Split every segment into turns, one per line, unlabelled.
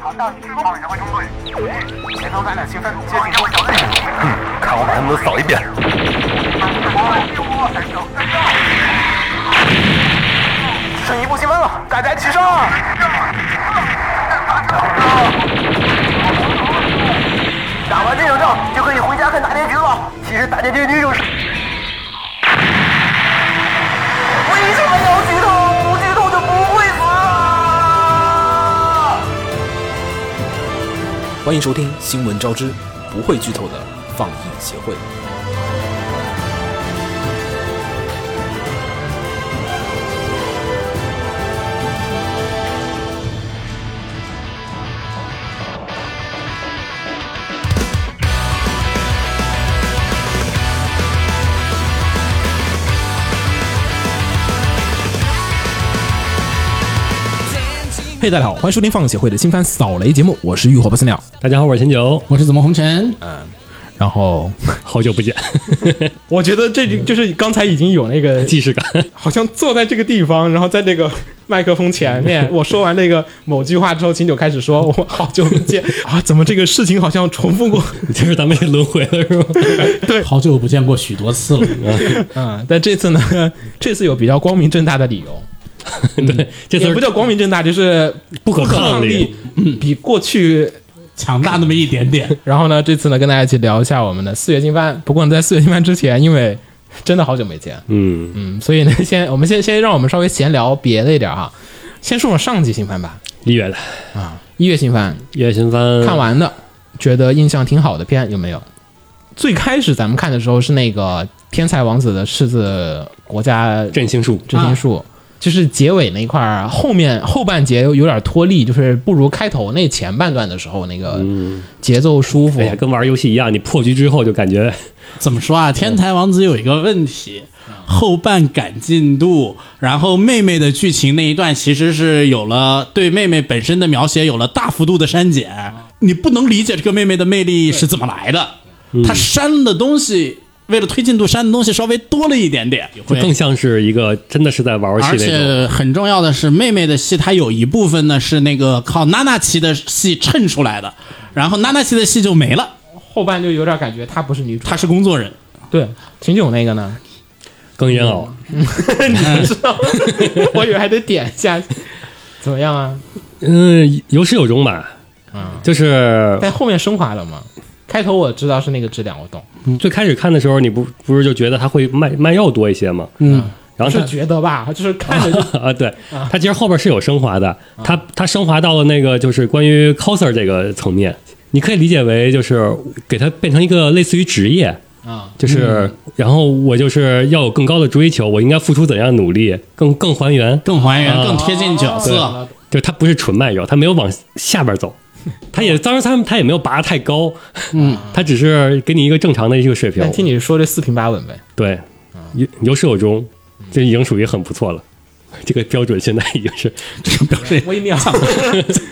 好，到你报警会中队。前头咱俩兴奋，接近中队。
看我把他们都扫一遍。
剩一步积分了，大家齐上！打完这场仗就可以回家看大结局了。其实大结局就是……为什么要剧透？不剧透就不会死啊！
欢迎收听《新闻招之》，不会剧透的放映协会。嘿、大家好，欢迎收听放映协会的新番扫雷节目，我是浴火不死鸟。
大家好，我是秦九，
我是怎么红尘？
然后
好久不见，
我觉得这就就是刚才已经有那 个，
既视感。
好像坐在这个地方，然后在这个 麦克风前 面，我说完这个某句话之后，秦九开始说：“我好久不 见啊，怎么这个事情好像重复过
就是咱们也轮回了，是 吗？
好久不见过许多 次了，？”
嗯，但这次呢， 这次有比较光明正大的理由，
对，这次
也不叫光明正大，就是
不可
不可
抗
抗
力
力，，嗯，比过去。
强大那么一点点。
然后呢，这次呢，跟大家一起聊一下我们的四月金番。不过呢，在四月金番之前，因为真的好久没见，
嗯，
嗯，所以呢，先我们先先让我们稍微闲聊别的一点哈，先说说上季新番吧。
一月的
一月新番
一月新番
看，完的，觉得印象挺好的片有没有？最开始咱们看的时候是那个《天才王子的狮子国家
振兴术，
执行
啊
术》就是结尾那一块儿，后面后半节有有点脱力，就是不如开头那前半段的时候那个节奏舒服。
嗯哎呀，跟玩游戏一样，你破局之后就感觉
怎么说啊？天才王子有一个问题，
嗯
后半赶进度，然后妹妹的剧情那一段其实是有了对妹妹本身的描写有了大幅度的删减，
嗯
你不能理解这个妹妹的魅力是怎么来的。她删的东西，为了推进度删的东西稍微多了一点点，
就更像是一个真的是在玩游
而
戏那种。
且很重要的是，妹妹的戏它有一部分呢是那个靠娜娜奇的戏衬出来的，然后娜娜奇的戏就没了，
后半就有点感觉她不是女主，
她是工作人。
对秦九那个 呢？
更煎熬，
我以为还得点一下，怎么样啊？
嗯，有始有终吧，就是
但后面升华了吗？开头我知道是那个质量，我懂，
最开始看的时候，你不不是就觉得他会卖卖药多一些吗？嗯，然后
是
他
觉得吧，就是看着 就
啊，对，它其实后边是有升华的，它它升华到了那个就是关于 coser 这个层面，你可以理解为就是给它变成一个类似于职业，
啊，
就是然后我就是要有更高的追求，我应该付出怎样的努力，更更还原，
更还原、
啊
更贴近角色，
就是它不是纯卖肉，它没有往下边 走，它也当然他们它也没有拔得太高，嗯，它只是给你一个正常的一个水平
但，听你说这四平八稳呗。
对，有有始有终，这已经属于很不错了，这个标准现在已经是
微妙，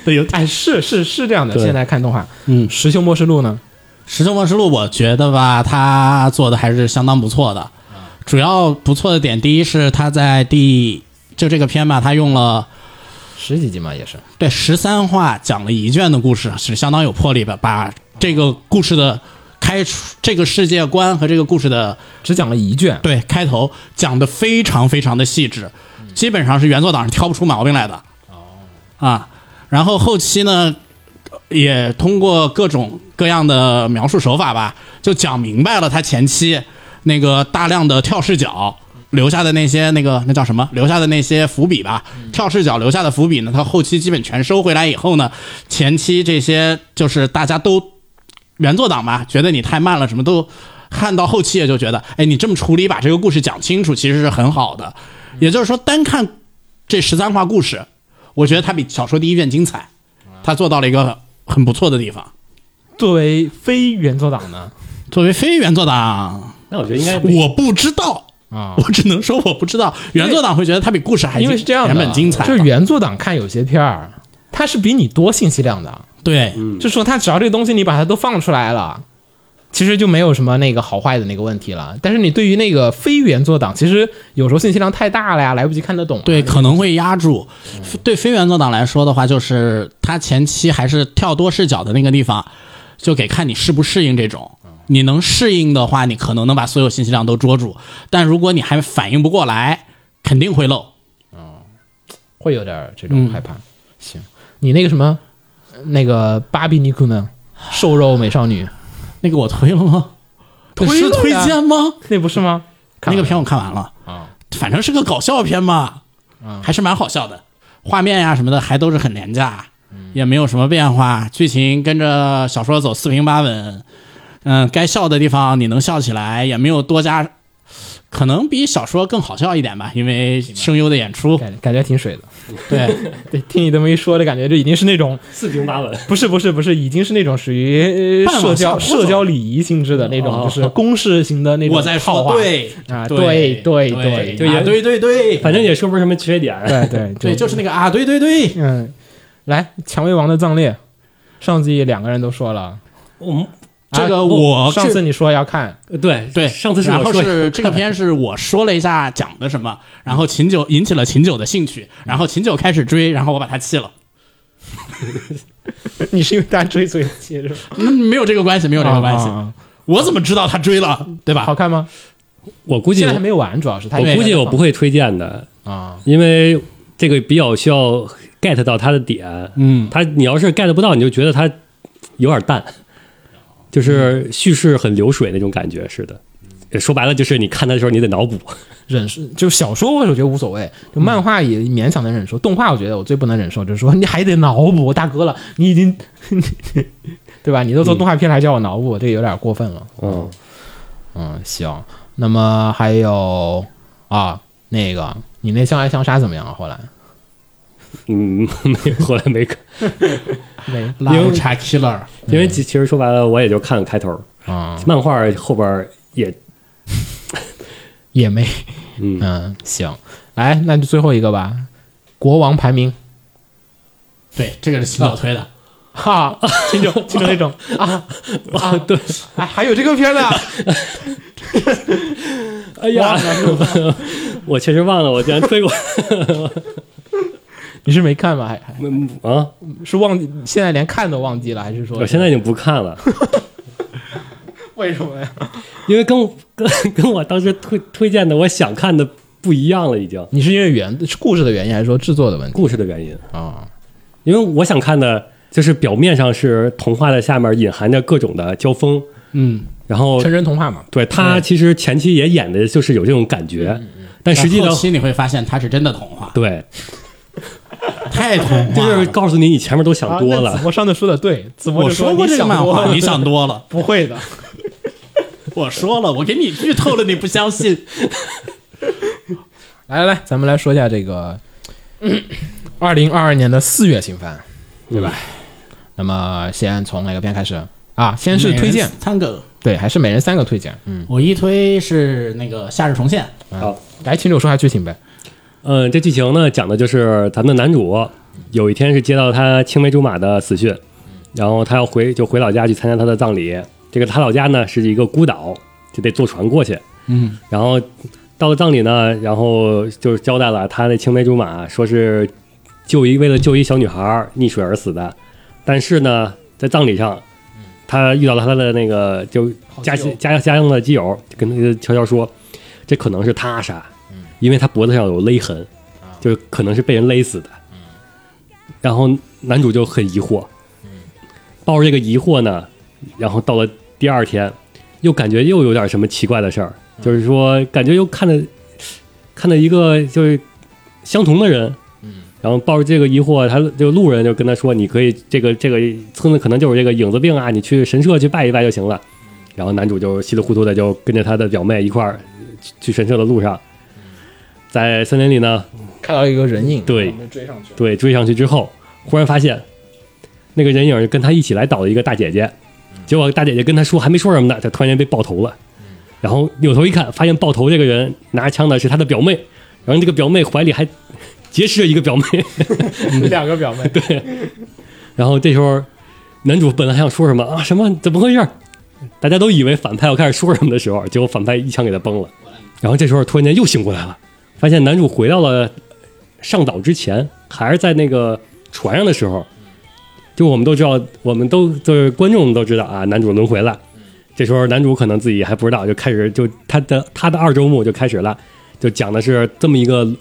对有
哎，是是是这样的。
对
现在看动画，嗯，《石修末世录》呢，
《石头模式录》，我觉得吧，他做的还是相当不错的。主要不错的点，第一是他在第就这个片吧，他用了
十几集嘛也是，
对十三话讲了一卷的故事，是相当有魄力吧，把这个故事的开出这个世界观和这个故事的
只讲了一卷，
对，开头讲的非常非常的细致，基本上是原作党是挑不出毛病来的。哦，啊，然后后期呢，也通过各种各样的描述手法吧，就讲明白了他前期那个大量的跳视角。留下的那些那个那叫什么？留下的那些伏笔吧，跳视角留下的伏笔呢，他后期基本全收回来以后呢，前期这些就是大家都原作党吧，觉得你太慢了，什么都看到后期也就觉得，哎，你这么处理把这个故事讲清楚，其实是很好的。也就是说，单看这十三话故事，我觉得它比小说第一卷精彩，它做到了一个很不错的地方。
作为非原作党呢，
作为非原作党，
那我觉得应该
我不知道
啊
我只能说我不知道。原作党会觉得它比故事还
因为是这样的，啊
原本精彩，
就是原作党看有些片儿，它是比你多信息量的，
对，
就说它只要这个东西你把它都放出来了，其实就没有什么那个好坏的那个问题了。但是你对于那个非原作党，其实有时候信息量太大了呀，来不及看得懂啊。
对，可能会压住。对非原作党来说的话，就是他前期还是跳多视角的那个地方，就给看你适不适应这种。你能适应的话，你可能能把所有信息量都捉住；但如果你还反应不过来，肯定会漏。
会有点儿这种害怕。行，你那个什么，那个芭比尼库呢？瘦肉美少女，
那个我推了吗？
推了呀
是推荐吗？
那不是吗？
那个
看
片我看完了，
完了啊，嗯
反正是个搞笑片嘛，还是蛮好笑的，画面呀、什么的还都是很廉价，
嗯
也没有什么变化，剧情跟着小说走四平八稳，嗯，该笑的地方你能笑起来，也没有多加，可能比小说更好笑一点吧，因为声优的演出，
感感觉挺水的。
对，
对，听你这么一说的感觉，这已经是那种
四平八稳。
不是不是不是，已经是那种属于呃
半
社
往下
交
坡
社交礼仪性质的那种，
哦
就是公式型的那种
我在
套
说
话。
对
啊
对
对对
对，
对
啊对对对，
反正也说不出什么缺点。
对对
对就是那个啊对对对，
嗯，来，蔷薇王的葬列，上季两个人都说了，
我们
这
啊
个
不
我
上
这
次你说要看，
呃 对
对，
上次是
然
我
后
说
是这个片是我说了一下讲的什么，然后秦九引起了秦九的兴趣，然后秦九开始追，然后我把他弃了。
你是因为大家追所以接 着
嗯，没有这个关系，没有这个关系。
啊啊
我怎么知道他追了，对
啊好
吧？
看吗？
我估计
现在
我
还没玩，主要是他
我估计我不会推荐的，
啊，
因为这个比较需要 get 到他的点。
嗯，
他你要是 get 不到，你就觉得他有点淡， 就是叙事很流水那种感觉似的。说白了就是你看他的时候，你得脑补。
忍受就小说，我是觉得无所谓，就漫画也勉强能忍受，动画我觉得我最不能忍受，就是说你还得脑补，大哥了，你已经， 对吧？你都做动画片了还叫我脑补，这个有点过分了。
嗯，
嗯，行，那么还有啊，那个你那相爱相杀怎么样啊？后来
嗯， 没有，后来没看，
没
拉乌查 killer，
因为其其实说白了，我也就看了开头，
啊、
漫画后边也
也没，
嗯
嗯，行，来，那就最后一个吧，国王排名。
对，这个是秦九推的。
哈，秦九，秦九那种啊啊，对，哎，还有这个片呢，
哎呀， 我确实忘了，我竟然推 过
你是没看吗？还还
啊！
是忘记，现在连看都忘记了，还是说
我现在已经不看了，
为什么呀？
因为跟我跟跟我当时推推荐的我想看的不一样了，已经
你是因为原是故事的原因，还是说制作的问题
故事的原因，
啊？
因为我想看的就是表面上是童话的下面隐含着各种的交锋，
嗯，
然后
哦成人童话嘛，
对
嗯
他其实前期也演的就是有这种感觉，但实际
但
的
后期你会发现他是真的童话，
对，
太童话
这就
了
是。告诉你你前面都想多
啊那
了
子。墨上次说的对，子墨
我
就
说过
你
这个
想
漫
多
画，
了
你想多了。
不会的，
我说了，我给你剧透了，你不相信。
来来来，咱们来说一下这个二零二二年的四月新番，对吧？那么先从哪个片开始啊？先是推荐，
三个，
对，还是每人三个推荐。嗯，
我一推是那个《夏日重现》，
好，
来，秦九说下剧情呗。
嗯，这剧情呢讲的就是咱们的男主有一天是接到他青梅竹马的死讯，然后他要回就回老家去参加他的葬礼。这个他老家呢是一个孤岛，就得坐船过去。嗯，然后到了葬礼呢，然后就是交代了他那青梅竹马说是救一为了救一小女孩儿溺水而死的，但是呢在葬礼上。他遇到了他的那个就家
基友
家家乡的基友，就跟那个悄悄说，这可能是他杀，因为他脖子上有勒痕，就是可能是被人勒死的。然后男主就很疑惑，抱着这个疑惑呢，然后到了第二天，又感觉又有点什么奇怪的事儿，就是说感觉又看着看到一个就是相同的人，然后抱着这个疑惑，他就路人就跟他说，你可以这个这个村子可能就是这个影子病啊，你去神社去拜一拜就行了。然后男主就稀里糊涂的就跟着他的表妹一块儿去去神社的路上，在森林里呢，
看到一个人影，
对
我们追上去了。
对，追上去之后，忽然发现那个人影跟他一起来倒的一个大姐姐，
嗯
结果大姐姐跟他说还没说什么呢，他突然间被爆头了，然后扭头一看，发现爆头这个人拿枪的是他的表妹，然后这个表妹怀里还劫持着一个表妹，
两个表妹，
然后这时候男主本来还想说什么啊什么怎么回事儿，大家都以为反派要开始说什么的时候，结果反派一枪给他崩了。然后这时候突然间又醒过来了，发现男主回到了上岛之前，还是在那个船上的时候。就我们都知道，我们都就是观众都知道啊，男主轮回了。这时候男主可能自己还不知道，就开始就他的他的二周目就开始了，就讲的是这么一个不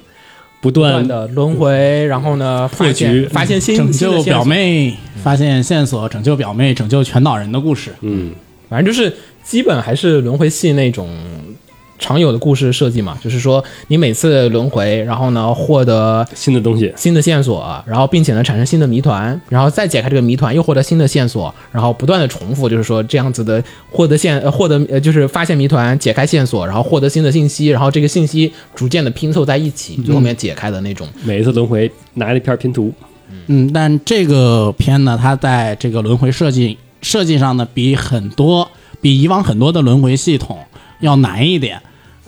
不
断
断的轮回，然后呢，发
破局
现发现新
嗯拯
新的
救
线索
表妹，发现线索，拯救表妹，拯救全岛人的故事。
嗯
反正就是基本还是轮回系那种常有的故事设计嘛，就是说你每次轮回，然后呢获得
新的东西。
新的线索，然后并且呢产生新的谜团，然后再解开这个谜团，又获得新的线索，然后不断的重复，就是说这样子的获得线呃获得呃就是发现谜团，解开线索，然后获得新的信息，然后这个信息逐渐的拼凑在一起，最后面解开的那种。
每一次轮回拿一片拼图，
嗯，但这个片呢，它在这个轮回设计设计上呢，比很多比以往很多的轮回系统要难一点。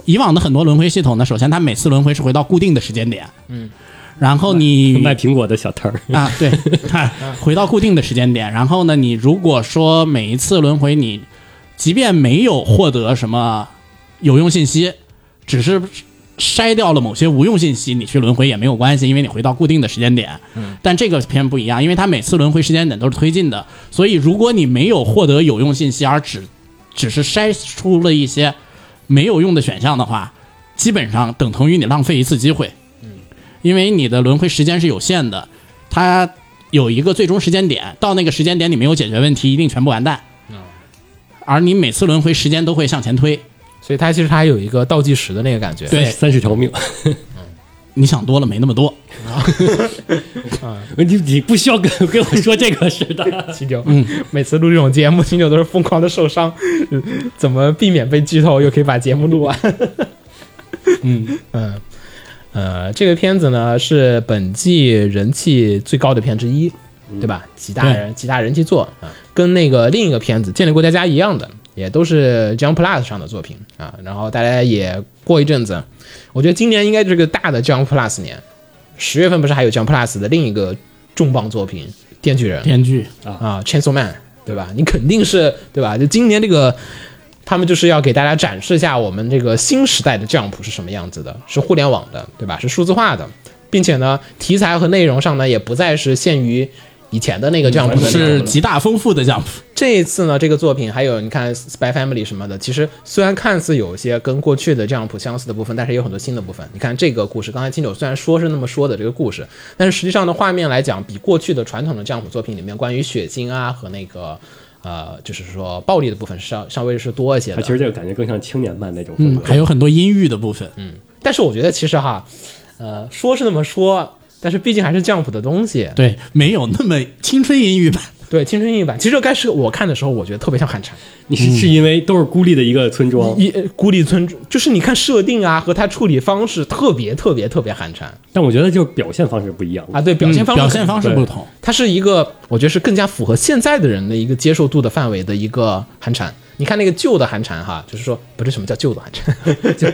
以往的很多轮回系统呢，首先它每次轮回是回到固定的时间点，嗯，然后你
卖苹果的小摊儿。
啊，对，看回到固定的时间点。然后呢，你如果说每一次轮回你，即便没有获得什么有用信息，只是筛掉了某些无用信息，你去轮回也没有关系，因为你回到固定的时间点。嗯，但这个片不一样，因为它每次轮回时间点都是推进的，所以如果你没有获得有用信息，而只只是筛出了一些没有用的选项的话，基本上等同于你浪费一次机会。因为你的轮回时间是有限的，它有一个最终时间点，到那个时间点你没有解决问题，一定全部完蛋。而你每次轮回时间都会向前推，
所以它其实它还有一个倒计时的那个感觉，
对
三十条命，
你想多了没那么多。
你你不需要跟跟我说这个似的。
七九，嗯，每次录这种节目，七九都是疯狂的受伤，嗯怎么避免被剧透，又可以把节目录完？ 嗯嗯呃，这个片子呢是本季人气最高的片之一，嗯对吧？几大人几大人气作，啊跟那个另一个片子《建立国家家》一样的，也都是 Jump Plus 上的作品啊。然后大家也过一阵子，我觉得今年应该是个大的 Jump Plus 年。十月份不是还有 Jump Plus 的另一个重磅作品《电锯人》？
编剧
啊，Chainsaw Man，对吧？你肯定是对吧？就今年这个，他们就是要给大家展示一下我们这个新时代的 Jump 是什么样子的，是互联网的，对吧？是数字化的，并且呢，题材和内容上呢，也不再是限于以前的那个 Jump 的内容
嗯是
了
极大丰富的 jump，
这一次呢，这个作品还有你看《Spy Family》什么的，其实虽然看似有一些跟过去的这样谱相似的部分，但是也有很多新的部分。你看这个故事，刚才金九虽然说是那么说的这个故事，但是实际上的画面来讲，比过去的传统的这样谱作品里面关于血腥啊和那个呃，就是说暴力的部分是稍稍微是多一些
他
的
啊其。实这个感觉更像青年漫那种风
嗯，
格。
还有很多阴郁的部分。嗯，
但是我觉得其实哈，呃，说是那么说，但是毕竟还是这样谱的东西。
对，没有那么青春阴郁吧？
对，青春硬版，其实该是我看的时候，我觉得特别像寒蝉。
你
嗯
是是因为都是孤立的一个村庄，
一呃孤立村就是你看设定啊和它处理方式特别特别特别寒蝉
但我觉得就是表现方式不一样。
啊，对表现方式、
嗯表现方式
对
不同。
它是一个我觉得是更加符合现在的人的一个接受度的范围的一个寒蝉。你看那个旧的寒蝉哈，就是说不是什么叫旧的寒蝉，就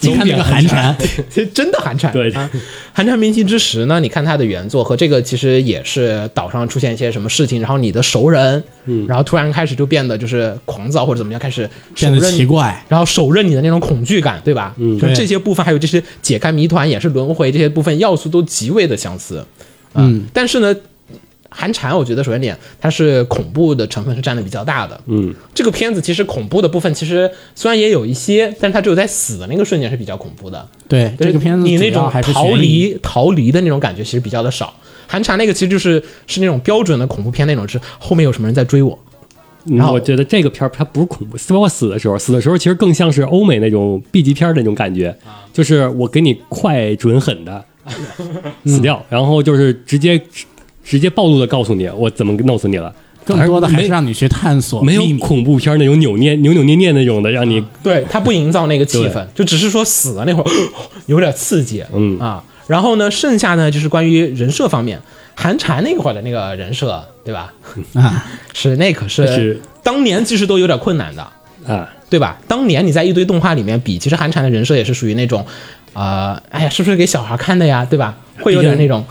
你看那个寒蝉，啊
这 真的寒蝉。
对
啊，寒蝉鸣泣之时呢，你看它的原作和这个其实也是岛上出现一些什么事情，然后你的熟人，嗯，然后突然开始就变得就是狂躁或者怎么样，开始
变得
手刃
奇怪。
然后手刃你的那种恐惧感，对吧？嗯，就
对
这些部分，还有这些解开谜团也是轮回这些部分要素都极为的相似。嗯，但是呢，寒蝉我觉得首先点它是恐怖的成分是占的比较大的。
嗯，
这个片子其实恐怖的部分其实虽然也有一些，但是它只有在死的那个瞬间是比较恐怖的。
对，这个片子
你那
主要
种
还是
逃
悬疑，
离逃离的那种感觉其实比较的少。寒蝉那个其实就是是那种标准的恐怖片那种，是后面有什么人在追我，
嗯
然后
我觉得这个片儿它不是恐怖，包括死的时候，死的时候其实更像是欧美那种 B 级片儿那种感觉，
啊
就是我给你快、准、狠的
嗯
死掉，然后就是直接直接暴露的告诉你我怎么弄死你了。
更多的还是
而
让你去探索
没没
哦秘
有
密
恐怖片儿那种扭捏、扭扭捏捏那种的，让你
对他不营造那个气氛
对，
就只是说死了那会儿 有点刺激，
嗯
啊，然后呢，剩下呢就是关于人设方面，寒蝉那会儿的那个人设，对吧？
啊。
是那可
是
是当年其实都有点困难的，
啊，
对吧？当年你在一堆动画里面比，其实寒蝉的人设也是属于那种，呃，哎呀，是不是给小孩看的呀？对吧？会有点那种，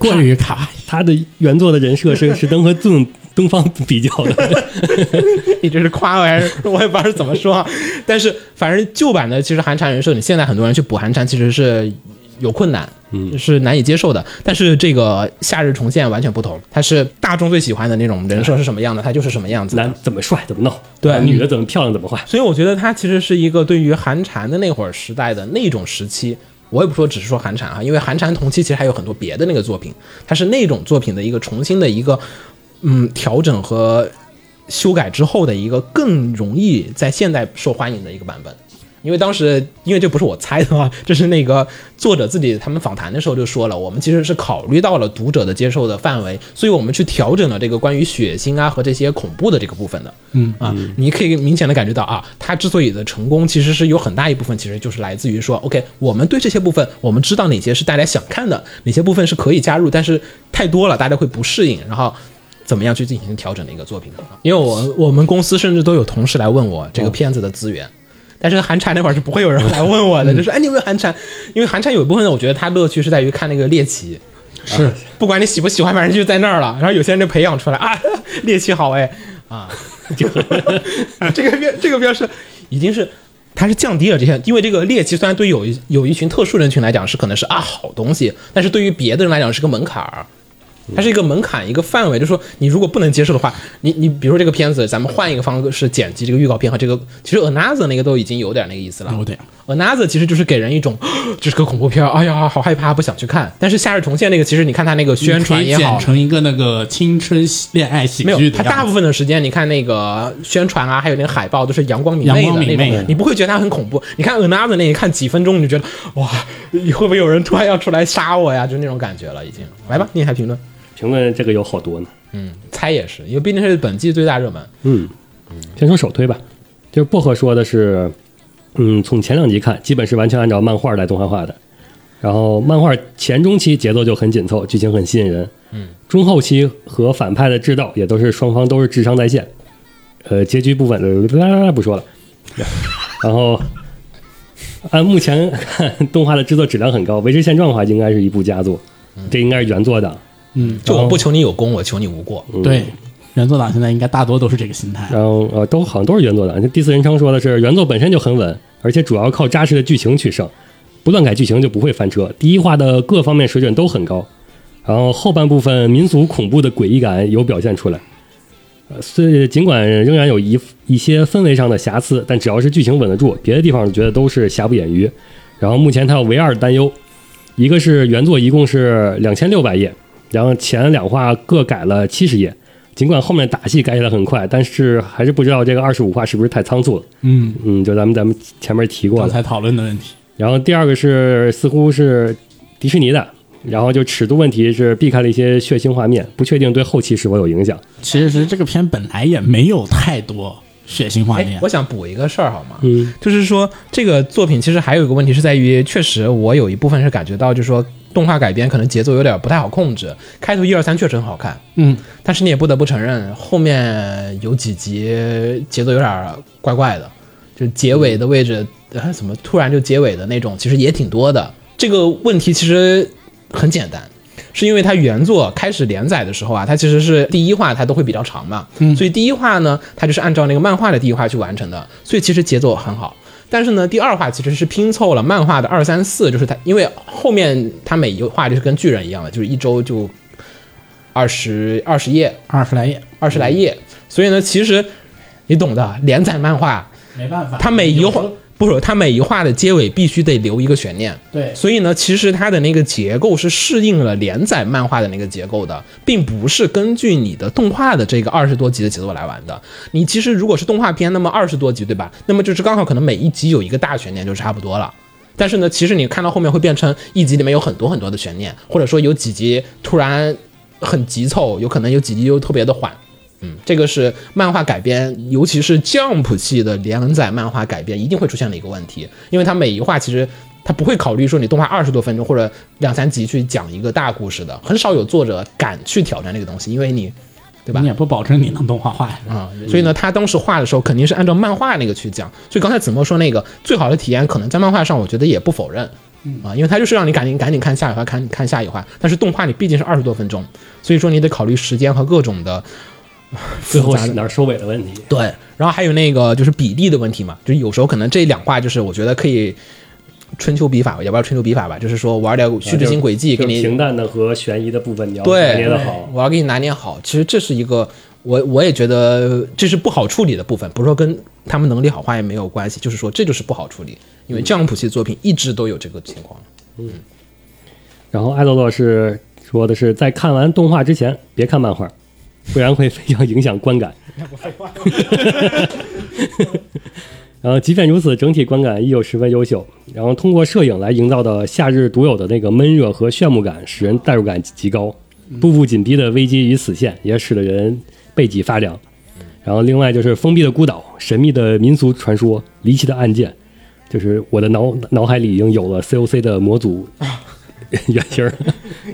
过于卡哇伊。
他的原作的人设是是能和盾东方比较的，
你这是夸我还是我也不知道是怎么说、啊，但是反正旧版的其实寒蝉人设，你现在很多人去补寒蝉其实是有困难，嗯，是难以接受的。但是这个夏日重现完全不同，它是大众最喜欢的那种人设是什么样的，它就是什么样子的。
男怎么帅怎么闹，啊
对
女的怎么漂亮怎么坏，
所以我觉得它其实是一个对于寒蝉的那会儿时代的那种时期。我也不说只是说寒蝉啊，因为寒蝉同期其实还有很多别的那个作品，它是那种作品的一个重新的一个嗯调整和修改之后的一个更容易在现代受欢迎的一个版本。因为当时，因为这不是我猜的啊，这是那个作者自己他们访谈的时候就说了，我们其实是考虑到了读者的接受的范围，所以我们去调整了这个关于血腥啊和这些恐怖的这个部分的。嗯啊，你可以明显的感觉到啊，他之所以的成功，其实是有很大一部分其实就是来自于说，OK，我们对这些部分我们知道哪些是大家想看的，哪些部分是可以加入，但是太多了大家会不适应，然后。怎么样去进行调整的一个作品的啊因为我我们公司甚至都有同事来问我这个片子的资源，但是韩蝉那会儿是不会有人来问我的，就是哎，你有没有韩蝉？因为韩蝉有一部分我觉得它乐趣是在于看那个猎奇，是不管你喜不喜欢，反正就在那儿了。然后有些人就培养出来啊， 猎奇好哎啊，就这个标这个标是已经是。它是降低了这些，因为这个猎奇虽然对有一有一群特殊人群来讲是可能是啊好东西，但是对于别的人来讲是个门槛儿，它是一个门槛，一个范围，就是说你如果不能接受的话，你你比如说这个片子，咱们换一个方式剪辑这个预告片和这个，其实 Another 那个都已经有点那个意思了。
有点
Another 其实就是给人一种这是个恐怖片，哎呀，好害怕，不想去看。但是《夏日重现》那个，其实你看它那个宣传也
你可以
好
剪，成一个那个青春恋爱喜
没
剧
有，
的
它大
样
部
子。
分的时间，你看那个宣传啊，还有那个海报，都是阳光明媚
阳光
的
明
那
媚
种，你不会觉得它很恐怖。你看 Another 那一看几分钟，你就觉得哇，会不会有人突然要出来杀我呀？就那种感觉了，已经。来吧，念一下评论。
评论这个有好多呢。
猜也是，因为毕竟是本季最大热门。
嗯，先说首推吧，就是薄荷说的是，嗯，从前两集看，基本是完全按照漫画来动画化的。然后漫画前中期节奏就很紧凑，剧情很吸引人。嗯，中后期和反派的智斗也都是双方都是智商在线。呃，结局部分呃啦啦啦不说了。 然后按目前看，动画的制作质量很高，维持现状的话，应该是一部佳作。这应该是原作党。
嗯
就
哦
我不求你有功，我求你无过。
对，原作党现在应该大多都是这个心态。
然后呃，都好像都是原作党。就第四人称说的是原作本身就很稳，而且主要靠扎实的剧情取胜，不乱改剧情就不会翻车。第一话的各方面水准都很高，然后后半部分民俗恐怖的诡异感有表现出来。呃，虽尽管仍然有一一些氛围上的瑕疵，但只要是剧情稳得住，别的地方觉得都是瑕不掩瑜。然后目前它有唯二担忧，一个是原作一共是两千六百页，然后前两话各改了七十页。尽管后面打戏改起来很快，但是还是不知道这个二十五话是不是太仓促了。
嗯，
嗯，就咱们咱们前面提过
刚
了。
才讨论的问题，
然后第二个是似乎是迪士尼的，然后就尺度问题是避开了一些血腥画面，不确定对后期是否有影响。
其实这个片本来也没有太多血腥画
哎
面，
我。想补一个事儿好吗？
嗯，
就是说这个作品其实还有一个问题是在于，确实我有一部分是感觉到，就是说动画改编可能节奏有点不太好控制。开头一二三确实很好看，
嗯，
但是你也不得不承认，后面有几集节奏有点怪怪的，就结尾的位置，啊，怎么突然就结尾的那种，其实也挺多的。这个问题其实很简单，是因为它原作开始连载的时候啊，它其实是第一话它都会比较长嘛，所以第一话呢，它就是按照那个漫画的第一话去完成的，所以其实节奏很好。但是呢，第二话其实是拼凑了漫画的二三四，就是它，因为后面它每一话就是跟巨人一样的，就是一周就二十二十页，
二十来页，
二十来页，所以呢，其实你懂的，连载漫画，
没办法
它每一话不是它每一话的结尾必须得留一个悬念，
对
所以呢，其实它的那个结构是适应了连载漫画的那个结构的，并不是根据你的动画的这个二十多集的节奏来玩的。你其实如果是动画片，那么二十多集对吧？那么就是刚好可能每一集有一个大悬念就差不多了。但是呢，其实你看到后面会变成一集里面有很多很多的悬念，或者说有几集突然很急凑，有可能有几集又特别的缓。嗯，这个是漫画改编，尤其是 Jump 系的连载漫画改编一定会出现的一个问题，因为它每一话其实它不会考虑说你动画二十多分钟或者两三集去讲一个大故事的，很少有作者敢去挑战这个东西，因为你对吧
你也不保证你能动画化呀。
啊、所以呢，他当时画的时候肯定是按照漫画那个去讲。所以刚才子墨说那个最好的体验，可能在漫画上，我觉得也不否认，啊、因为他就是让你赶紧赶紧看下一话，看看下一话。但是动画你毕竟是二十多分钟，所以说你得考虑时间和各种的
最后
复杂
是
的
哪儿收尾的问题。
对，然后还有那个就是比例的问题嘛，就是有时候可能这两话就是我觉得可以春秋笔法，也不知道春秋笔法吧，就是说玩点叙事
就是
性轨迹，给
就是
你
平淡的和悬疑的部分你要
对
拿捏的好。
我要给你拿捏好。其实这是一个，我我也觉得这是不好处理的部分，不是说跟他们能力好坏也没有关系，就是说这就是不好处理，
嗯
因为降普系作品一直都有这个情况。
然后艾豆豆是说的是在看完动画之前别看漫画， 不然会非常影响观感。 然后即便如此，整体观感依旧十分优秀。然后通过摄影来营造的夏日独有的那个闷热和炫目感，使人代入感极高。步步紧逼的危机与死线也使得人背脊发凉。然后另外就是封闭的孤岛、神秘的民俗传说、离奇的案件，就是我的脑脑海里已经有了 COC 的模组 原型儿。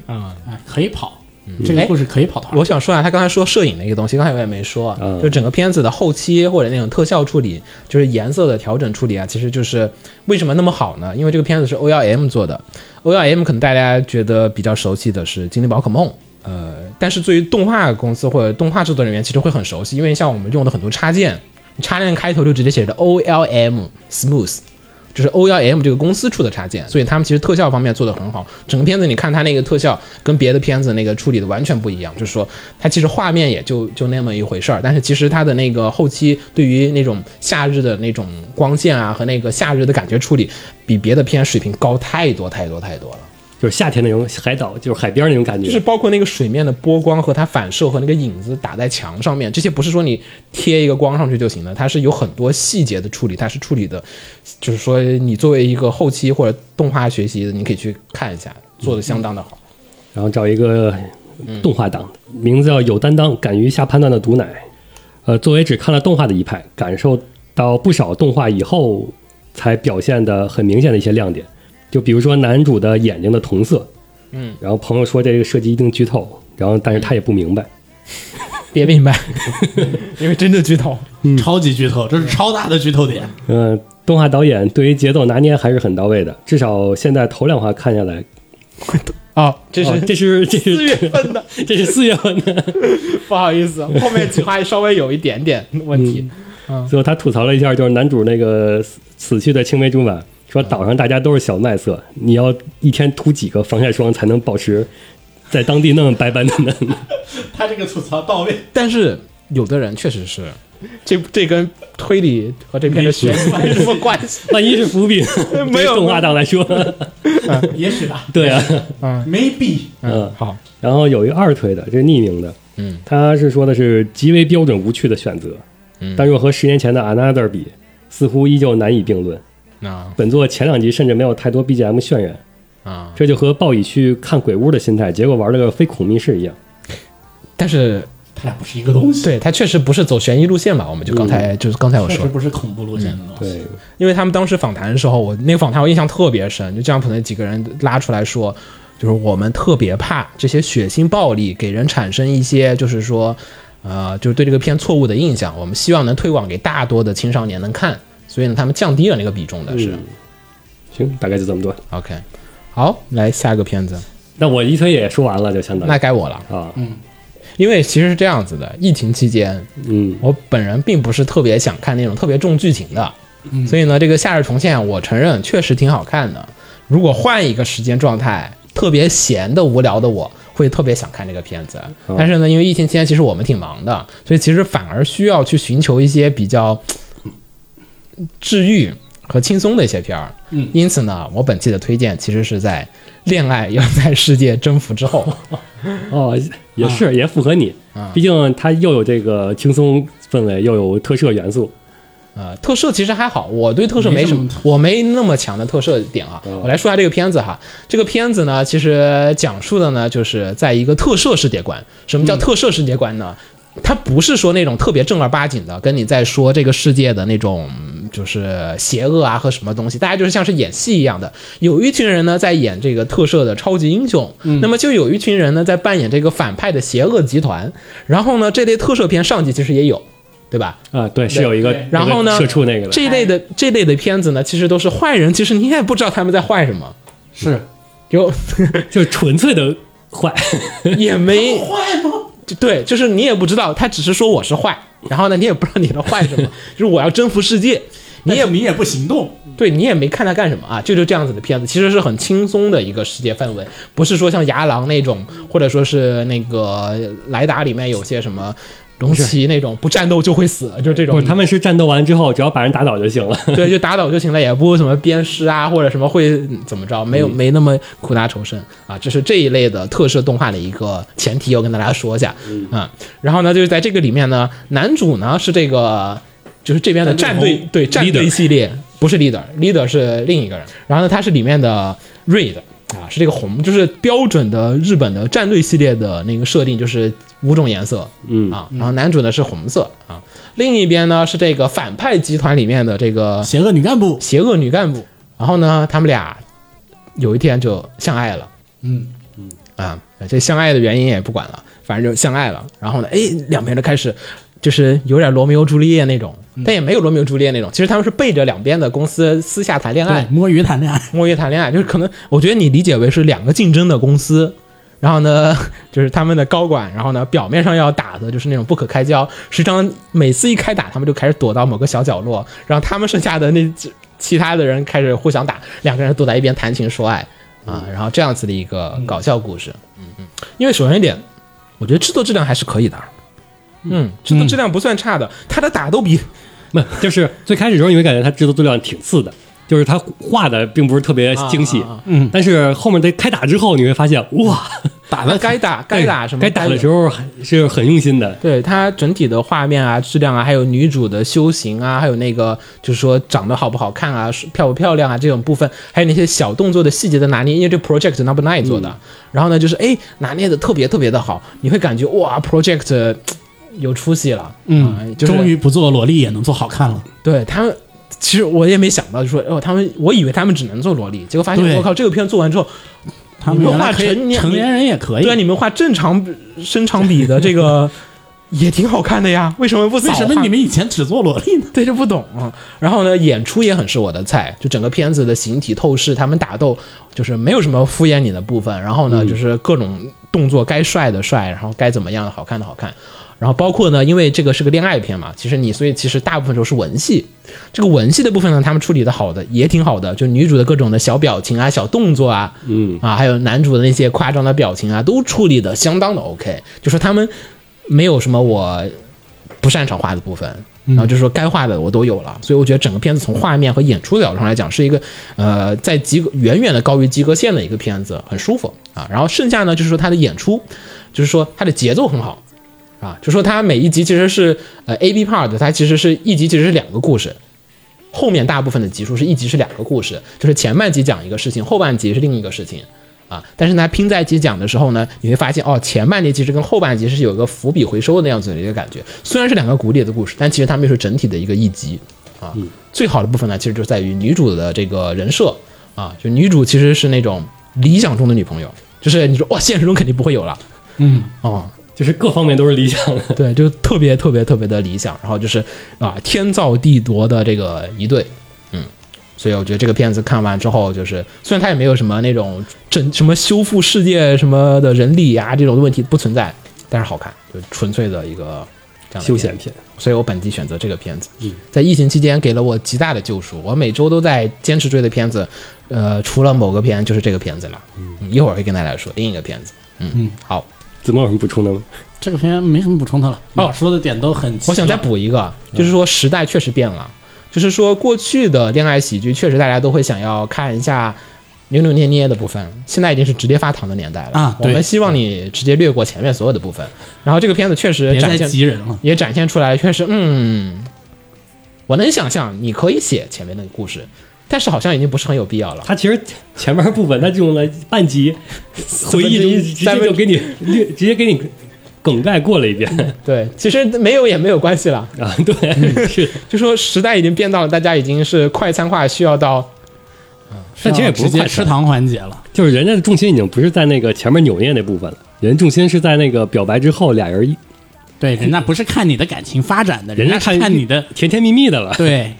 哎，可以跑，
嗯
这个故事可以跑的。
哎我想说啊，他刚才说摄影那个东西，刚才我也没说，啊
嗯
就整个片子的后期或者那种特效处理，就是颜色的调整处理啊，其实就是为什么那么好呢？因为这个片子是 O L M 做的，O L M 可能大家觉得比较熟悉的是《精灵宝可梦》。呃，但是对于动画公司或者动画制作人员，其实会很熟悉，因为像我们用的很多插件，插件开头就直接写着 O L M Smooth，就是 O 1 M 这个公司出的插件，所以他们其实特效方面做的很好。整个片子你看它那个特效跟别的片子那个处理的完全不一样，就是说它其实画面也就就那么一回事儿，但是其实它的那个后期对于那种夏日的那种光线啊和那个夏日的感觉处理，比别的片水平高太多太多太多了。
就是夏天那种海岛，就是海边那种感觉，
就是包括那个水面的波光和它反射和那个影子打在墙上面，这些不是说你贴一个光上去就行了，它是有很多细节的处理，它是处理的，就是说你作为一个后期或者动画学习的，你可以去看一下， 做的相当的好。
然后找一个
嗯
动画党，名字叫有担当、敢于下判断的毒奶。呃，作为只看了动画的一派，感受到不少动画以后才表现的很明显的一些亮点，就比如说男主的眼睛的瞳色，嗯，然后朋友说这个设计一定剧透，然后但是
嗯
他也不明白，
别明白，因为真的剧透。
超级剧透，这
嗯
是超大的剧透点。
嗯、动画导演对于节奏拿捏还是很到位的，至少现在头两话看下来，
哦，这是、
哦这是这是
四月份的，
这是四月份的，
不好意思，后面几话稍微有一点点问题。
最后他吐槽了一下，就是男主那个死死去的青梅竹马，说岛上大家都是小麦色，你要一天涂几个防晒霜才能保持在当地那么白白嫩 嫩的？
他这个吐槽到位，
但是有的人确实是，这这跟推理和这片的悬疑没什么关系。
万一是伏笔呢，
没
对
有
于动画党来 说，
也许吧
对啊，
，maybe
嗯。
好，
然后有一个二推的，这是匿名的，
嗯，
他是说的是极为标准无趣的选择，嗯，但若和十年前的 Another 比，似乎依旧难以并论。
那、
本作前两集甚至没有太多 BGM 渲染，
啊。
这就和暴雨去看鬼屋的心态，结果玩了个非恐密室一样。
但是
他俩不是一个东西，
对他确实不是走悬疑路线嘛，我们就刚才、就是刚才我
嗯确
说嗯
实，不是恐怖路线的东西。
对，
因为他们当时访谈的时候，我那个访谈我印象特别深，就 Jump 那几个人拉出来说，就是我们特别怕这些血腥暴力给人产生一些就是说，呃，就是对这个片错误的印象，我们希望能推广给大多的青少年能看，所以呢，他们降低了那个比重的是、
嗯行，大概就这么多。
OK。好，来下一个片子，
那我一推也说完了，就相当
那嗯
于
该我了，
啊，
因为其实是这样子的，疫情期间，
嗯，
我本人并不是特别想看那种特别重剧情的，所以呢，这个《夏日重现》，我承认确实挺好看的。如果换一个时间状态，特别闲的、无聊的我，会特别想看这个片子。但是呢，因为疫情期间，其实我们挺忙的，所以其实反而需要去寻求一些比较嗯治愈和轻松的一些片儿。嗯，因此呢，我本期的推荐其实是在《恋爱要在世界征服之后》。
哦，也是、
啊
也符合你，毕竟它又有这个轻松氛围，又有特摄元素。
呃，特摄其实还好，我对特摄没什么，
没什么
我没那么强的特摄点啊。我来说一下这个片子哈，这个片子呢，其实讲述的呢，就是在一个特摄世界观。什么叫特摄世界观呢？它不是说那种特别正儿八经的，跟你在说这个世界的那种嗯就是邪恶啊和什么东西，大家就是像是演戏一样的。有一群人呢在演这个特摄的超级英雄，那么就有一群人呢在扮演这个反派的邪恶集团。然后呢，这类特摄片上级其实也有，对吧？
啊，对，是有一个
然后呢，
社畜那个的，
这一类的这一类的片子呢，其实都是坏人，其实你也不知道他们在坏什么，
是
就
就是纯粹的坏，
也没
坏吗？
就对，就是你也不知道，他只是说我是坏，然后呢，你也不知道你的坏什么，就是我要征服世界，你
但
也
是你也不行动，
对你也没看他干什么啊，就就这样子的片子，其实是很轻松的一个世界氛围，不是说像牙狼那种，或者说是那个莱达里面有些什么龙骑那种不战斗就会死，就这
不
种
是，他们是战斗完之后，只要把人打倒就行了。
对，就打倒就行了，也不什么鞭尸啊，或者什么会怎么着，没有没那么苦大仇深啊。这是这一类的特摄动画的一个前提，我跟大家说一下啊。然后呢，就是在这个里面呢，男主呢是这个就是这边的战队
红
对战队
leader
系列，不是 leader，leader 是另一个人。然后呢，他是里面的 Red 啊，是这个红，就是标准的日本的战队系列的那个设定，就是五种颜色，
嗯
啊，然后男主呢是红色啊，另一边呢是这个反派集团里面的这个
邪恶女干部，
邪恶女干部。然后呢，他们俩有一天就相爱了。
嗯
嗯啊，这相爱的原因也不管了，反正就相爱了。然后呢，哎，两边就开始就是有点罗密欧朱丽叶那种，
嗯
但也没有罗密欧朱丽叶那种。其实他们是背着两边的公司私下谈恋爱
对，，摸鱼谈恋爱，
摸鱼谈恋爱，就是可能我觉得你理解为是两个竞争的公司。然后呢， 就是他们的高管，然后呢，表面上要打的就是那种不可开交，实际上每次一开打，他们就开始躲到某个小角落，然后他们剩下的那几其他的人开始互相打，两个人躲在一边谈情说爱啊，
嗯
然后这样子的一个搞笑故事。嗯嗯，因为首先一点，我觉得制作质量还是可以的，嗯，制作质量不算差的，他的打斗比
不，就是最开始的时候你会感觉它制作质量挺次的，就是它画的并不是特别精细
啊啊啊，
嗯，但是后面在开打之后你会发现，哇，
打了该打该打什么
该打的
有
时候还是很用心的，
对它整体的画面啊、质量啊，还有女主的修行啊，还有那个就是说长得好不好看啊、是漂不漂亮啊这种部分，还有那些小动作的细节的拿捏，因为这 Project Number Nine 做的，
嗯
然后呢就是哎拿捏的特别特别的好，你会感觉哇 Project 嘖有出息了，
嗯，
啊就是、
终于不做萝莉也能做好看了，
对他们。其实我也没想到，就说哦，他们我以为他们只能做萝莉，结果发现
对
我靠，这个片做完之后，
他们
你们
原来
画
可以
成年
成年人也可以，
对啊，你们画正
哎
常身长比的这 个也挺好看的呀，为什么不早
为什么
画
你们以前只做萝莉呢？
对，这不懂啊。然后呢，演出也很是我的菜，就整个片子的形体透视，他们打斗就是没有什么敷衍你的部分。然后呢，就是各种动作该帅的帅，然后该怎么样的好看的好看。然后包括呢，因为这个是个恋爱片嘛，其实你所以其实大部分时候是文戏，这个文戏的部分呢，他们处理的好的也挺好的，就女主的各种的小表情啊、小动作啊，
嗯
啊，还有男主的那些夸张的表情啊，都处理的相当的 OK，就说他们没有什么我不擅长画的部分，然后就是说该画的我都有了，所以我觉得整个片子从画面和演出的角度上来讲，是一个呃在及格远远的高于及格线的一个片子，很舒服啊。然后剩下呢，就是说它的演出，就是说它的节奏很好。啊，就说它每一集其实是呃 A B part，它其实是一集其实是两个故事，后面大部分的集数是一集是两个故事，就是前半集讲一个事情，后半集是另一个事情。啊，但是呢，拼在一起讲的时候呢，你会发现哦，前半集其实跟后半集是有一个伏笔回收的那样子的一个感觉。虽然是两个骨裂的故事，但其实它们又是整体的一个一集啊。最好的部分呢，其实就在于女主的这个人设啊，就女主其实是那种理想中的女朋友，就是你说哇，现实中肯定不会有了，
嗯，
哦，
就是各方面都是理想的。
对，就特别特别特别的理想，然后就是啊，天造地夺的这个一对，嗯，所以我觉得这个片子看完之后，就是虽然它也没有什么那种整什么修复世界什么的人力啊这种问题不存在，但是好看，就纯粹的一个这样的
啊休
片嗯
闲
子
片，
所以我本季选择这个片子。在疫情期间给了我极大的救赎，我每周都在坚持追的片子，呃，除了某个片就是这个片子了。嗯，一会儿会跟大家说另一个片子。嗯，好，
子墨有什么补充的吗？
这个片没什么补充的了，
哦
我说的点都很，
我想再，补一个，就是说时代确实变了，就是说过去的恋爱喜剧确实大家都会想要看一下扭扭捏捏的部分，现在已经是直接发糖的年代了
啊
我
对
们希望你直接略过前面所有的部分，然后这个片子确实
别
展
再
现
急人了，
也展现出来，确实，嗯，我能想象你可以写前面那个故事，但是好像已经不是很有必要了。
他其实前面部分他用了半 集，回忆中直接就给你略直接给你梗概过了一遍
对，其实没有也没有关系了，
啊，对，是，
就说时代已经变到了，大家已经是快餐化，需要到
但其实也不
哦直
是
接
快
吃
餐，
糖环节了，
就是人家的重心已经不是在那个前面扭捏那部分了，人重心是在那个表白之后俩人一
对，人家不是看你的感情发展的，
人
人
家
家是看你的
甜甜蜜蜜的了，
对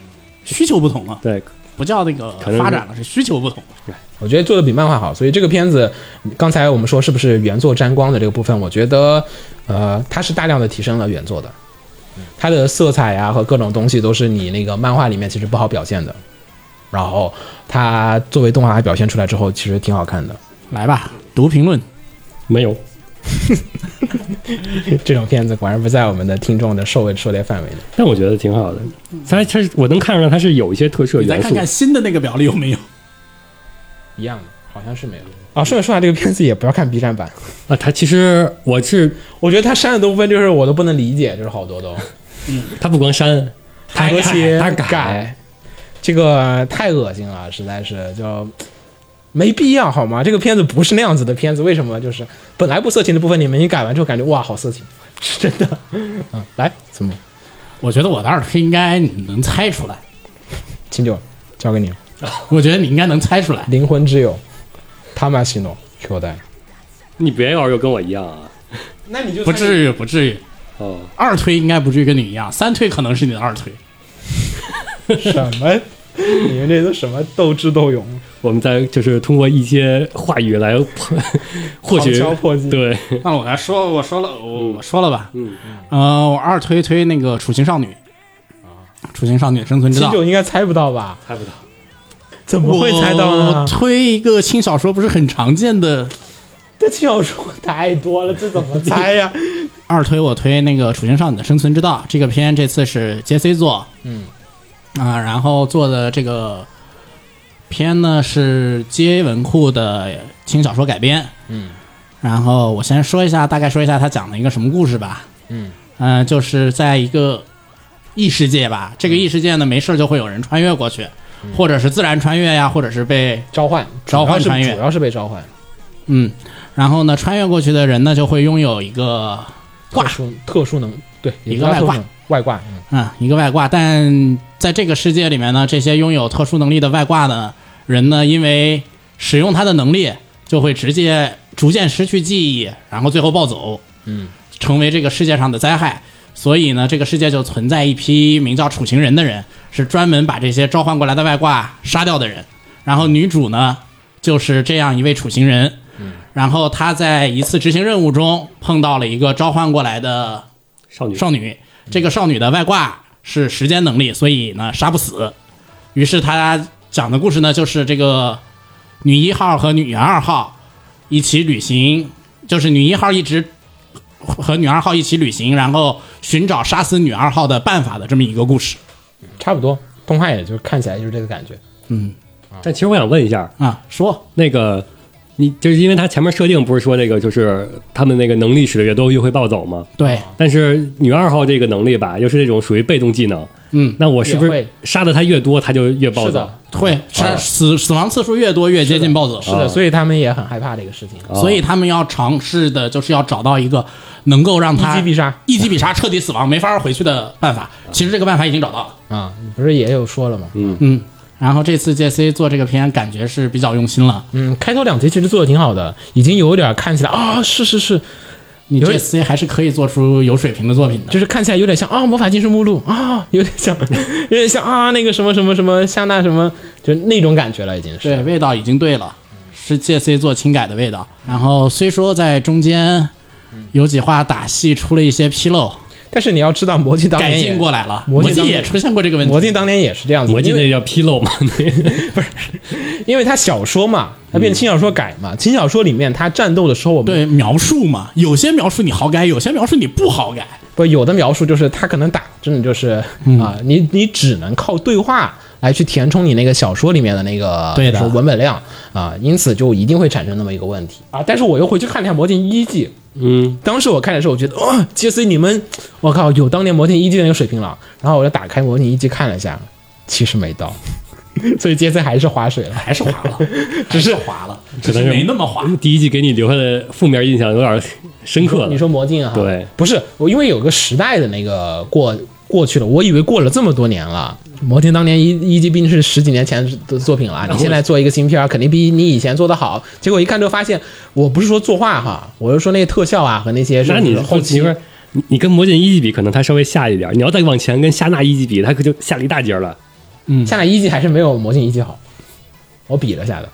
需求不同了，
对，
不不叫那个
可能是
发展了，是需求不同。
我觉得做的比漫画好，所以这个片子，刚才我们说是不是原作沾光的这个部分，我觉得，呃，它是大量的提升了原作的，它的色彩啊和各种东西都是你那个漫画里面其实不好表现的，然后它作为动画表现出来之后，其实挺好看的。
来吧，读评论，
没有，
这种片子果然不在我们的听众的受受猎范围内。
但我觉得挺好的。它它是我能看出来它是有一些特摄
你再
元
看
素，
看新的那个表里有没有。
一样的，好像是没有。啊，顺便说下这个片子也不要看 B 站版，
啊，它其实我是
我觉得它删的部分就是我都不能理解，就是好多都。
它不光删，它
和谐
它改，
改，这个太恶心了，实在是就没必要好吗？这个片子不是那样子的片子，为什么就是本来不色情的部分里面，你改完之后感觉哇，好色情， 是真的。嗯，来，怎么
我觉得我的耳推应该你能猜出来，
清酒交给你，
我觉得你应该能猜出来。
灵魂之友，他妈西诺 Q 代，
你别要是跟我一样啊。
那你就
不至于，不至于。
哦，
二推应该不至于跟你一样，三推可能是你的二推。
什么？你们这都什么斗智斗勇？
我们在就是通过一些话语来 获取
旁敲破击
对，
那我来说，我说了，我我说了吧。
嗯，
呃，我二推推那个《楚情少女》啊，《楚情少女》生存之
清
道
酒。应该猜不到吧？
猜不到。
怎么会猜到啊
我
呢？
推一个轻小说不是很常见的
这轻小说太多了，这怎么猜呀？
二推我推那个《楚情少女的生存之道》这个片，这次是杰 C 做，嗯，啊、然后做的这个片呢是街文库的轻小说改编，嗯，然后我先说一下，大概说一下它讲了一个什么故事吧，嗯，呃，就是在一个异世界吧，这个异世界呢，没事儿就会有人穿越过去，或者是自然穿越呀，或者是被
召唤，
召唤
主要
穿
是
越
主要是被召唤。
嗯，然后呢，穿越过去的人呢就会拥有一个
特
挂
殊特殊能对
一个
也不叫
外
特
挂
殊能外挂，嗯
嗯，一个外挂。但在这个世界里面呢，这些拥有特殊能力的外挂的人呢，因为使用他的能力，就会直接逐渐失去记忆，然后最后暴走，嗯，成为这个世界上的灾害。所以呢，这个世界就存在一批名叫楚行人的人，是专门把这些召唤过来的外挂杀掉的人。然后女主呢，就是这样一位楚行人。然后她在一次执行任务中碰到了一个召唤过来的
少女
少女，这个少女的外挂是时间能力，所以呢杀不死。于是他讲的故事呢，就是这个女一号和女二号一起旅行，就是女一号一直和女二号一起旅行，然后寻找杀死女二号的办法的这么一个故事
差不多。动画也就看起来就是这个感觉。
但其实我想问一下，
啊。说
那个你就是因为它前面设定不是说那个就是他们那个能力使的越多越会暴走吗？
对，
但是女二号这个能力吧，又是那种属于被动技能。
嗯，
那我是不
也
是
会
杀的她越多，她就越暴
是
走
的？，
会杀死死亡次数越多，越接近暴走。
啊是的，啊所以他们也很害怕这个事情。
哦
所以他们要尝试的就是要找到一个能够让他
一击必杀、
一击必杀、彻底死亡、没法回去的办法。其实这个办法已经找到了。
啊，你不是也有说了吗？
嗯，然后这次 JC 做这个片，感觉是比较用心了。
嗯，开头两集其实做的挺好的，已经有点看起来啊，是是是，
你
有
JC 还是可以做出有水平的作品的。
就是看起来有点像啊《魔法禁书目录》啊，有点像， 有点像啊那个什么什么什么夏娜什么，就那种感觉了，已经是。
对，味道已经对了，是 JC 做轻改的味道。然后虽说在中间有几话打戏出了一些纰漏，
但是你要知道，魔镜当
改
年
进
也
过来了。
魔
魔
镜
镜
当
也出现过这个问题。
魔镜当年也是这样子，
魔镜
因为
那叫纰 漏嘛？
因为它小说嘛，它变轻小说改嘛，轻小说里面它战斗的时候，我们
嗯对描述嘛，有些描述你好改，有些描述你不好改。
不有的描述就是他可能打真的就是啊、
嗯
你你只能靠对话来去填充你那个小说里面的那个
对的
就是文本量啊、因此就一定会产生那么一个问题啊。但是我又回去看了一下《魔镜一季》，
嗯，
当时我看的时候，我觉得哦，杰森你们，我靠，有当年《魔镜一季》的那个水平了。然后我就打开《魔镜一季》看了一下，其实没到， 所以杰森还是划水了。
还是滑了，只是哎滑了，
只能是
没那么滑。
第一季给你留下的负面印象有点深刻
你
了。
说魔镜啊？
呃对，
不是我，因为有个时代的那个过过去了，我以为过了这么多年了。魔镜当年一一季毕竟是十几年前的作品了，你现在做一个新片儿，肯定比你以前做的好。结果一看之后发现，我不是说作画哈，我是说那些特效啊和那些是
那你
后期
你说你你跟魔镜一级比，可能它稍微下一点儿。你要再往前跟夏娜一级比，它可就下了一大截儿了。嗯
下来一季还是没有魔镜一季好。我比了下的，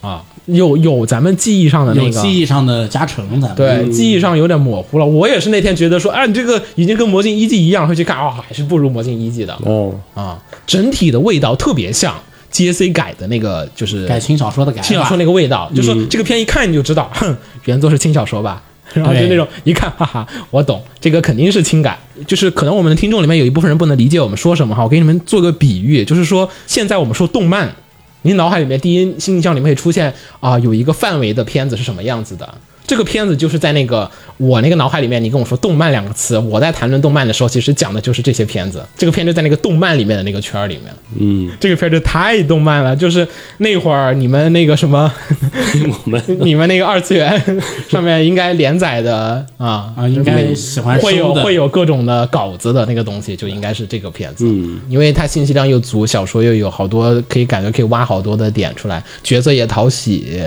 啊，
有有咱们记忆上的那
有
个
记忆上的加成的。
对，记忆上有点模糊了。我也是那天觉得说，哎，你这个已经跟《魔镜一季》一样，会去看啊、还是不如《魔镜一季》的
哦，
啊。整体的味道特别像 JC 改的那个，就是
改轻小说的改
轻小说那个味道，就说这个片一看你就知道，哼，原作是轻小说吧。然后就
对
那种一看，哈哈，我懂，这个肯定是轻改。就是可能我们的听众里面有一部分人不能理解我们说什么哈，我给你们做个比喻，就是说现在我们说动漫，您脑海里面第一印象里面会出现啊、有一个范围的片子是什么样子的。这个片子就是在那个我那个脑海里面，你跟我说“动漫”两个词，我在谈论动漫的时候，其实讲的就是这些片子。这个片就在那个动漫里面的那个圈儿里面。
嗯，
这个片儿就太动漫了，就是那会儿你们那个什 么，
我们
你们那个二次元 上面应该连载的啊
啊，应该喜欢
会有
收的嗯
会有各种的稿子的那个东西，就应该是这个片子，
嗯，
因为它信息量又足，小说又有好多可以感觉可以挖好多的点出来，角色也讨喜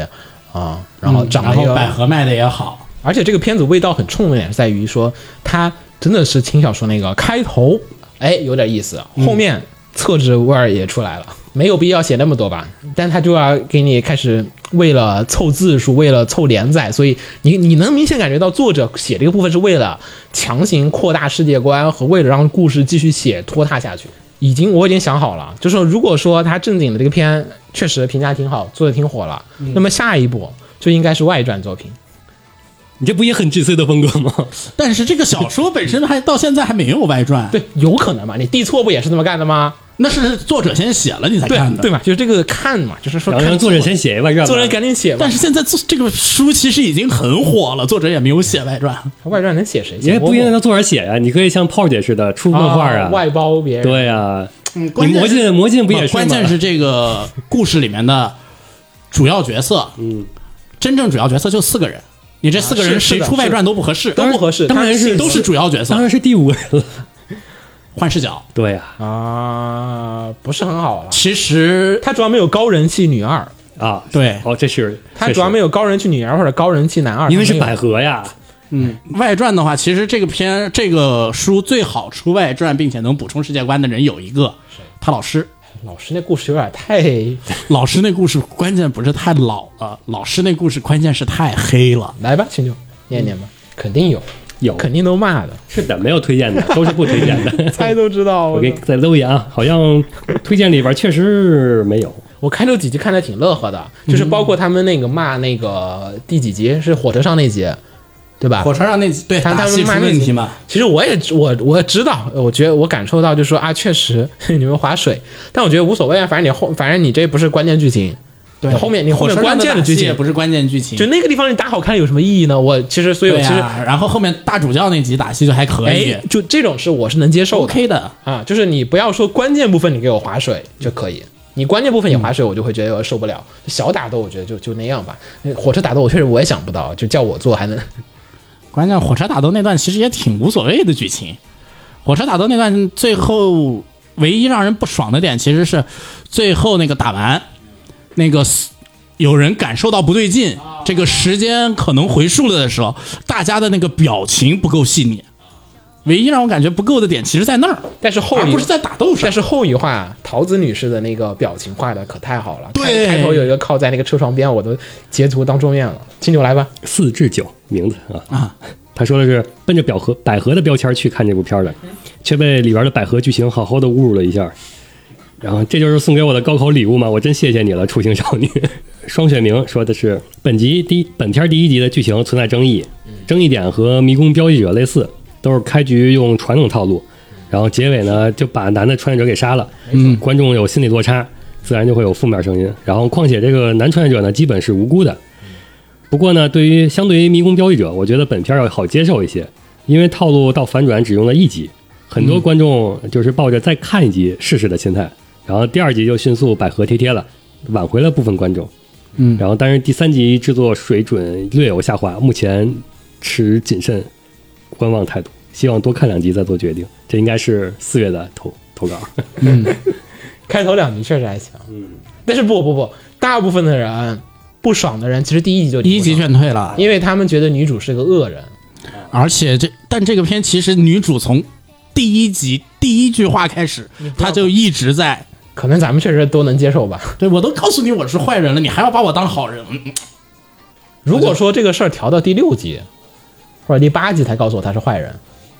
啊，然后
嗯
长
然
得
后
又
百合卖的也好，
而且这个片子味道很冲的点是在于说，它真的是轻小说那个开头，哎，有点意思，后面厕纸味儿也出来了，没有必要写那么多吧，但它就要给你开始为了凑字数，为了凑连载，所以你你能明显感觉到作者写这个部分是为了强行扩大世界观和为了让故事继续写拖沓下去。已经我已经想好了，就说如果说他正经的这个片确实评价挺好，做的挺火了，那么下一步就应该是外传作品。
你这不也很 G C 的风格吗？
但是这个小说本身还到现在还没有外传，，
对，有可能嘛？你地错不也是这么干的吗？
那是作者先写了你才
对
看的，
对嘛，就是这个看嘛，就是说
然后
看
让作者先写一外传吧，
作者赶紧写吧
但。是现在这这个书其实已经很火了，作者也没有写外传，
外传能写谁？
也
写
不一定让作者写呀，你可以像炮姐似的出
我
漫画啊，
外包别人。，
对啊，
嗯，
你魔镜魔镜不也是吗？
关键是这个故事里面的主要角色，
嗯，
真正主要角色就四个人，你这四个
啊
人
是是
谁
的
出外传都不合适，
都不合适。
当然
他
是
都是主要角
当
色，
然是第五个人了，
换视角。
对啊
啊，不是很好了。
其实
他主要没有高人气女二，
啊，
对
哦，这是
他主要没
有，
有高人气女二或者高人气男二，
因为是
没有
百合呀，
嗯
外传的话，其实这个片这个书最好出外传，并且能补充世界观的人有一个，他老师。
老师那故事有点太
老师那故事关键不是太老了，老师那故事关键是太黑了。
来吧，秦九念念吧，肯定有，
有
肯定都骂的，
是的，没有推荐的，都是不推荐 的。
猜都知道。
我
我
给
操
再搂一眼啊，好像推荐里边确实没有。
我开头几集看的挺乐呵的，就是包括他们那个骂那个第几集是火车上那集，对吧？
火车上那集对
他
打
他
戏
们
出
骂那
问
集
题嘛，
其实我也知我我知道，呃我觉得我感受到就是说啊，确实你们划水，但我觉得无所谓啊，反正你后反正你这不是关键剧情，
对
后面你后
火
面
车上
关键的
打
剧
戏
情
也不是关键剧情，
嗯就那个地方你打好看有什么意义呢？我其实所以我
对
其实、
啊。然后后面大主教那集打戏就还可以
哎，就这种是我是能接受的
，OK 的。
啊，就是你不要说关键部分你给我划水就可以。你关键部分也划水，我就会觉得受不了。小打斗我觉得就就那样吧。那火车打斗我确实我也想不到，就叫我做还能
关键火车打斗那段其实也挺无所谓的剧情，火车打斗那段最后唯一让人不爽的点其实是最后那个打完，那个 s- 有人感受到不对劲，这个时间可能回溯了的时候，大家的那个表情不够细腻。唯一让我感觉不够的点，其实在那儿，
但是后
而
一
啊不是在打斗上
但。是后一话，桃子女士的那个表情画的可太好了。
对
开开头有一个靠在那个车窗边，我都截图当桌面了。清酒来吧，
四至九名字啊
啊，
他说的是奔着表合百合的标签去看这部片儿的，却被里边的百合剧情好好的侮辱了一下。然后这就是送给我的高考礼物吗？我真谢谢你了，初心少女。 双雪明说的是本集第一本片第一集的剧情存在争议，争议点和《迷宫标记者》类似，都是开局用传统套路，然后结尾呢就把男的穿越者给杀了，嗯，观众有心理落差，自然就会有负面声音。然后况且这个男穿越者呢基本是无辜的，不过呢，对于相对于《迷宫标记者》，我觉得本片要好接受一些，因为套路到反转只用了一集，很多观众就是抱着再看一集试试的心态，然后第二集就迅速百合贴贴了，挽回了部分观众。
嗯
然后但是第三集制作水准略有下滑，目前持谨慎观望态度，希望多看两集再做决定。这应该是四月的投投稿。
开头两集确实还行。嗯，但是不不不，大部分的人不爽的人，其实第一集就
第一集
挺不爽
劝退了
的，因为他们觉得女主是个恶人。
而且这但这个片其实女主从第一集第一句话开始，她就一直在
可能咱们确实都能接受吧。
对我都告诉你我是坏人了，你还要把我当好人？嗯
如果说这个事儿调到第六集或者第八集才告诉我他是坏人，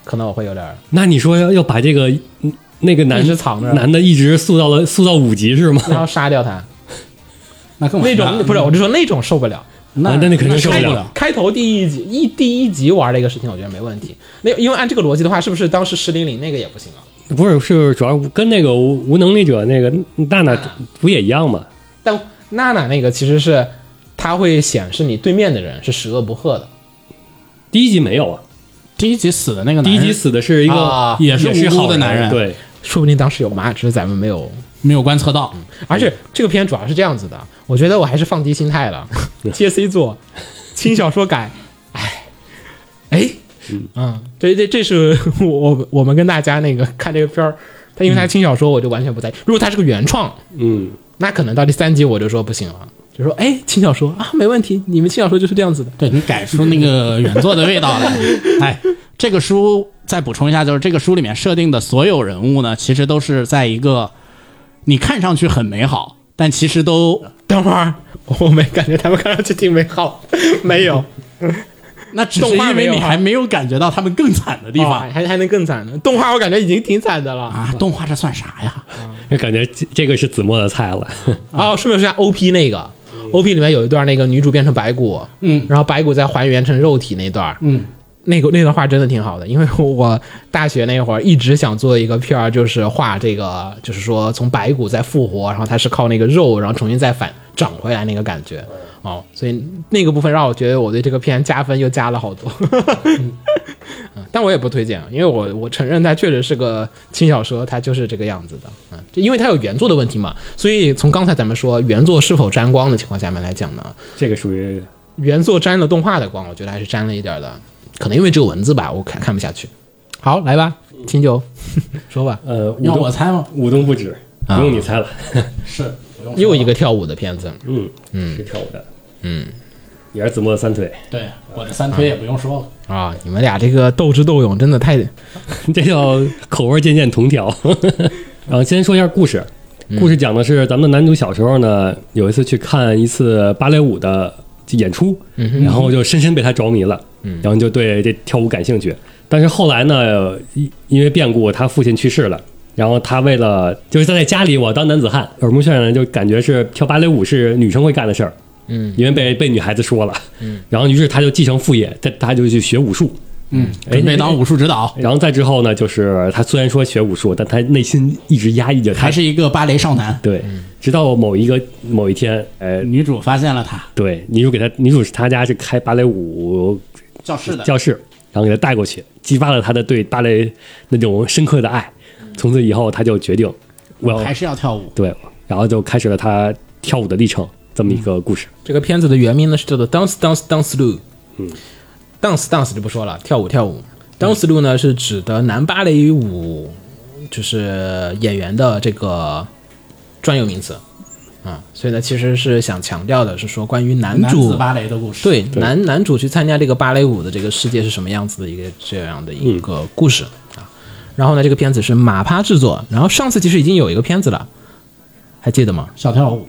可能我会有点 儿
那你说要要把这个嗯那个男
一直藏着
男的一直塑造了塑造五级是吗？
然后杀掉他
那更
那种，不是，我就说那种受不了。
嗯那
啊那你肯定受不
不
了
了。
开头第一集一第一集玩这个事情，我觉得没问题。那因为按这个逻辑的话，是不是当时石玲玲那个也不行啊？
不是，是主要跟那个无无能力者那个娜娜
啊
不也一样吗？
但娜娜那个其实是，它会显示你对面的人是十恶不赦的。
第一集没有啊，
哎第一集死的那个男
第一
人
集死的是一个
啊
也
也是无辜
好
的男人
对，
说不定当时有嘛，只是咱们没有。
没有观测到，
而且这个片主要是这样子的，我觉得我还是放低心态了。J C 做，轻小说改，哎，哎，嗯，这这这是 我我我们跟大家那个看这个片儿，他因为他轻小说，我就完全不在意。如果他是个原创，
嗯，
那可能到第三集我就说不行了，就说哎，轻小说啊，没问题，你们轻小说就是这样子的。
对你改出那个原作的味道来。哎，这个书再补充一下，就是这个书里面设定的所有人物呢，其实都是在一个你看上去很美好，但其实都
等会儿我没感觉他们看上去挺美好，没有
那只是因为你还没有感觉到他们更惨的
地
地方、
方哦还还能更惨呢。动画我感觉已经挺惨的了
啊！动画这算啥呀？
就感觉这这个是子墨的菜了。
哦，顺便说一下，O P 那个，O P 里面有一段那个女主变成白骨，
嗯
然后白骨再还原成肉体那段，
嗯，
那个那段画真的挺好的，因为我大学那会儿一直想做一个片儿，就是画这个，就是说从白骨再复活，然后它是靠那个肉，然后重新再反长回来那个感觉。
嗯
哦，所以那个部分让我觉得我对这个片加分又加了好 多，嗯但我也不推荐，因为我我承认它确实是个轻小说，它就是这个样子的，嗯，就因为它有原作的问题嘛，所以从刚才咱们说原作是否沾光的情况下面来讲呢，
这个属于
原作沾了动画的光，我觉得还是沾了一点儿的，可能因为只有文字吧，我看看不下去。好，来吧，秦九， 说吧，
呃，
要我
舞动
猜啊吗？
舞动不止，不用你猜了，
是，不用说
又一个跳舞的片子，
嗯嗯，是跳舞的，嗯，也是子墨的三腿，
对我的三推也不用说了。
啊！你们俩这个斗智斗勇真的太……
这叫口味渐渐同调。 然后先说一下故事，故事讲的是咱们的男主小时候呢，有一次去看一次芭蕾舞的演出，然后就深深被他着迷了，然后就对这跳舞感兴趣。但是后来呢，因因为变故，他父亲去世了。然后他为了就是他在家里我当男子汉，耳目渲染就感觉是跳芭蕾舞是女生会干的事儿，嗯，因为被被女孩子说了，嗯，然后于是他就继承父业，他他就去学武术，
嗯，准备当武术指导，
然后再之后呢，就是他虽然说学武术，但他内心一直压抑着他，
还是嗯一个芭蕾少男。
对，直到某一个某一天，呃，
女主发现了他，
对，女主给他，女主是他家是开芭蕾舞
教室的
教室，然后给他带过去，激发了他的对芭蕾那种深刻的爱。从此以后，他就决定我要
还是要跳舞。
对，然后就开始了他跳舞的历程，这么一个故事。
这个片子的原名呢是叫做 Dance Dance Dance Lu，d a n c e Dance 就不说了，跳舞跳舞，Dance Lu 呢是指的男芭蕾舞就是演员的这个专有名词，啊，所以呢其实是想强调的是说关于男
男
主
子芭蕾的故事，
对，男男主去参加这个芭蕾舞的这个世界是什么样子的一个这样的一个故事、啊。然后呢，这个片子是马趴制作，然后上次其实已经有一个片子了，还记得吗？
小跳舞，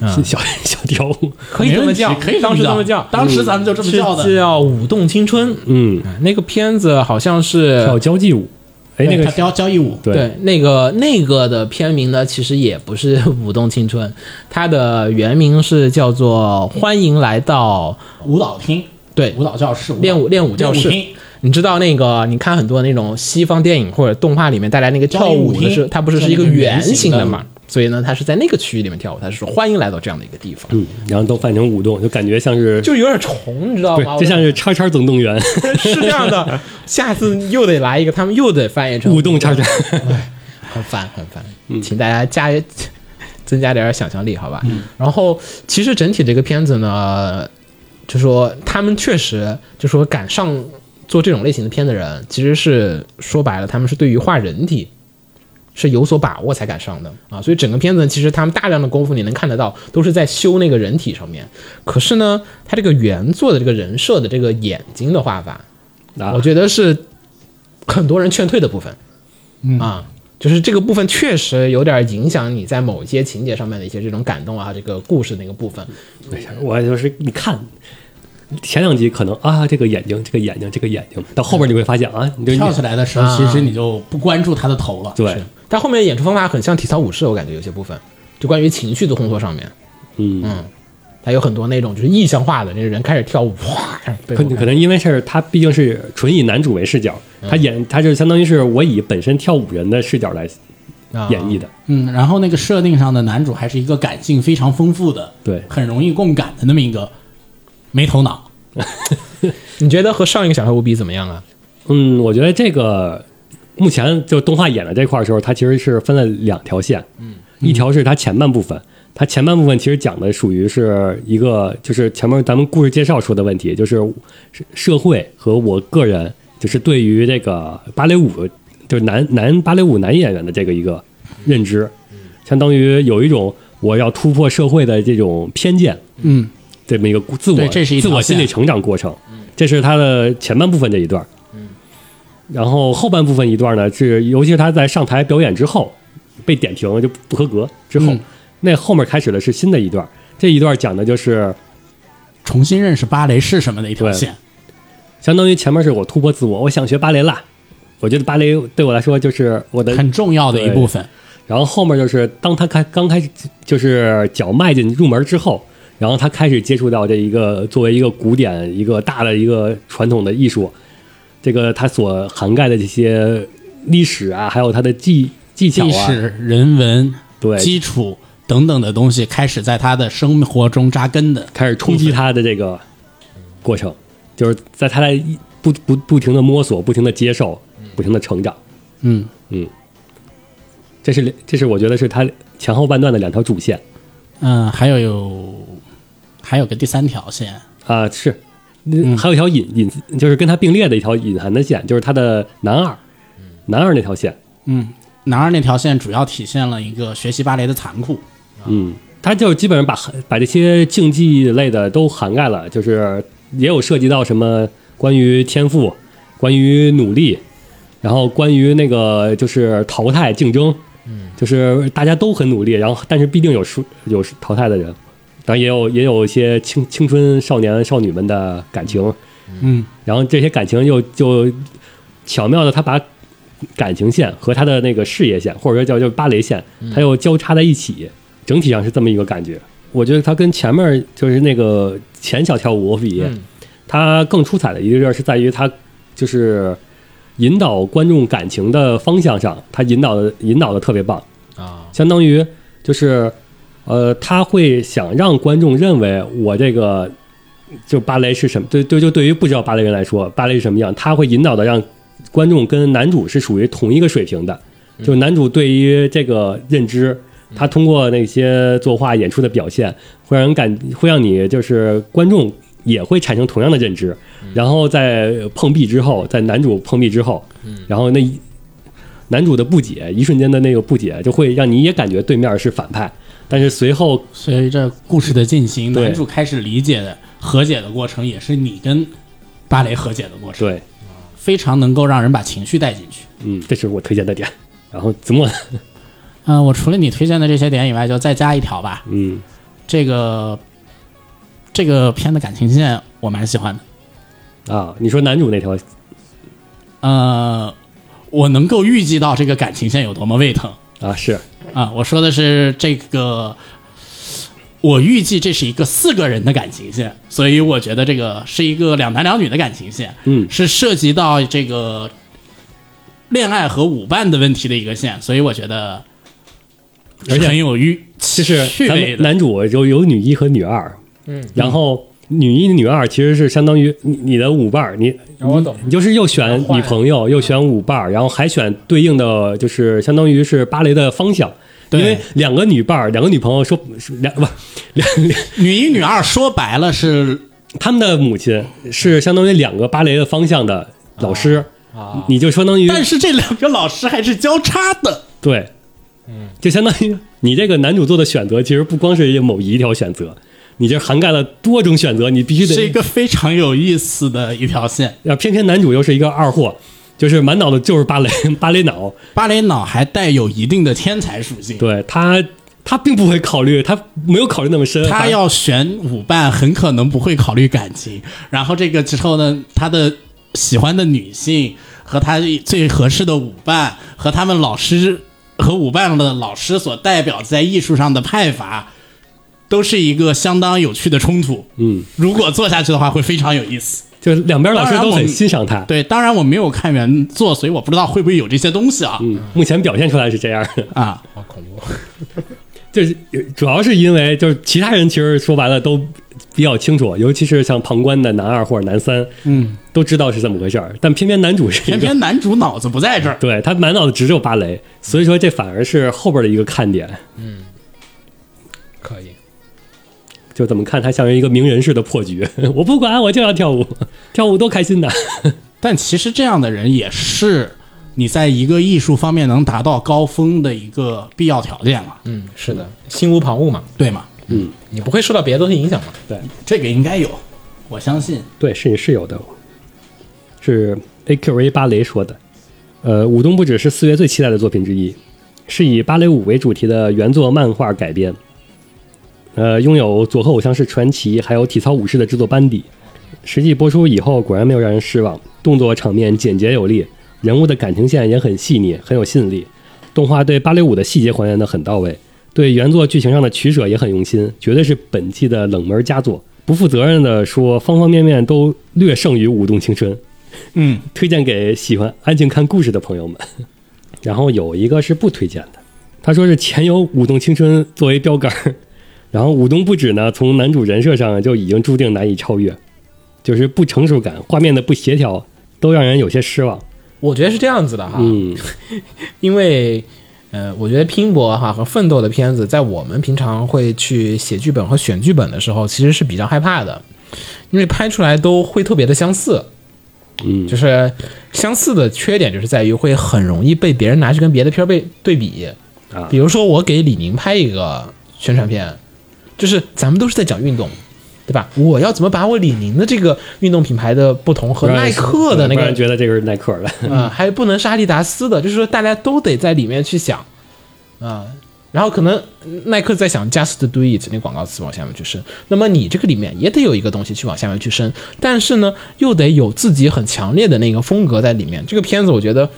嗯
是小 小跳 舞，
可以这么叫，
没问题可以
当时这么叫，嗯
当时咱们就这么
是
叫的。
叫《舞动青春》
嗯，
啊那个片子好像是
跳交际舞，哎，那
对
个
他
是
教交谊舞，
对
对，那个那个的片名呢，其实也不是《舞动青春》，它的原名是叫做《欢迎来到
舞蹈厅、》。
对，
舞蹈教室、
练舞练舞教室
厅
你知道那个，你看很多那种西方电影或者动画里面带来那个跳舞的
交谊舞
是，
厅
它不是是一个
是那个
圆
圆
形
形
的
的
嘛？所以呢，它是在那个区域里面跳舞，它是说欢迎来到这样的一个地方，
嗯，然后都扮成舞动，就感觉像是
就有点重，你知道
对
吗？，
就像是《叉叉总动员》
我 是这样的，下次又得来一个，他们又得翻译成
舞动叉叉。
很烦很烦，请大家加 增加点想象力，好吧？然后其实整体这个片子呢，就说他们确实就说敢上做这种类型的片的人，其实是说白了，他们是对于画人体。是有所把握才敢上的啊，所以整个片子其实他们大量的功夫你能看得到，都是在修那个人体上面。可是呢，他这个原作的这个人设的这个眼睛的画法，
啊
我觉得是很多人劝退的部分。啊，就是这个部分确实有点影响你在某些情节上面的一些这种感动啊，这个故事那个部分。
没事儿，我就是你看前两集可能啊，这个眼睛，这个眼睛，这个眼睛，到后边你会发现啊，你就
跳起来的时候，
啊
其实你就不关注他的头了。
对，
但后面的演出方法很像体操武士，我感觉有些部分，就关于情绪的烘托上面，
嗯，
它有很多那种就是意象化的，那人开始跳舞，哗，被
可可能因为是他毕竟是纯以男主为视角，他演他就相当于是我以本身跳舞人的视角来演绎
的。
的，
嗯，然后那个设定上的男主还是一个感性非常丰富的，
对
很容易共感的那么一个没头脑。
你觉得和上一个小黑无比怎么样啊？
嗯，我觉得这个目前就动画演的这块儿的时候，它其实是分了两条线，嗯，一条是它前半部分，它前半部分其实讲的属于是一个就是前面咱们故事介绍说的问题，就是社社会和我个人就是对于这个芭蕾舞就是男男芭蕾舞男演员的这个一个认知，
嗯
相当于有一种我要突破社会的这种偏见，
嗯，
这么一个故自我
对这是一
自
条
我心理
线嗯
成长过程，这是他的前半部分这一段。嗯，然后后半部分一段呢，是尤其是他在上台表演之后被点评就不合格之后，
嗯
那后面开始的是新的一段。这一段讲的就是
重新认识芭蕾是什么的一条
对
线。
相当于前面是我突破自我，我想学芭蕾啦。我觉得芭蕾对我来说就是我的
很重要的一部分。
然后后面就是当他开刚开始就是脚迈进入门之后，然后他开始接触到这一个作为一个古典一个大的一个传统的艺术，这个它所涵盖的这些历史啊，还有它的技技巧
历
啊，
史、人文、
对
基础等等的东西，开始在他的生活中扎根的。
开始冲击他的这个过程，就是在他在一不不不停的摸索、不停的接受、不停的成长，
嗯，
这是这是我觉得是他前后半段的两条主线
嗯，还有有还有个第三条线，
啊、是。还有一条隐隐，就是跟他并列的一条隐含的线，就是他的男二，男二那条线，
嗯，男二那条线主要体现了一个学习芭蕾的残酷。
嗯，他就基本上把把这些竞技类的都涵盖了，就是也有涉及到什么关于天赋、关于努力，然后关于那个就是淘汰竞争，嗯，就是大家都很努力，然后但是必定有输有淘汰的人，当然也有也有一些青青春少年少女们的感情，
嗯，
然后这些感情又就巧妙的他把感情线和他的那个事业线，或者说叫就芭蕾线，他又交叉在一起，整体上是这么一个感觉。我觉得他跟前面就是那个前小跳舞比，他更出彩的一个地儿是在于他就是引导观众感情的方向上，他引导的引导的特别棒
啊，
相当于就是呃，他会想让观众认为我这个就芭蕾是什么？对对，就对于不知道芭蕾人来说，芭蕾是什么样，他会引导的让观众跟男主是属于同一个水平的。就男主对于这个认知，他通过那些作画演出的表现，会让人感，会让你就是观众也会产生同样的认知。然后在碰壁之后，在男主碰壁之后，然后那一男主的不解，一瞬间的那个不解，就会让你也感觉对面是反派。但是随后
随着故事的进行，
对
男主开始理解的和解的过程，也是你跟芭蕾和解的过程，
对，
非常能够让人把情绪带进去。
嗯，这是我推荐的点。然后子墨，
嗯、我除了你推荐的这些点以外，就再加一条吧。
嗯，
这个这个片的感情线我蛮喜欢的。
啊，你说男主那条，
呃，我能够预计到这个感情线有多么胃疼
啊，是
啊！我说的是这个，我预计这是一个四个人的感情线，所以我觉得这个是一个两男两女的感情线，
嗯
是涉及到这个恋爱和舞伴的问题的一个线，所以我觉得
而且
很有预
就
就
是
趣
咱
味
们
的。
男主有有女一和女二，嗯，然后女一女二其实是相当于你你的舞伴儿，你
我懂
你就是又选女朋友，又选舞伴儿，然后还选对应的就是相当于是芭蕾的方向。因
对
为两个女伴儿，两个女朋友说说两不两两，
女一、女二说白了是
他们的母亲是相当于两个芭蕾的方向的老师，你就相当于
但是这两个老师还是交叉的。
对，嗯，就相当于你这个男主做的选择，其实不光是某一条选择，你这涵盖了多种选择，你必须
是一
得。
个非常有意思的一条线，
要偏偏男主又是一个二货，就是满脑子就是芭蕾 芭蕾脑。
芭蕾脑还带有一定的天才属性，
对他，他并不会考虑，他没有考虑那么深。
他
反
要选舞伴，很可能不会考虑感情。然后这个之后呢，他的喜欢的女性和他最合适的舞伴，和他们老师和舞伴的老师所代表在艺术上的派阀，都是一个相当有趣的冲突。
嗯，
如果做下去的话，会非常有意思。
就是两边老师
当然
都
我
很
们
欣赏他。
对，当然我没有看原作，所以我不知道会不会有这些东西啊、
嗯，目前表现出来是这样的，
啊。
就是主要是因为就是其他人其实说白了都比较清楚，尤其是像旁观的男二或者男三，
嗯，
都知道是怎么回事儿，但偏偏男主是一
偏
个
偏男主脑子不在这儿，
对他满脑子只有芭蕾，所以说这反而是后边的一个看点。
可以，
就怎么看他像是一个名人似的破局， 我不管，我就要跳舞，跳舞多开心呐！
但其实这样的人也是你在一个艺术方面能达到高峰的一个必要条件嘛，
嗯，是的，心无旁骛嘛，
对吗？
你不会受到别的东西影响嘛？
这个应该有，我相信。
对，是是有的，是 AQA 芭蕾说的。呃，《舞动不止》是四月最期待的作品之一，是以芭蕾舞为主题的原作漫画改编。呃，拥有佐贺偶像式传奇还有体操武士的制作班底。实际播出以后，果然没有让人失望，动作场面简洁有力，人物的感情线也很细腻，很有吸引力。动画对芭蕾舞的细节还原的很到位，对原作剧情上的取舍也很用心，绝对是本季的冷门佳作。不负责任的说，方方面面都略胜于《舞动青春》，
嗯，
推荐给喜欢安静看故事的朋友们。 然后有一个是不推荐的，他说是前有《舞动青春》作为标杆儿，然后《舞动不止》呢，从男主人设上就已经注定难以超越，就是不成熟感、画面的不协调，都让人有些失望。
我觉得是这样子的哈，
嗯，
因为呃，我觉得拼搏哈和奋斗的片子，在我们平常会去写剧本和选剧本的时候，其实是比较害怕的，因为拍出来都会特别的相似。
嗯
就是相似的缺点，就是在于会很容易被别人拿去跟别的片儿被对比。
啊
比如说我给李宁拍一个宣传片，就是咱们都是在讲运动，对吧？我要怎么把我李宁的这个运动品牌的不同和耐克的那
不然
个
觉得这个是耐克的，
嗯，还不能是阿迪达斯的，就是说大家都得在里面去想，啊、然后可能耐克在想 just do it 那广告词往下面去伸，那么你这个里面也得有一个东西去往下面去伸，但是呢，又得有自己很强烈的那个风格在里面。这个片子我觉得，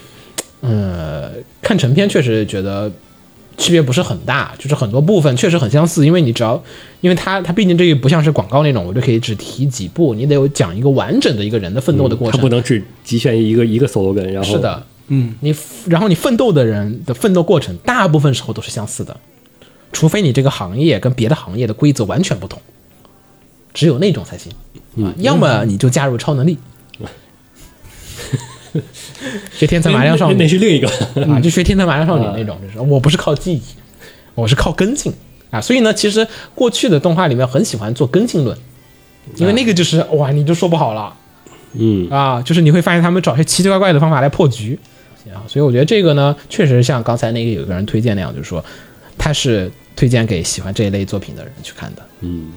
呃，看成片确实觉得区别不是很大，就是很多部分确实很相似，因为你只要，因为它它毕竟这个不像是广告那种，我就可以只提几部，你得有讲一个完整的一个人的奋斗的 过
他
程，
不能只局限于一个一个 slogan，然后
是的，
嗯，
你然后你奋斗的人的奋斗过程，大部分时候都是相似的，除非你这个行业跟别的行业的规则完全不同，只有那种才行。啊，要么你就加入超能力，学天才麻将少
那那
女
是另一个，
啊，就学天才麻将少女那种，就是我不是靠记忆，我是靠跟进啊。所以呢，其实过去的动画里面很喜欢做跟进论，因为那个就是哇，你就说不好了。
嗯，
啊，就是你会发现他们找些奇奇怪怪的方法来破局啊，所以我觉得这个呢，确实像刚才那个有个人推荐那样，就是说他是推荐给喜欢这一类作品的人去看的。
嗯，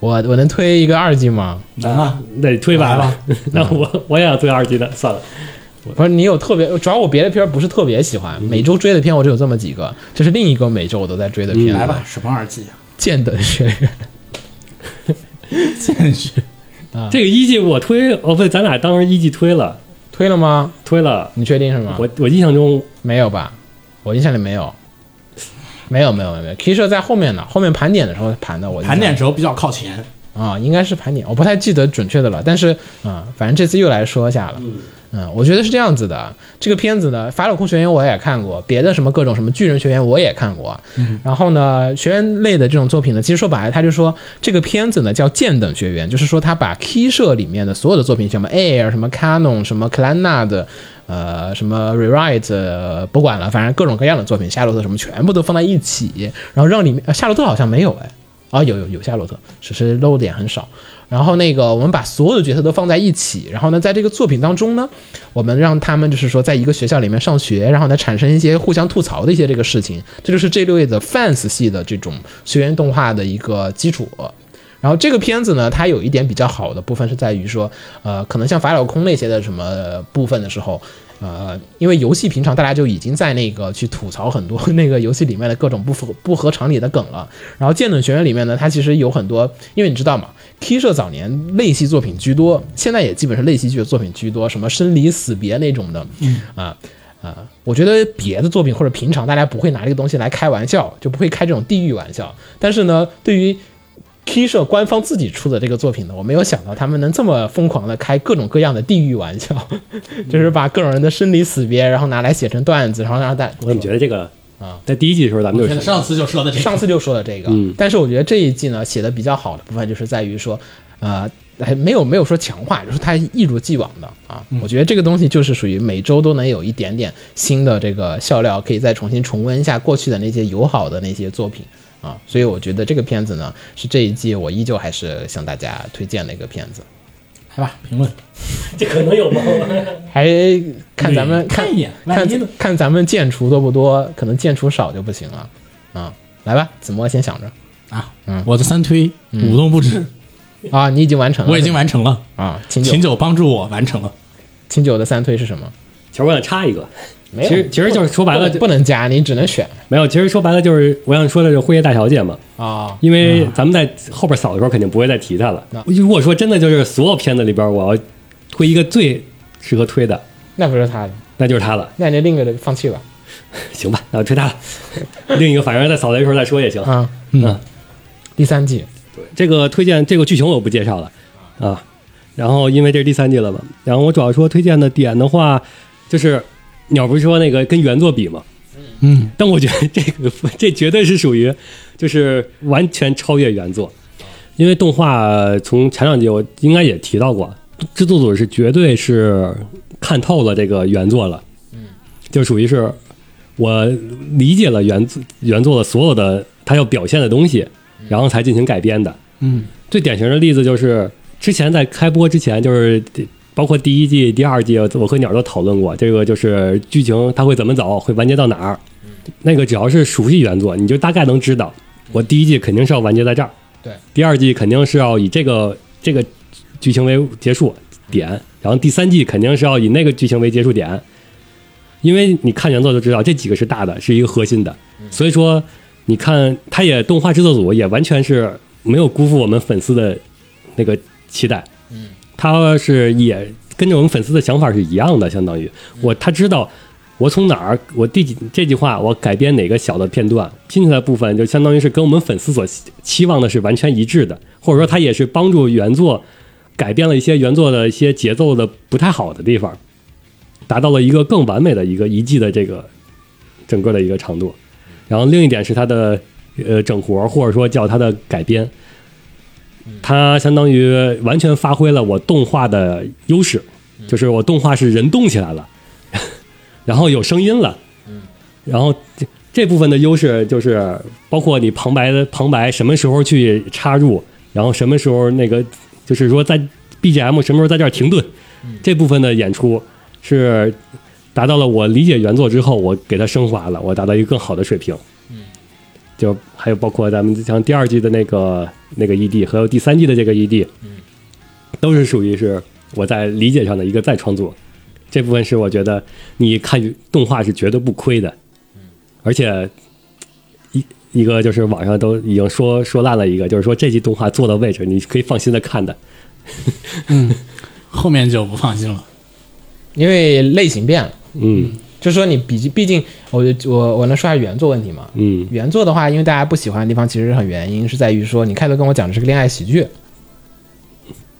我我能推一个二季吗？
能啊，
那你推吧，那我我也想推二级的，算了，
不是，你有特别，主要我别的片儿不是特别喜欢，
嗯
每周追的片我只有这么几个，这是另一个每周我都在追的片。
嗯来吧，，水朋哎二季，
剑等学院，
剑学
这个一季我推，哦不，咱俩当时一季推了，
推了吗？
推了。
你确定是吗？
我我印象中，
没有吧？我印象里没有，没有没有没有。K 社在后面呢，后面盘点的时候盘的我印象
盘点时候比较靠前，
啊、应该是盘点，我不太记得准确的了，但是嗯、反正这次又来说一下了。嗯，我觉得是这样子的。这个片子呢，《法老控学员》我也看过，别的什么各种什么巨人学员我也看过。然后呢，学员类的这种作品呢，其实说白了，他就说这个片子呢叫剑等学员，就是说他把 K 社里面的所有的作品，什么 Air、什么 Canon、什么 c l a n a 的，呃，什么 Rewrite，、呃不管了，反正各种各样的作品，夏洛特什么全部都放在一起，然后让里面、呃夏洛特好像没有哎，啊，有有有夏洛特，只是露脸很少。然后那个，我们把所有的角色都放在一起，然后呢，在这个作品当中呢，我们让他们就是说在一个学校里面上学，然后呢产生一些互相吐槽的一些这个事情，这就是这类的 fans 系的这种学员动画的一个基础。然后这个片子呢，它有一点比较好的部分是在于说，呃，可能像法老空那些的什么部分的时候，呃，因为游戏平常大家就已经在那个去吐槽很多 那个游戏里面的各种不符不合常理的梗了。然后《剑盾学院》里面呢，它其实有很多，因为你知道嘛，K 社早年类戏作品居多，现在也基本是类戏剧的作品居多，什么生离死别那种的，啊。啊、我觉得别的作品或者平常大家不会拿这个东西来开玩笑，就不会开这种地域玩笑。但是呢，对于 K 社官方自己出的这个作品呢，我没有想到他们能这么疯狂的开各种各样的地域玩笑， 就是把各种人的生离死别，然后拿来写成段子，然后让大
我怎么觉得这个啊，在第一季的时候咱们就
觉得上次就说的这个
上次就说了这个，
嗯
但是我觉得这一季呢写的比较好的部分就是在于说，呃，还没有没有说强化，就是它一如既往的啊。我觉得这个东西就是属于每周都能有一点点新的这个笑料，可以再重新重温一下过去的那些友好的那些作品啊。所以我觉得这个片子呢是这一季我依旧还是向大家推荐的一个片子，
来吧，评论
这可能有吗？
还看咱们看
看一眼，万
看
一呢？
看咱们剑厨多不多，可能剑厨少就不行了啊。来吧，子墨先想着
啊，
嗯
我的三推舞动不止，
啊，你已经完成了，
我已经完成了，
啊，秦九
秦九帮助我完成了。
秦九的三推是什么？
其实我想插一个，
没有
其实其实就是说白了
不能加，你只能选
没有，其实说白了就是我想说的是辉夜大小姐嘛，
啊。
因为咱们在后边扫的时候肯定不会再提她了。如果说真的就是所有片子里边我要推一个最适合推的，
那不是他的，
那就是她了，
那你另一个放弃吧。
行吧，那我推她了。 另一个反正在扫雷的时候再说也行。
啊，
嗯，
第三季
这个推荐这个剧情我不介绍了啊。然后因为这是第三季了嘛，然后我主要说推荐的点的话，就是鸟不是说那个跟原作比嘛，
嗯，
但我觉得这个 这绝对是属于就是完全超越原作，因为动画从前两集我应该也提到过，制作组是绝对是看透了这个原作了，嗯，就属于是我理解了原作原作的所有的他要表现的东西，然后才进行改编的，
嗯，
最典型的例子就是之前在开播之前就是。包括第一季、第二季，我和鸟都讨论过，这个就是剧情它会怎么走，会完结到哪儿，那个只要是熟悉原作，你就大概能知道，我第一季肯定是要完结在这儿，
对，
第二季肯定是要以这个这个剧情为结束点，然后第三季肯定是要以那个剧情为结束点，因为你看原作就知道这几个是大的，是一个核心的，所以说你看，它也动画制作组也完全是没有辜负我们粉丝的那个期待，嗯，他是也跟着我们粉丝的想法是一样的，相当于我他知道我从哪儿，我第几这句话，我改编哪个小的片段拼起来部分，就相当于是跟我们粉丝所期期望的是完全一致的，或者说它也是帮助原作改变了一些原作的一些节奏的不太好的地方，达到了一个更完美的一个一季的这个整个的一个长度。然后另一点是它的呃整活，或者说叫它的改编，它相当于完全发挥了我动画的优势，就是我动画是人动起来了。 然后有声音了，嗯，然后这这部分的优势就是包括你旁白的旁白什么时候去插入，然后什么时候那个就是说在 BGM 什么时候在这儿停顿，这部分的演出是达到了我理解原作之后，我给它升华了，我达到一个更好的水平，嗯，就还有包括咱们像第二季的那个那个 ED 还有第三季的这个 ED，嗯，都是属于是我在理解上的一个再创作，这部分是我觉得你看动画是绝对不亏的，而且一一个就是网上都已经说说烂了一个，就是说这集动画做的位置你可以放心的看的，
后面就不放心了。
因为类型变了，
嗯
就是说你毕毕竟，我就我我能说下原作问题吗？
嗯
原作的话，因为大家不喜欢的地方，其实很原因是在于说，你开头跟我讲的是个恋爱喜剧，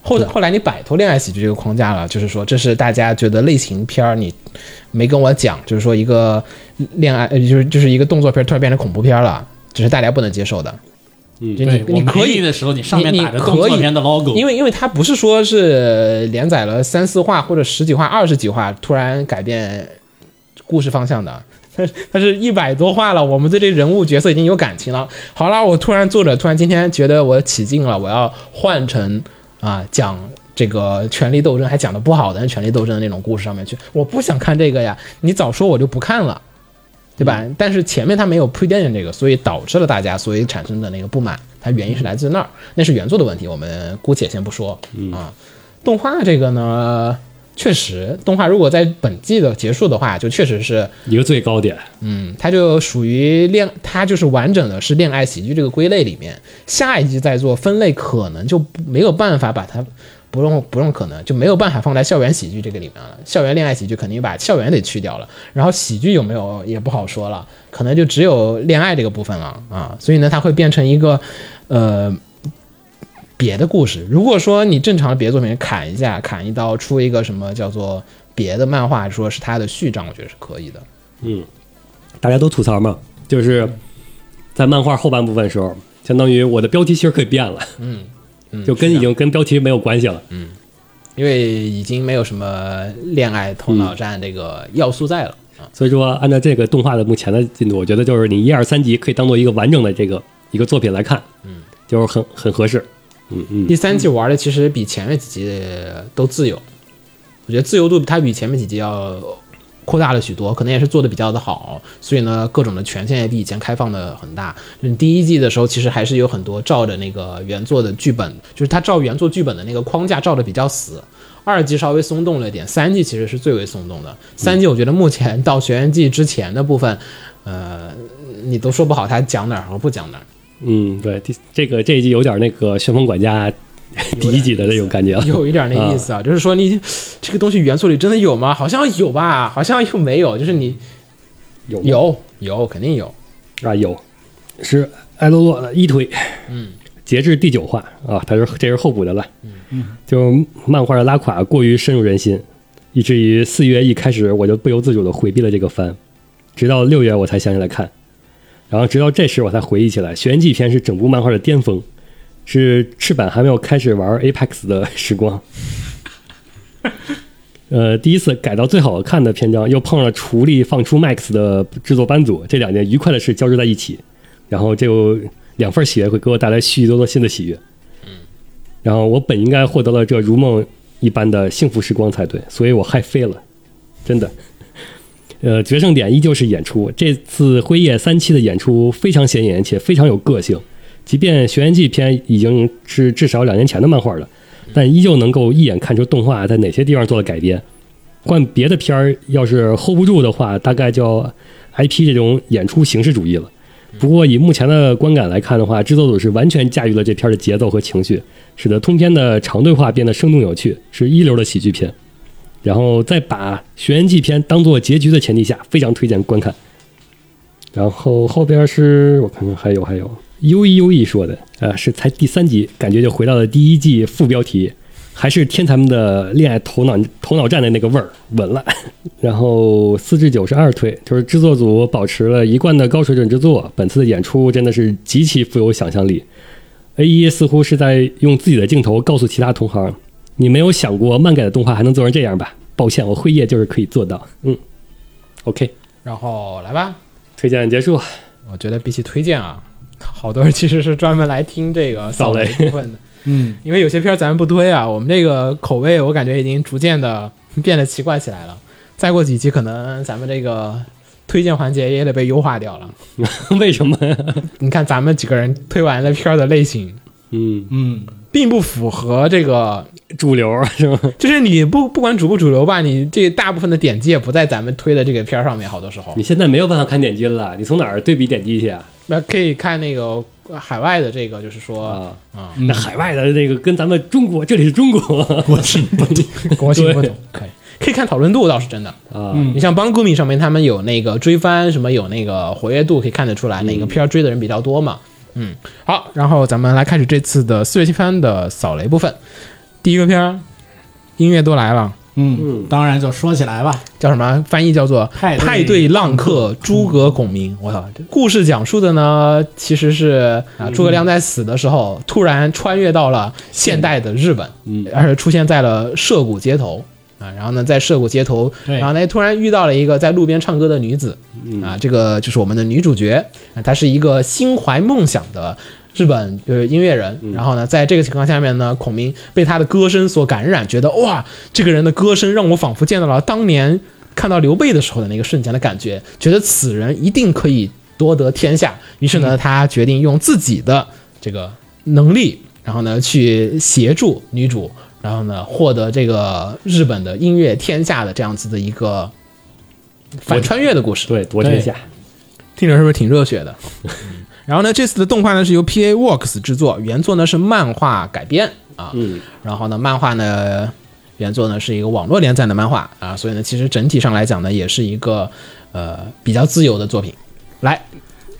后后来你摆脱恋爱喜剧这个框架了，就是说这是大家觉得类型片儿，你没跟我讲，就是说一个恋爱，呃就是就是一个动作片儿突然变成恐怖片儿了，这是大家不能接受的。
嗯
就你
我
你可
没
以
意的时候，你上面
你
打着
你
动
可
作
以
片的 logo，
因为因为它不是说是连载了三四话或者十几话、二十几话，突然改变故事方向的。 它它是一百多话了，我们对这人物角色已经有感情了。好了，我突然作者突然今天觉得我起劲了，我要换成啊讲这个权力斗争，还讲的不好的权力斗争的那种故事上面去，我不想看这个呀，你早说我就不看了。对吧？但是前面他没有铺垫这个，所以导致了大家所以产生的那个不满，它原因是来自于那儿，那是原作的问题，我们姑且先不说啊。动画这个呢，确实，动画如果在本季的结束的话，就确实是，
一个最高点，
嗯，它就属于恋，它就是完整的是恋爱喜剧这个归类里面，下一季再做分类，可能就不没有办法把它。不用不用，可能就没有办法放在校园喜剧这个里面了。校园恋爱喜剧肯定把校园得去掉了，然后喜剧有没有也不好说了，可能就只有恋爱这个部分了啊。所以呢，它会变成一个，呃，别的故事。如果说你正常的别的作品砍一下，砍一刀出一个什么叫做别的漫画，说是它的序章，我觉得是可以的。
大家都吐槽嘛，就是在漫画后半部分的时候，相当于我的标题其实可以变了，嗯， 就跟已经跟标题没有关系了，
因为已经没有什么恋爱头脑战这个要素在了。
所以说按照这个动画的目前的进度，我觉得就是你一二三集可以当做一个完整的这个一个作品来看，嗯，就是很很合适，嗯嗯，
第三季玩的其实比前面几集都自由，我觉得自由度它比前面几集要扩大了许多，可能也是做的比较的好，所以呢，各种的权限也比以前开放的很大。就是第一季的时候，其实还是有很多照着那个原作的剧本，就是它照原作剧本的那个框架照的比较死。二季稍微松动了一点，三季其实是最为松动的。三季我觉得目前到学员季之前的部分，呃，你都说不好它讲哪儿和不讲哪儿。
嗯，对，第这个这一集有点那个旋风管家 第一集的那种感 觉了，
有一点那意思啊，就是说你这个东西元素里真的有吗？好像有吧，好像又没有，就是你
有有
有有肯定有，
啊有，是艾洛洛的一推，嗯，截至第九话啊，他是这是后补的了，嗯就漫画的拉垮过于深入人心，以至于四月一开始我就不由自主的回避了这个番，直到六月我才想起来看，然后直到这时我才回忆起来，《玄纪篇》是整部漫画的巅峰，是赤坂还没有开始玩 Apex 的时光。呃，第一次改到最好看的篇章，又碰上了厨力放出 Max 的制作班组，这两件愉快的事交织在一起，然后就两份喜悦会给我带来许许多多新的喜悦。然后我本应该获得了这如梦一般的幸福时光才对，所以我嗨飞了，真的。呃，决胜点依旧是演出，这次辉夜三期的演出非常显眼且非常有个性，即便《学员记》篇已经是至少两年前的漫画了，但依旧能够一眼看出动画在哪些地方做了改编。换别的片儿，要是 hold 不住的话，大概叫 IP 这种演出形式主义了。不过以目前的观感来看的话，制作组是完全驾驭了这片儿的节奏和情绪，使得通篇的长对话变得生动有趣，是一流的喜剧片。然后再把《学员记》篇当做结局的前提下，非常推荐观看。然后后边是我看看还有还有 U E U E 说的，呃，是才第三集，感觉就回到了第一季副标题，还是天才们的恋爱头脑头脑战的那个味儿，稳了。 然后四至九是二推，就是制作组保持了一贯的高水准制作，本次的演出真的是极其富有想象力。A 一似乎是在用自己的镜头告诉其他同行，你没有想过漫改的动画还能做成这样吧？抱歉，我辉夜就是可以做到。嗯，OK，
然后来吧，
推荐结束。
我觉得比起推荐啊，好多人 其实是专门来听这个扫雷
扫
部分的， 嗯，因为有些片儿咱们不推啊，我们这个口味我感觉已经逐渐的 变得奇怪起来了，再过几期可能咱们这个推荐环节也得被优化掉了。
为什么？
你看咱们几个人推完的片儿的类型，
嗯，
嗯，
并不符合这个
主流是吗？
就是你不不管主不主流吧，你这大部分的点击也不在咱们推的这个片儿上面，好多时候
你，现在没有办法看点击了，你从哪儿对比点击去啊？
那可以看那个海外的这个，就是说
啊
啊，
那海外的那个跟咱们中国，这里是中 国
我是不 懂。
国情不同，可以可以看讨论度倒是真的。
啊，
你像邦 m 米上面他们有那个追番什么，有那个活跃度，可以看得出来哪个片儿追的人比较多嘛。嗯，好，然后咱们来开始这次的四月新番的扫雷部分。第一个片儿，音乐都来了。
嗯，当然就说起来吧，
叫什么？翻译叫做
派
《
对
派对浪客诸葛孔明》。我操，这故事讲述的呢，其实是啊，诸葛亮在死的时候，突然穿越到了现代的日本，
嗯
而且出现在了涉谷街头啊。然后呢，在涉谷街头，
对
然后呢，突然遇到了一个在路边唱歌的女子啊，这个就是我们的女主角，啊她是一个心怀梦想的。日本就是音乐人，然后呢，在这个情况下面呢，孔明被他的歌声所感染，觉得哇，这个人的歌声让我仿佛见到了当年看到刘备的时候的那个瞬间的感觉，觉得此人一定可以夺得天下。于是呢，他决定用自己的这个能力，然后呢去协助女主，然后呢获得这个日本的音乐天下的这样子的一个反穿越的故事。
对，夺天下，
听着是不是挺热血 的？然后呢，这次的动画呢是由 PA Works 制作，原作呢是漫画改编啊。
嗯，
然后呢，漫画呢原作呢是一个网络连载的漫画啊，所以呢，其实整体上来讲呢，也是一个呃比较自由的作品。来，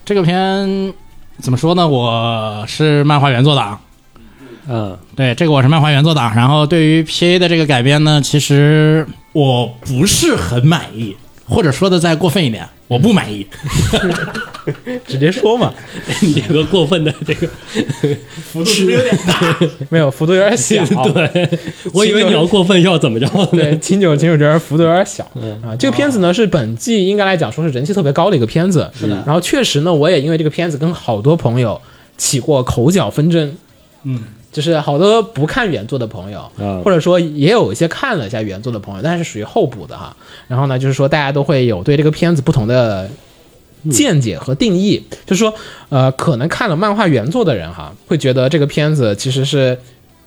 这个片怎么说呢？我是漫画原作党，
嗯，
对，这个我是漫画原作党。然后对于 P A 的这个改编呢，其实我不是很满意，或者说的再过分一点，我不满意。
直接说嘛，
你这个过分的这 个，
没有幅度有点小，
对，我以为你要过分要怎么着
对，
呢？
秦九秦九这边幅度有点小啊。这个片子呢是本季应该来讲说是人气特别高的一个片子，是的。然后确实呢，我也因为这个片子跟好多朋友起过口角纷争，
嗯，
就是好多不看原作的朋友，
啊
或者说也有一些看了一下原作的朋友，但是属于后补的哈。然后呢，就是说大家都会有对这个片子不同的见解和定义，就是说，呃，可能看了漫画原作的人哈，会觉得这个片子其实是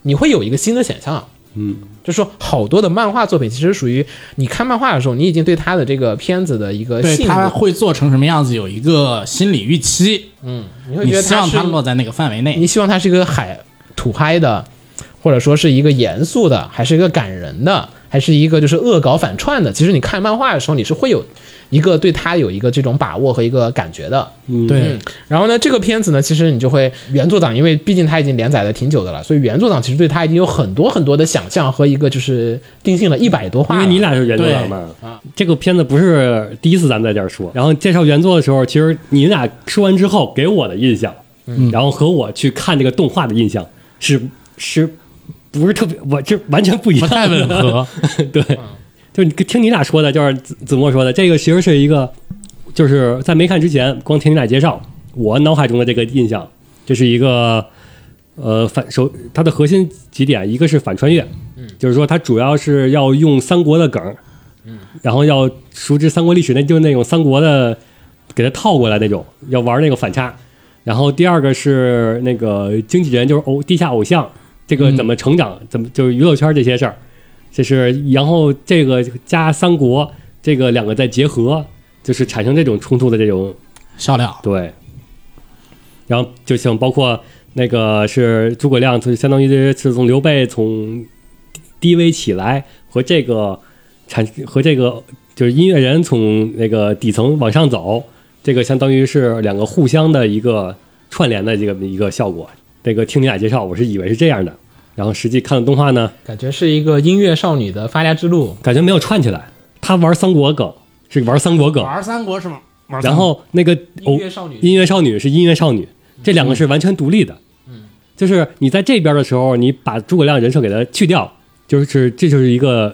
你会有一个新的想象，
嗯，
就说好多的漫画作品其实属于你看漫画的时候，你已经对它的这个片子的一个
对，
性
他
格，
会做成什么样子有一个心理预期，
你会
你
觉得
希
它
望
是
他落在那个范围
你
内。
希望它是一个海土嗨的，或者说是一个严肃的，还是一个感人的，还是一个就是恶搞反串的。其实你看漫画的时候，你是会有一个对它有一个这种把握和一个感觉的。
对，
然后呢，这个片子呢，其实你就会原作党，因为毕竟它已经连载的挺久的了，所以原作党其实对它已经有很多很多的想象和一个就是定性了一百多
因
话了。
为你俩是啊原作党嘛，这个片子不是第一次咱们在这儿说。然后介绍原作的时候，其实你俩说完之后给我的印象，然后和我去看这个动画的印象是是，不是特别，我这完全不一
不
样，
太吻合。 嗯
对，就是你听你俩说的，就是子子墨说的，这个其实是一个，就是在没看之前，光听你俩介绍，我脑海中的这个印象，这是一个呃反首，它的核心几点，一个是反穿越，嗯，就是说它主要是要用三国的梗，嗯，然后要熟知三国历史，那就是那种三国的给它套过来那种，要玩那个反差。然后第二个是那个经纪人，就是偶地下偶像，这个怎么成长，怎么就是娱乐圈这些事儿，这是然后这个加三国这个两个再结合，就是产生这种冲突的这种
笑料，
对。然后就像包括那个是诸葛亮，就相当于是从刘备从低微起来，和这个产和这个就是音乐人从那个底层往上走，这个相当于是两个互相的一个串联的这个一个效果。这个听你俩介绍，我是以为是这样的，然后实际看了动画呢，
感觉是一个音乐少女的发家之路。
感觉没有串起来。他玩三国梗是玩三国梗，
玩三国是吗？玩三
然
国
后那个
音乐少女嗯
哦音乐少女是音乐少女，这两个是完全独立的。就是你在这边的时候，你把诸葛亮人设给他去掉，就是这就是一个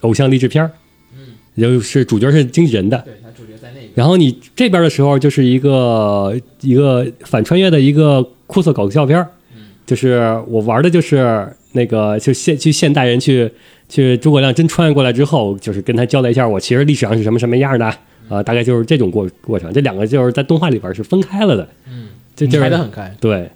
偶像励志片儿。嗯，就是主角是经纪人的，
对，它主角在那边。
然后你这边的时候就是一个一个反穿越的一个酷涩搞笑片儿，
嗯
就是我玩的就是那个就现去现代人去去诸葛亮真穿越过来之后，就是跟他交代一下我其实历史上是什么什么样的啊、
嗯
大概就是这种过过程。这两个就是在动画里边是分开了的，嗯，这就是
排得很开，
对，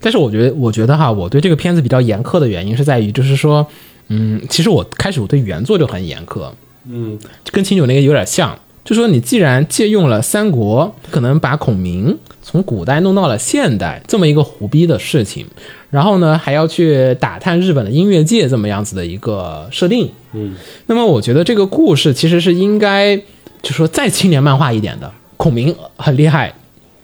但是我觉得，我觉得哈，我对这个片子比较严苛的原因是在于，就是说，嗯，其实我开始我对原作就很严苛，
嗯，
跟秦九那个有点像，就说你既然借用了三国，可能把孔明从古代弄到了现代这么一个胡逼的事情，然后呢还要去打探日本的音乐界这么样子的一个设定，
嗯，
那么我觉得这个故事其实是应该就说再青年漫画一点的，孔明很厉害。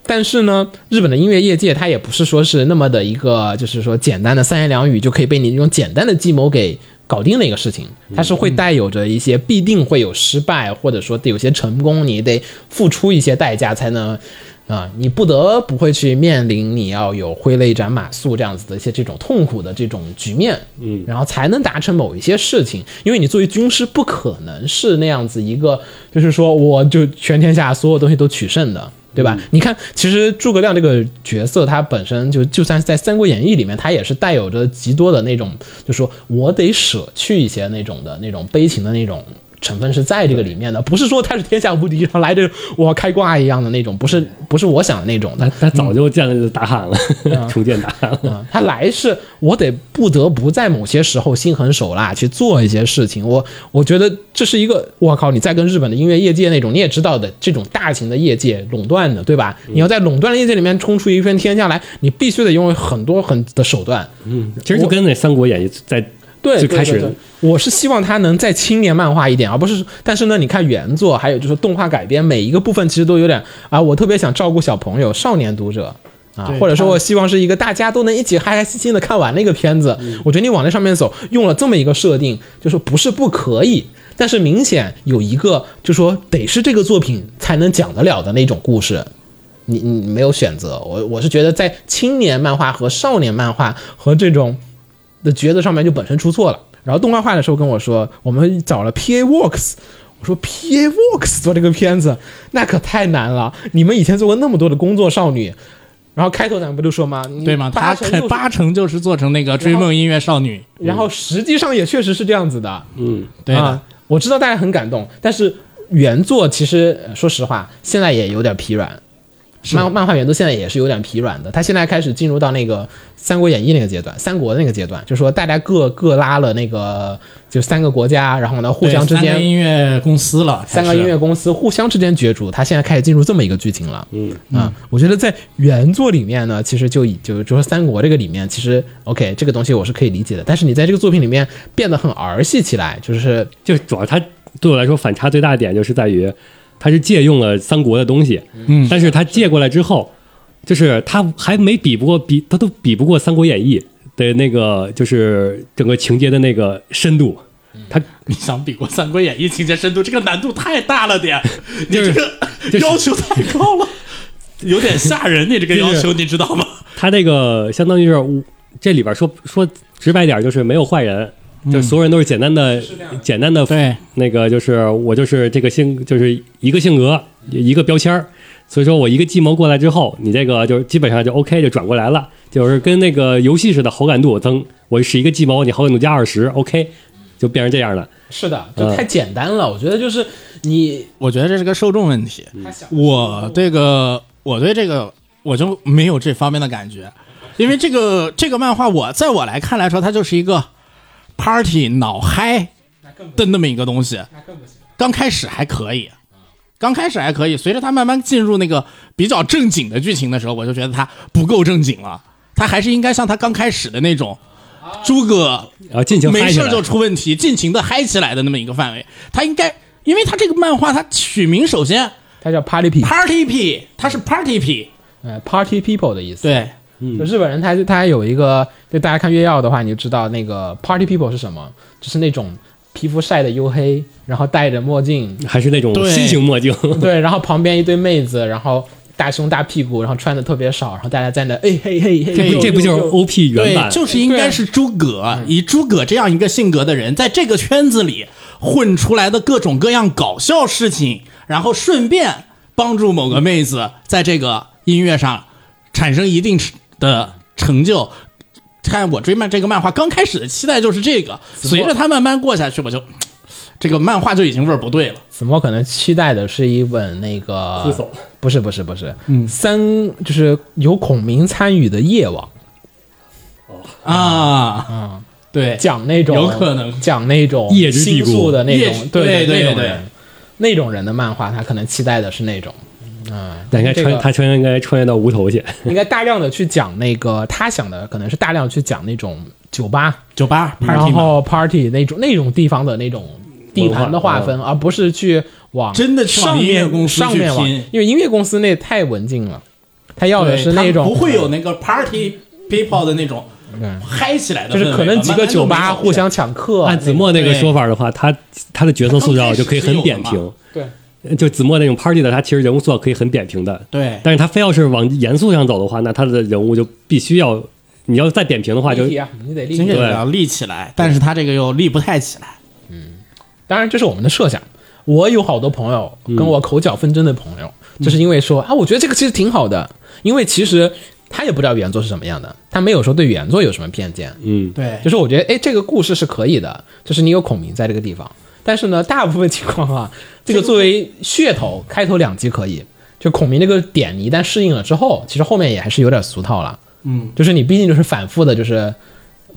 但是呢，日本的音乐业界它也不是说是那么的一个，就是说简单的三言两语就可以被你用简单的计谋给搞定的一个事情，它是会带有着一些必定会有失败，或者说得有些成功，你得付出一些代价才能，啊、你不得不会去面临你要有挥泪斩马谡这样子的一些这种痛苦的这种局面，嗯，然后才能达成某一些事情，因为你作为军师不可能是那样子一个，就是说我就全天下所有东西都取胜的。对吧？你看，其实诸葛亮这个角色，他本身就就算是在《三国演义》里面，他也是带有着极多的那种，就说我得舍去一些那种的那种悲情的那种成分是在这个里面的，不是说他是天下无敌，然后来这哇开挂一样的那种，不是不是我想的那种
他
的。
他早就建立了大汉了，
嗯
重建大汉了。
啊，他来是我得不得不在某些时候心狠手辣去做一些事情。我我觉得这是一个，我靠，你在跟日本的音乐业界那种你也知道的这种大型的业界垄断的，对吧？你要在垄断的业界里面冲出一片天下来，你必须得拥有很多很的手段。
嗯，其实就跟那《三国演义》在
对，
最
对
开
对
始
对我是希望它能再青年漫画一点，而不是。但是呢，你看原作，还有就是动画改编，每一个部分其实都有点啊，我特别想照顾小朋友、少年读者。啊
对，
或者说
它
我希望是一个大家都能一起开开心心的看完那个片子。我觉得你往那上面走，用了这么一个设定，就说不是不可以，但是明显有一个就说得是这个作品才能讲得了的那种故事。你你没有选择，我我是觉得在青年漫画和少年漫画和这种的角色上面就本身出错了。然后动画化的时候跟我说，我们找了 PA Works，我说 PA Works 做这个片子那可太难了。你们以前做过那么多的工作少女，然后开头咱们不就说吗？你
对吗？他
八成就
肯
是
八成就是做成那个追梦音乐少女，
然后实际上也确实是这样子的。
嗯，
对的
啊，我知道大家很感动，但是原作其实呃说实话，现在也有点疲软。漫漫画原作现在也是有点疲软的，他现在开始进入到那个《三国演义》那个阶段，三国的那个阶段，就说大家各各拉了那个就三个国家，然后呢互
对
相之
三个
间
音乐公司了，
三个
开始
音乐公司互相之间角逐，他现在开始进入这么一个剧情了。
嗯
啊，我觉得在原作里面呢，其实就已就就说三国这个里面，其实 OK 这个东西我是可以理解的，但是你在这个作品里面变得很儿戏起来，就是
就主要它对我来说反差最大的点就是在于，它是借用了三国的东西，
嗯
但是它借过来之后，就是它还没比不过比，它都比不过《三国演义》的那个就是整个情节的那个深度，它
你想比过《三国演义》情节深度，这个难度太大了点，你这个
就是
要求太高了，有点吓人。你这个要求，你知道吗？
它这个相当于是我这里边说说直白点儿就是没有坏人。就所有人都是简单的、简单的
嗯对
那个就是我就是这个性就是一个性格一个标签儿，所以说我一个计谋过来之后，你这个就是基本上就 OK 就转过来了，就是跟那个游戏似的好感度增，我使一个计谋，你好感度加二十，OK 就变成这样了。
是的，就太简单了。我觉得就是你
我觉得这是个受众问题。我这个，我对这个，我就没有这方面的感觉，因为这个这个漫画，我在我来看来说，它就是一个 party 脑嗨的那么一个东西。刚开始还可以，刚开始还可以，随着它慢慢进入那个比较正经的剧情的时候，我就觉得它不够正经了。它还是应该像它刚开始的那种，诸葛
啊，尽情嗨
没
起
事
来
儿就出问题，尽情的嗨起来的那么一个范围。他应该，因为他这个漫画，它取名首先
它叫 Party P，
Party P，它是 Party P，
呃，Party People 的意思。
对，
就日本人他他还有一个，就大家看月曜的话，你就知道那个 Party People 是什么，就是那种皮肤晒得黝黑，然后戴着墨镜，
还是那种
对
新型墨镜，
对，然后旁边一堆妹子，然后大胸大屁股，然后穿的特别少，然后大家在那哎嘿嘿 嘿，
这不这不就是 OP 原版
对，？就是应该是诸
嗯
葛，以诸葛这样一个性格的人，在这个圈子里混出来的各种各样搞笑事情，然后顺便帮助某个妹子在这个音乐上产生一定的成就。看我追漫这个漫画，刚开始的期待就是这个，随着它慢慢过下去，我就这个漫画就已经味儿不对了。
子墨可能期待的是一本那个
酷搜
不是不是不是，嗯，三就是有孔明参与的《夜晚》。
啊，嗯，对，
讲那种
有可能
讲那种
夜之帝
星
国
宿的那
夜
种，
之
对
对对
那种
对
人，那种人的漫画，他可能期待的是 那种，
那应该
这
穿
个
他穿应该穿越到无头去，
应该大量的去讲那个他想的，可能是大量去讲那种酒吧，
酒吧 party
然
嘛，
后 party 那种那种地方的那种地盘的划分，而不是去往
哦真的去往
上
音乐
面
公司
上
去
面往，
拼
因为音乐公司那太文静了，他要的
对
是
他
那种
不会有那个 party people 的那种嗨起来的
就
氛围
是
了，
可能几个酒
慢慢
吧
就没有
互相抢客，啊
哎
按子墨那个说法的话，他他的角色塑造就可以很扁
他刚开始是有
平。
对。
就子墨那种 party 的，他其实人物塑造可以很扁平的，
对
但是他非要是往严肃上走的话，那他的人物就必须要，你要再扁平的话就，
立体啊，你得立
真
体
是
对
要立起来，但是他这个又立不太起来。
当然这是我们的设想。我有好多朋友跟我口角纷争的朋友，就是因为说啊，我觉得这个其实挺好的，因为其实他也不知道原作是什么样的，他没有说对原作有什么偏见，
嗯，
对
就是我觉得哎，这个故事是可以的，就是你有孔明在这个地方，但是呢，大部分情况啊，这个作为噱头，开头两集可以。就孔明这个点，你一旦适应了之后，其实后面也还是有点俗套了。嗯，就是你毕竟就是反复的，就是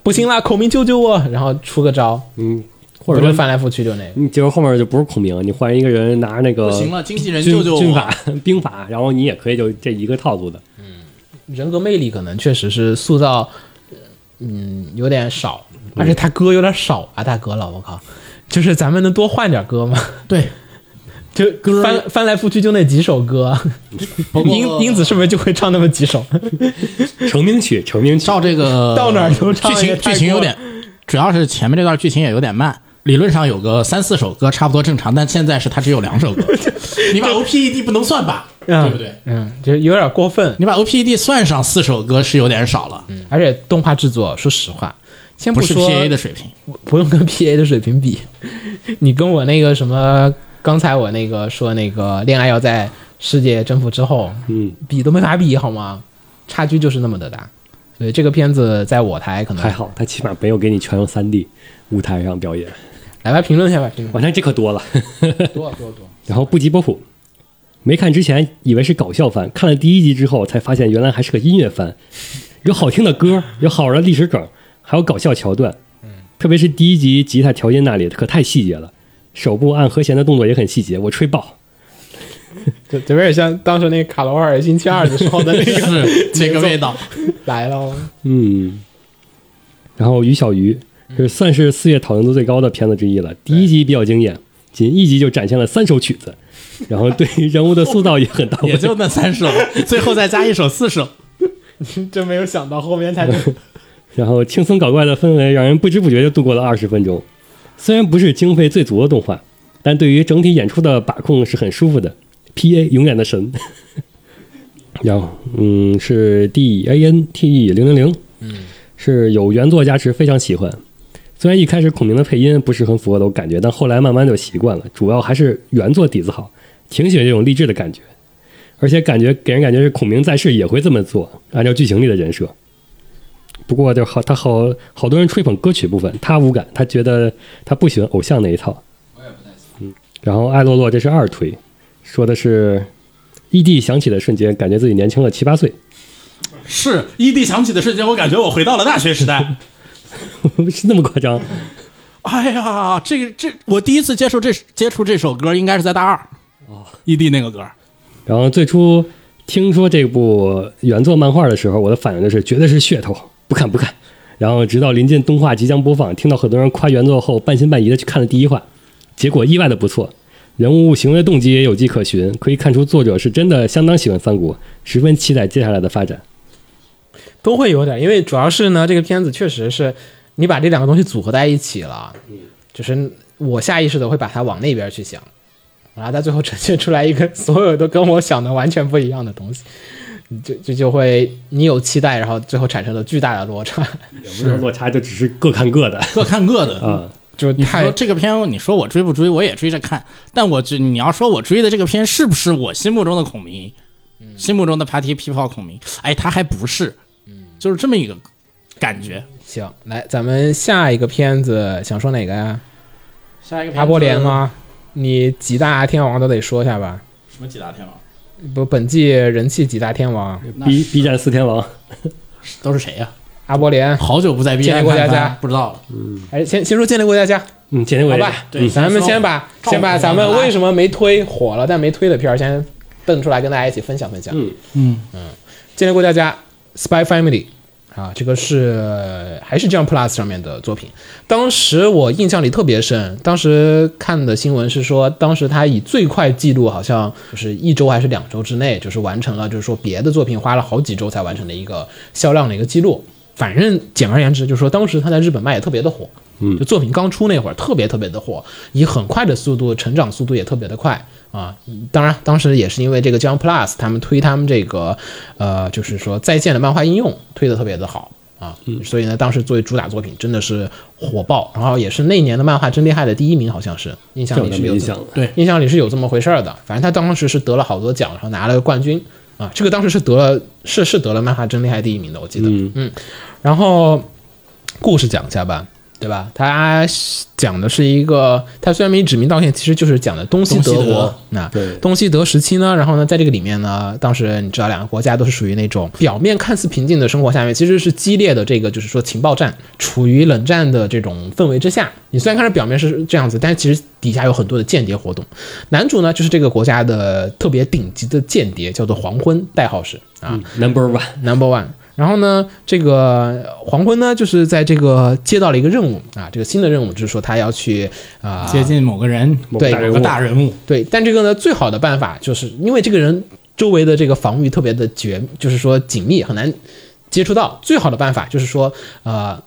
不行啦，孔明救救我，然后出个招，
嗯，或者
不
说
是翻来覆去就那个。
你结果后面就不是孔明，你换一个人拿着那个
不行了，经纪人
军
救救
军
我！
法兵法，然后你也可以就这一个套路的。
人格魅力可能确实是塑造，嗯，有点少，而且他歌有点少啊，大哥了，我靠，就是咱们能多换点歌吗？
对，
就
歌
翻翻来覆去就那几首歌，
不过
英英子是不是就会唱那么几首？
成名曲，成名曲，
照这个
到哪儿都唱
剧
也
情
太
剧情有
过
点，主要是前面这段剧情也有点慢。理论上有个三四首歌差不多正常，但现在是它只有两 首歌。你把 O P E D 不能算吧？
嗯
对不对？
嗯，就有点过分，
你把 O P E D 算上四首歌是有点少了，
而且动画制作，说实话，先
嗯不是
说
P A 的水平。
不用跟 P A 的水平比，你跟我那个什么，刚才我那个说那个恋爱要在世界征服之后，
嗯，
比都没法比，好吗？差距就是那么的大，所以这个片子在我台可能
还好，他起码没有给你全用三 D 舞台上表演。
来吧，评论一下吧，评论
哇，那这可多了。
多多 多，
然后不及波普，没看之前以为是搞笑番，看了第一集之后才发现原来还是个音乐番，有好听的歌，有好玩的历史梗，还有搞笑桥段。
嗯
特别是第一集吉他调音那里可太细节了，手部按和弦的动作也很细节，我吹爆。
这这有点像当时那卡罗尔星期二的时候的那个
是这个味道。
来 了，哦
嗯，然后于小鱼
嗯
就是算是四月讨论度最高的片子之一了。第一集比较惊艳，仅一集就展现了三首曲子，然后对于人物的塑造也很到位
也。就那三首， 最后再加一首四首。
真没有想到后 面才
然后轻松搞怪的氛围让人不知不觉就度过了二十分钟。虽然不是经费最足的动画，但对于整体演出的把控是很舒服的。P A 永远的神， 然后嗯是 D A N T E 零零零，嗯是有原作加持，非常喜欢。虽然一开始孔明的配音不是很符合我的感觉，但后来慢慢就习惯了。主要还是原作底子好，挺喜欢这种励志的感觉，而且感觉给人感觉是孔明在世也会这么做，按照剧情里的人设。不过就好，他好好多人吹捧歌曲部分，他无感，他觉得他不喜欢偶像那一套。我也不太喜欢。嗯，然后艾洛洛这是二推，说的是 ED 响起的瞬间，感觉自己年轻了七八岁。
是 ED 响起的瞬间，我感觉我回到了大学时代。
是那么夸张？
哎呀，这个这，我第一次接触这接触这首歌，应该是在大二。ED 哦那个歌，
然后最初听说这部原作漫画的时候，我的反应就是绝对是噱头，不看不看。然后直到临近动画即将播放，听到很多人夸原作后，半信半疑的去看了第一话，结果意外的不错，人物行为动机也有迹可循，可以看出作者是真的相当喜欢三国，十分期待接下来的发展。
都会有点，因为主要是呢，这个片子确实是你把这两个东西组合在一起了，就是我下意识的会把它往那边去想，然后它最后呈现出来一个所有都跟我想的完全不一样的东西，你就就就会你有期待，然后最后产生了巨大的落差，
是落差就只是各看各的
各看各的。
啊，
就
呃你说
太
这个片，你说我追不追？我也追着看，但我追你要说我追的这个片是不是我心目中的孔明，心目中的 Party People 孔明？哎，他还不是，就是这么一个感觉。
行。来，咱们下一个片子想说哪个呀？
下一个
阿波连？吗？你几大天王都得说一下吧，
什么几大天王？
不，本季人气几大天王，
B B 站四天王，
都是谁呀、
阿波连。
好久不在 B
建
站
立国
看
家家
番不知道了。
哎，先先说建立国家家。
嗯，前天我
好
也
吧，
对
咱们先把
先说
先把
照
咱
顾
们
我们
为什么没推火了但没推的片儿先蹦出来跟大家一起分享分享。
嗯
嗯
嗯，建立过大家《Spy Family》啊，这个是还是 Jump Plus 上面的作品。当时我印象里特别深，当时看的新闻是说，当时他以最快记录，好像就是一周还是两周之内，就是完成了，就是说别的作品花了好几周才完成的一个销量的一个记录。反正简而言之，就是说当时他在日本卖也特别的火，嗯，就作品刚出那会儿特别特别的火，以很快的速度成长速度也特别的快啊。当然，当时也是因为这个 Jump Plus 他们推他们这个呃，就是说在线的漫画应用推的特别的好。啊，所以呢，当时作为主打作品真的是火爆，然后也是那年的漫画真厉害的第一名，好像是印
这我
象里
倒
是
没
有
印
这
象
么
了。
对
印象里是有这么回事儿的。反正他当时是得了好多奖，然后拿了冠军啊。这个当时是得了是是得了漫画真厉害第一名的，我记得。嗯，然后故事讲一下吧。对吧？他讲的是一个，他虽然没指名道姓，其实就是讲的东西德
东西
国
德。
那
对
东西德时期呢，然后呢，在这个里面呢，当时你知道，两个国家都是属于那种表面看似平静的生活下面，其实是激烈的这个就是说情报战，处于冷战的这种氛围之下。你虽然看着表面是这样子，但是其实底下有很多的间谍活动。男主呢，就是这个国家的特别顶级的间谍，叫做黄昏，代号是啊。
嗯 Number One，
Number One。然后呢，这个黄昏呢，就是在这个接到了一个任务啊，这个新的任务就是说他要去啊、
接近某个人，
某
对
个大人
某
物
个，大人物，
对，但这个呢，最好的办法就是因为这个人周围的这个防御特别的绝，就是说紧密，很难接触到。最好的办法就是说，呃，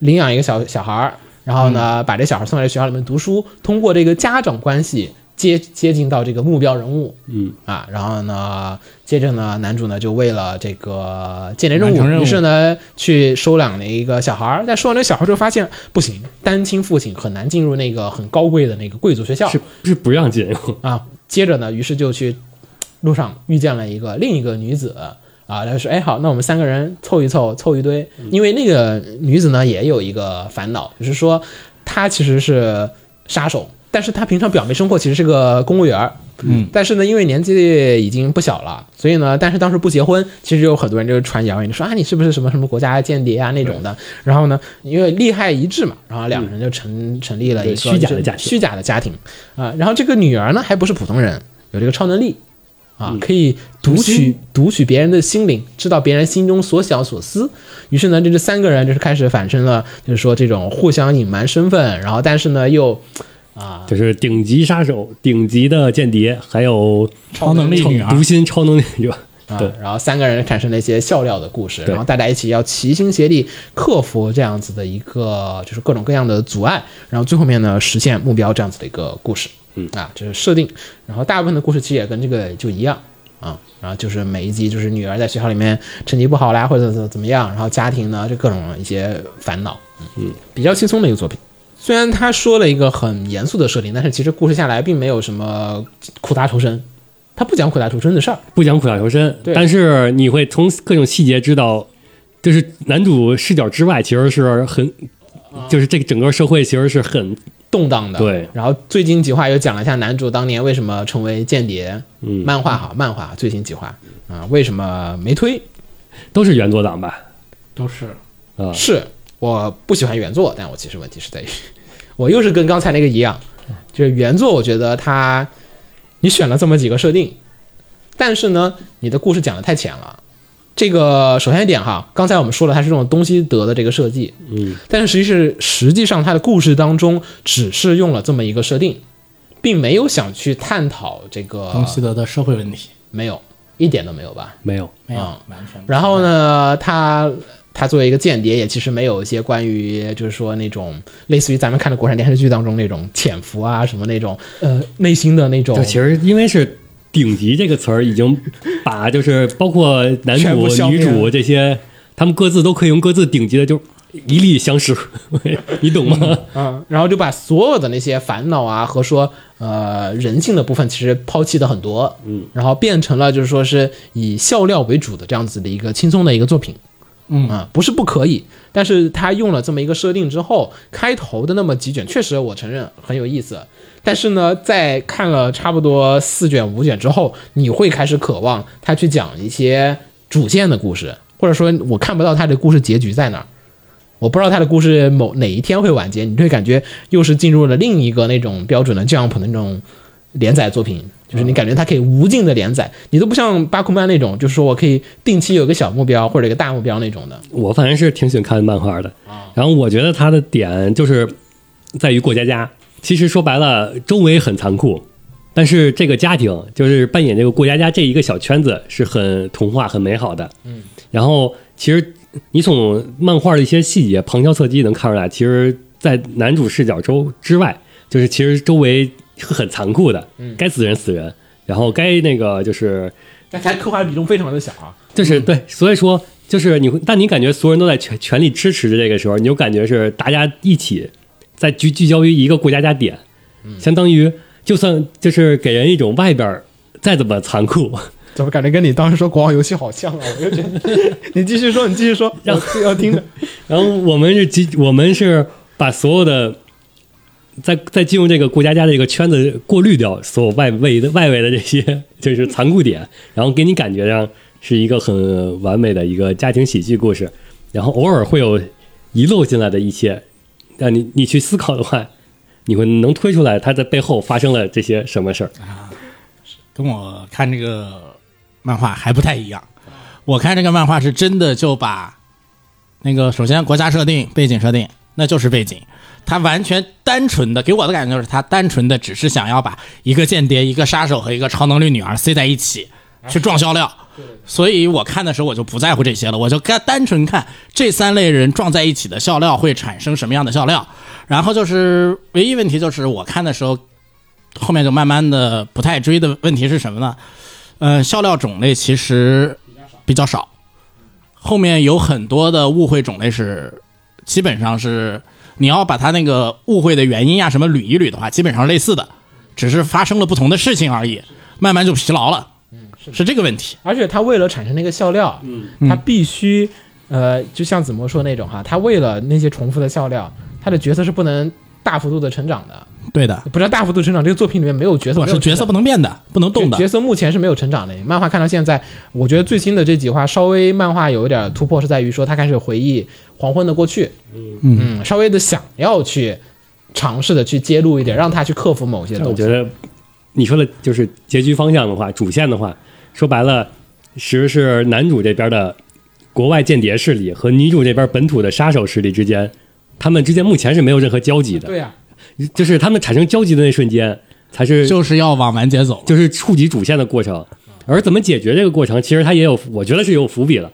领养一个小小孩儿，然后呢，
嗯
把这小孩送来学校里面读书，通过这个家长关系接接近到这个目标人物，
嗯
啊，然后呢，接着呢，男主呢就为了这个间谍任务，
完成任务
于是呢去收养了一个小孩儿，但收养这个小孩儿之后发现不行，单亲父亲很难进入那个很高贵的那个贵族学校，
是是不让进，
啊，接着呢，于是就去路上遇见了一个另一个女子啊，然后说，哎，好，那我们三个人凑一凑，凑一堆，
嗯
因为那个女子呢也有一个烦恼，就是说她其实是杀手，但是她平常表面生活其实是个公务员儿。
嗯，
但是呢，因为年纪已经不小了，所以呢，但是当时不结婚，其实有很多人就传谣言，说啊，你是不是什么什么国家间谍啊那种的。然后呢，因为利害一致嘛，然后两个人就成成立了一个
嗯虚假的家庭
虚假的家庭啊、然后这个女儿呢，还不是普通人，有这个超能力啊，可以读取读取别人的心灵，知道别人心中所想所思。于是呢，这这三个人就是开始反生了，就是说这种互相隐瞒身份，然后但是呢又
就是顶级杀手、顶级的间谍，还有
超能力
超
女儿
读心超能力女儿，
啊
对，
然后三个人产生了一些笑料的故事，
对
然后大家一起要齐心协力克服这样子的一个就是各种各样的阻碍，然后最后面呢实现目标这样子的一个故事，嗯啊，这是设定，然后大部分的故事其实也跟这个就一样。啊，然后就是每一集就是女儿在学校里面成绩不好啦，或者怎怎么样，然后家庭呢就各种一些烦恼，嗯，比较轻松的一个作品。虽然他说了一个很严肃的设定，但是其实故事下来并没有什么苦大仇深，他不讲苦大仇深的事儿，
不讲苦大仇深，
对
但是你会从各种细节知道，就是男主视角之外，其实是很，就是这个整个社会其实是很，
动荡啊的。
对
然后最近几话又讲了一下男主当年为什么成为间谍，
嗯，
漫画好，漫画最近几话啊、为什么没推？
都是原作党吧？
都是
啊，
是我不喜欢原作，但我其实问题是在于， 我又是跟刚才那个一样，就是原作我觉得它你选了这么几个设定，但是呢，你的故事讲的太浅了。这个首先一点哈，刚才我们说了，它是这种东西德的这个设计，
嗯，
但是实际是实际上它的故事当中只是用了这么一个设定，并没有想去探讨这个
啊
东，西德的社会问题，
没有一点都没有吧。
没有，
没有
啊
完全。
然后？呢，他他作为一个间谍，也其实没有一些关于就是说那种类似于咱们看的国产电视剧当中那种潜伏啊什么那种呃内心的那种
就其实因为是“顶级”这个词儿已经把就是包括男
全部
主
消、灭
女
了
主这些，他们各自都可以用各自顶级的就一力相识， 你懂吗？
嗯，然后就把所有的那些烦恼啊和说呃人性的部分，其实抛弃的很多，嗯，然后变成了就是说是以笑料为主的这样子的一个轻松的一个作品，
嗯
啊、不是不可以，但是他用了这么一个设定之后，开头的那么几卷，确实我承认很有意思，但是呢，在看了差不多四卷五卷之后，你会开始渴望他去讲一些主线的故事，或者说我看不到他的故事结局在哪儿。我不知道他的故事某哪一天会完结，你会感觉又是进入了另一个那种标准的 Jump 那种连载作品，就是你感觉它可以无尽的连载，你都不像巴库曼那种，就是说我可以定期有一个小目标或者一个大目标那种的。
我反正是挺喜欢看漫画的，然后我觉得它的点就是在于过家家。其实说白了，周围很残酷，但是这个家庭就是扮演这个过家家这一个小圈子是很童话、很美好的。嗯，然后其实你从漫画的一些细节旁敲侧击能看出来，其实，在男主视角周之外，就是其实周围很残酷的，该死人死人，然后该那个就是
但它刻画比重非常的小啊，
就是对，所以说就是你会，但你感觉所有人都在全全力支持着这个时候，你就感觉是大家一起在聚聚焦于一个过家家点，相当于就算就是给人一种外边儿再怎么残酷，
怎么感觉跟你当时说国王游戏好像啊？我就觉得你继续说，你继续说，我要听的。
然后我们是集，我们是把所有的在在进入这个过家家的一个圈子过滤掉所有外围的外围的这些 就是残酷点，然后给你感觉上是一个很完美的一个家庭喜剧故事，然后偶尔会有遗漏进来的一些，让你你去思考的话，你会能推出来它在背后发生了这些什么事儿。
跟我看这个漫画还不太一样。我看这个漫画是真的就把那个首先国家设定、背景设定，那就是背景。他完全单纯的给我的感觉就是，他单纯的只是想要把一个间谍、一个杀手和一个超能力女儿塞在一起去撞销量。所以我看的时候我就不在乎这些了，我就看单纯看这三类人撞在一起的笑料会产生什么样的笑料。然后就是唯一问题就是我看的时候后面就慢慢的不太追的问题是什么呢？呃，笑料种类其实比较少，后面有很多的误会种类是基本上是你要把它那个误会的原因啊呀、什么捋一捋的话，基本上是类似的，只是发生了不同的事情而已，慢慢就疲劳了。是这个问题，
而且他为了产生那个笑料，嗯，他必须，呃，就像子墨说那种哈，他为了那些重复的笑料，他的角色是不能大幅度的成长的，
对的，
不是大幅度成长。这个作品里面没有角色，
我
没
是
有
角
成
色
长
不能变的，不能动的
角角。色目前是没有成长的。漫画看到现在，我觉得最新的这几话稍微漫画有一点突破，是在于说他开始回忆黄昏的过去，嗯稍微的想要去尝试的去揭露一点，让他去克服某些
我
东
觉
西。
得你说的就是结局方向的话，主线的话，说白了，其实是男主这边的国外间谍势力和女主这边本土的杀手势力之间，他们之间目前是没有任何交集的，
对呀、
就是他们产生交集的那瞬间，才是
就是要往完结走，
就是触及主线的过程。而怎么解决这个过程，其实它也有，我觉得是有伏笔 的。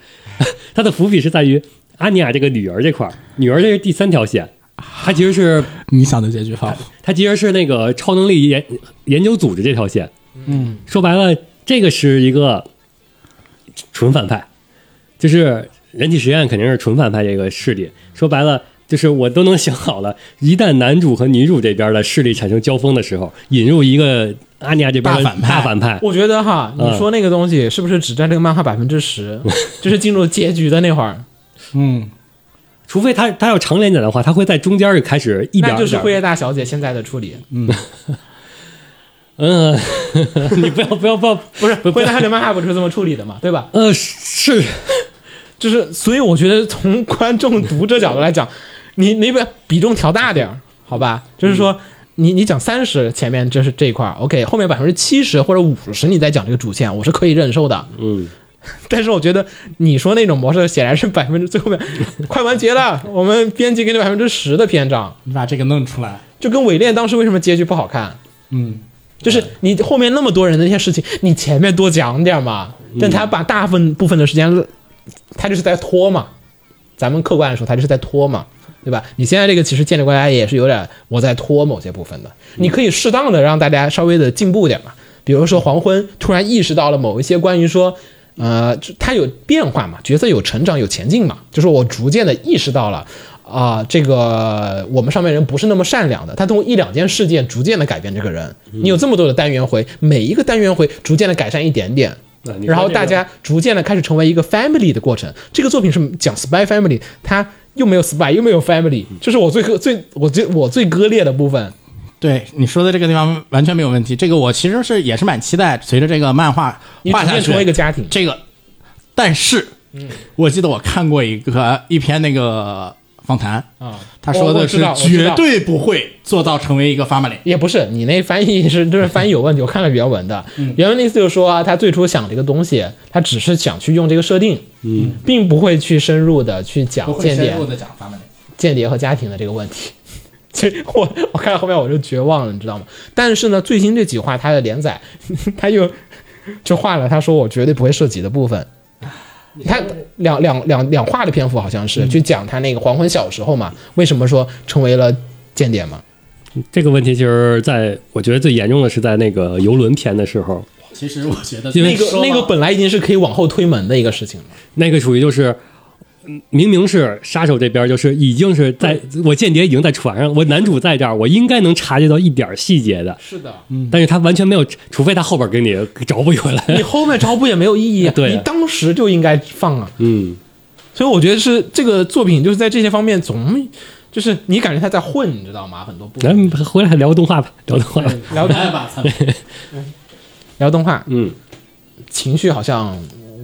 它的伏笔是在于阿尼亚这个女儿这块儿，女儿这是第三条线，她其实是
你想的结局好，
它其实是那个超能力研研究组织这条线。嗯，说白了，这个是一个纯反派，就是人体实验肯定是纯反派这个势力。说白了，就是我都能想好了，一旦男主和女主这边的势力产生交锋的时候，引入一个阿尼亚这边的
大反派
大反派，
我觉得哈，
嗯
你说那个东西是不是只占这个漫画百分之 十？就是进入结局的那会儿，
嗯，
除非他他要长连载的话，他会在中间就开始一点儿
那就
一
是
点儿
辉夜大小姐现在的处理，
嗯，你不要不要不要，
不是辉夜大小姐漫画不是这么处理的嘛，对吧？
呃是。
就是，所以我觉得从观众读者角度来讲，你 你把比重调大点儿，好吧？就是说，你你讲三十，前面这是这一块儿，OK，后面百分之七十或者五十，你再讲这个主线，我是可以忍受的。
嗯，
但是我觉得你说那种模式，显然是百分之最后面快完结了，我们编辑给你百分之十的篇章，
你把这个弄出来，
就跟伪恋当时为什么结局不好看，
嗯，
就是你后面那么多人的那些事情，你前面多讲点嘛。但他把大部分部分的时间，他就是在拖嘛。咱们客观来说，他就是在拖嘛，对吧？你现在这个其实建立关系也是有点我在拖某些部分的，你可以适当的让大家稍微的进步点嘛。比如说黄昏突然意识到了某一些关于说，呃，就他有变化嘛，角色有成长有前进嘛，就是我逐渐的意识到了。啊、这个我们上面人不是那么善良的，他通过一两件事件逐渐的改变这个人。你有这么多的单元回，每一个单元回逐渐的改善一点点，
啊你说
然后
这个
大家逐渐的开始成为一个 family 的过程。这个作品是讲 spy family，它又没有 spy 又没有 family，这是我最割最我最我最割裂的部分。
对你说的这个地方完全没有问题。这个我其实是也是蛮期待，随着这个漫画
你逐
画下
渐
去
成为一个家庭，
这个，但是，我记得我看过一个一篇那个访谈
啊
他说
我我
的
知
是
道我知
绝
道
对不会做到成为一个 family。
也不是你那翻译是就是翻译有问题，我看了原文的，原文的意思就是说啊，他最初想这个东西，他只是想去用这个设定，嗯，并不会去深入的去讲间谍，
的讲 family。
间谍和家庭的这个问题。其实我我看到后面我就绝望了，你知道吗？但是呢，最新这几话他的连载， 他又就画了他说我绝对不会涉及的部分。他两两两两话的篇幅好像
嗯
是、去讲他那个黄昏小时候嘛，为什么说成为了间谍嘛？
这个问题其实在我觉得最严重的是在那个游轮篇的时候，
其实我觉得
因为
那个那个本来已经是可以往后推门的一个事情了。
那个属于就是，嗯明明是杀手这边，就是已经是在我间谍已经在船上，我男主在这儿，我应该能察觉到一点细节的，
是的，
但是他完全没有，除非他后边给你找不回来。
你后面找补也没有意义啊，
嗯 对啊
你当时就应该放啊。
嗯，
所以我觉得是这个作品就是在这些方面总就是你感觉他在混，你知道吗？很多
嗯
部
咱
分
们回来还聊动画吧，聊动画吧。
聊
来吧，操
聊动画，
嗯，
情绪好像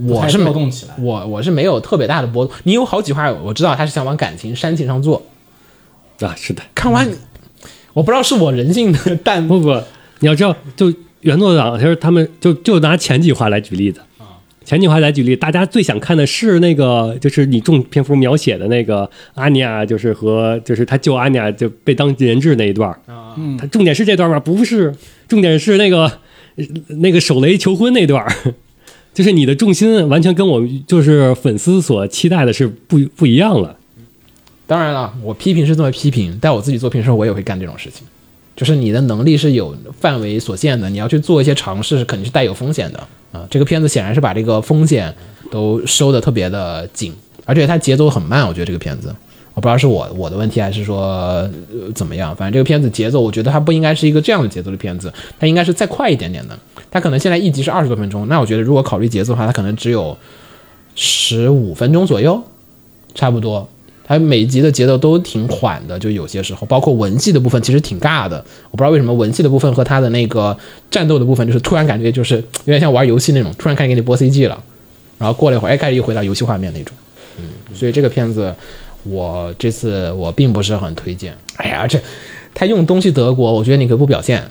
我是
还
没
跳动起来
我我是没有特别大的波动。你有好几话，我知道他是想往感情煽情上做。
啊，是的，
看完，我不知道是我人性的淡
不不，你要知道，就原作党，就是他们就就拿前几话来举例子。前几话来举例，大家最想看的是那个，就是你重篇幅描写的那个阿尼亚，就是和就是他救阿尼亚就被当人质那一段。嗯，他重点是这段吗？不是，重点是那个那个手雷求婚那段儿， 就是你的重心完全跟我就是粉丝所期待的是不不一样了。
当然了，我批评是这么批评，但我自己做评的时候，我也会干这种事情。就是你的能力是有范围所限的，你要去做一些尝试，肯定是带有风险的啊、这个片子显然是把这个风险都收的特别的紧，而且它节奏很慢。我觉得这个片子，我不知道是我我的问题还是说、呃怎么样，反正这个片子节奏，我觉得它不应该是一个这样的节奏的片子，它应该是再快一点点的。它可能现在一集是二十多分钟，那我觉得如果考虑节奏的话，它可能只有十五分钟左右，差不多。它每集的节奏都挺缓的，就有些时候，包括文戏的部分其实挺尬的。我不知道为什么文戏的部分和它的那个战斗的部分，就是突然感觉就是嘖有点像玩游戏那种，突然开始给你播 CG 了，然后过了一会儿，哎，开始又回到游戏画面那种。嗯，所以这个片子我这次我并不是很推荐。哎呀，这他用东西德国，我觉得你可以不表现。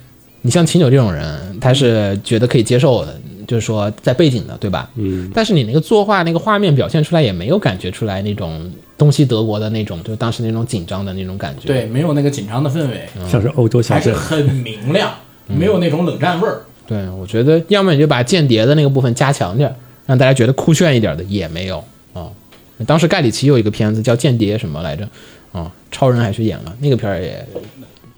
你像秦九这种人，他是觉得可以接受的，就是说在背景的，对吧？嗯。但是你那个作画那个画面表现出来，也没有感觉出来那种东西德国的那种，就是当时那种紧张的那种感觉。
对，没有那个紧张的氛围，
像是欧洲小
还是
镇，
很明亮，没有那种冷战味儿。
对，我觉得要么你就把间谍的那个部分加强点儿，让大家觉得酷炫一点的，也没有啊、当时盖里奇有一个片子叫《间谍》什么来着，啊、超人还去演了那个片儿也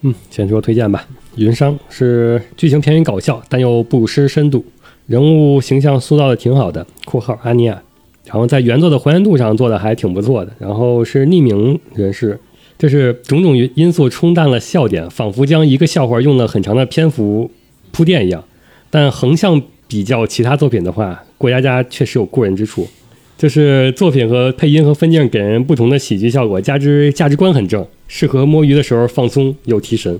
嗯，先说推荐吧，《云商》是剧情偏于搞笑，但又不失深度，人物形象塑造的挺好的（括号阿尼亚），然后在原作的还原度上做的还挺不错的，然后是匿名人士，就是种种因素冲淡了笑点，仿佛将一个笑话用了很长的篇幅铺垫一样。但横向比较其他作品的话，《过家家》确实有过人之处，就是作品和配音和分镜给人不同的喜剧效果，加之价值观很正，适合摸鱼的时候放松又提神。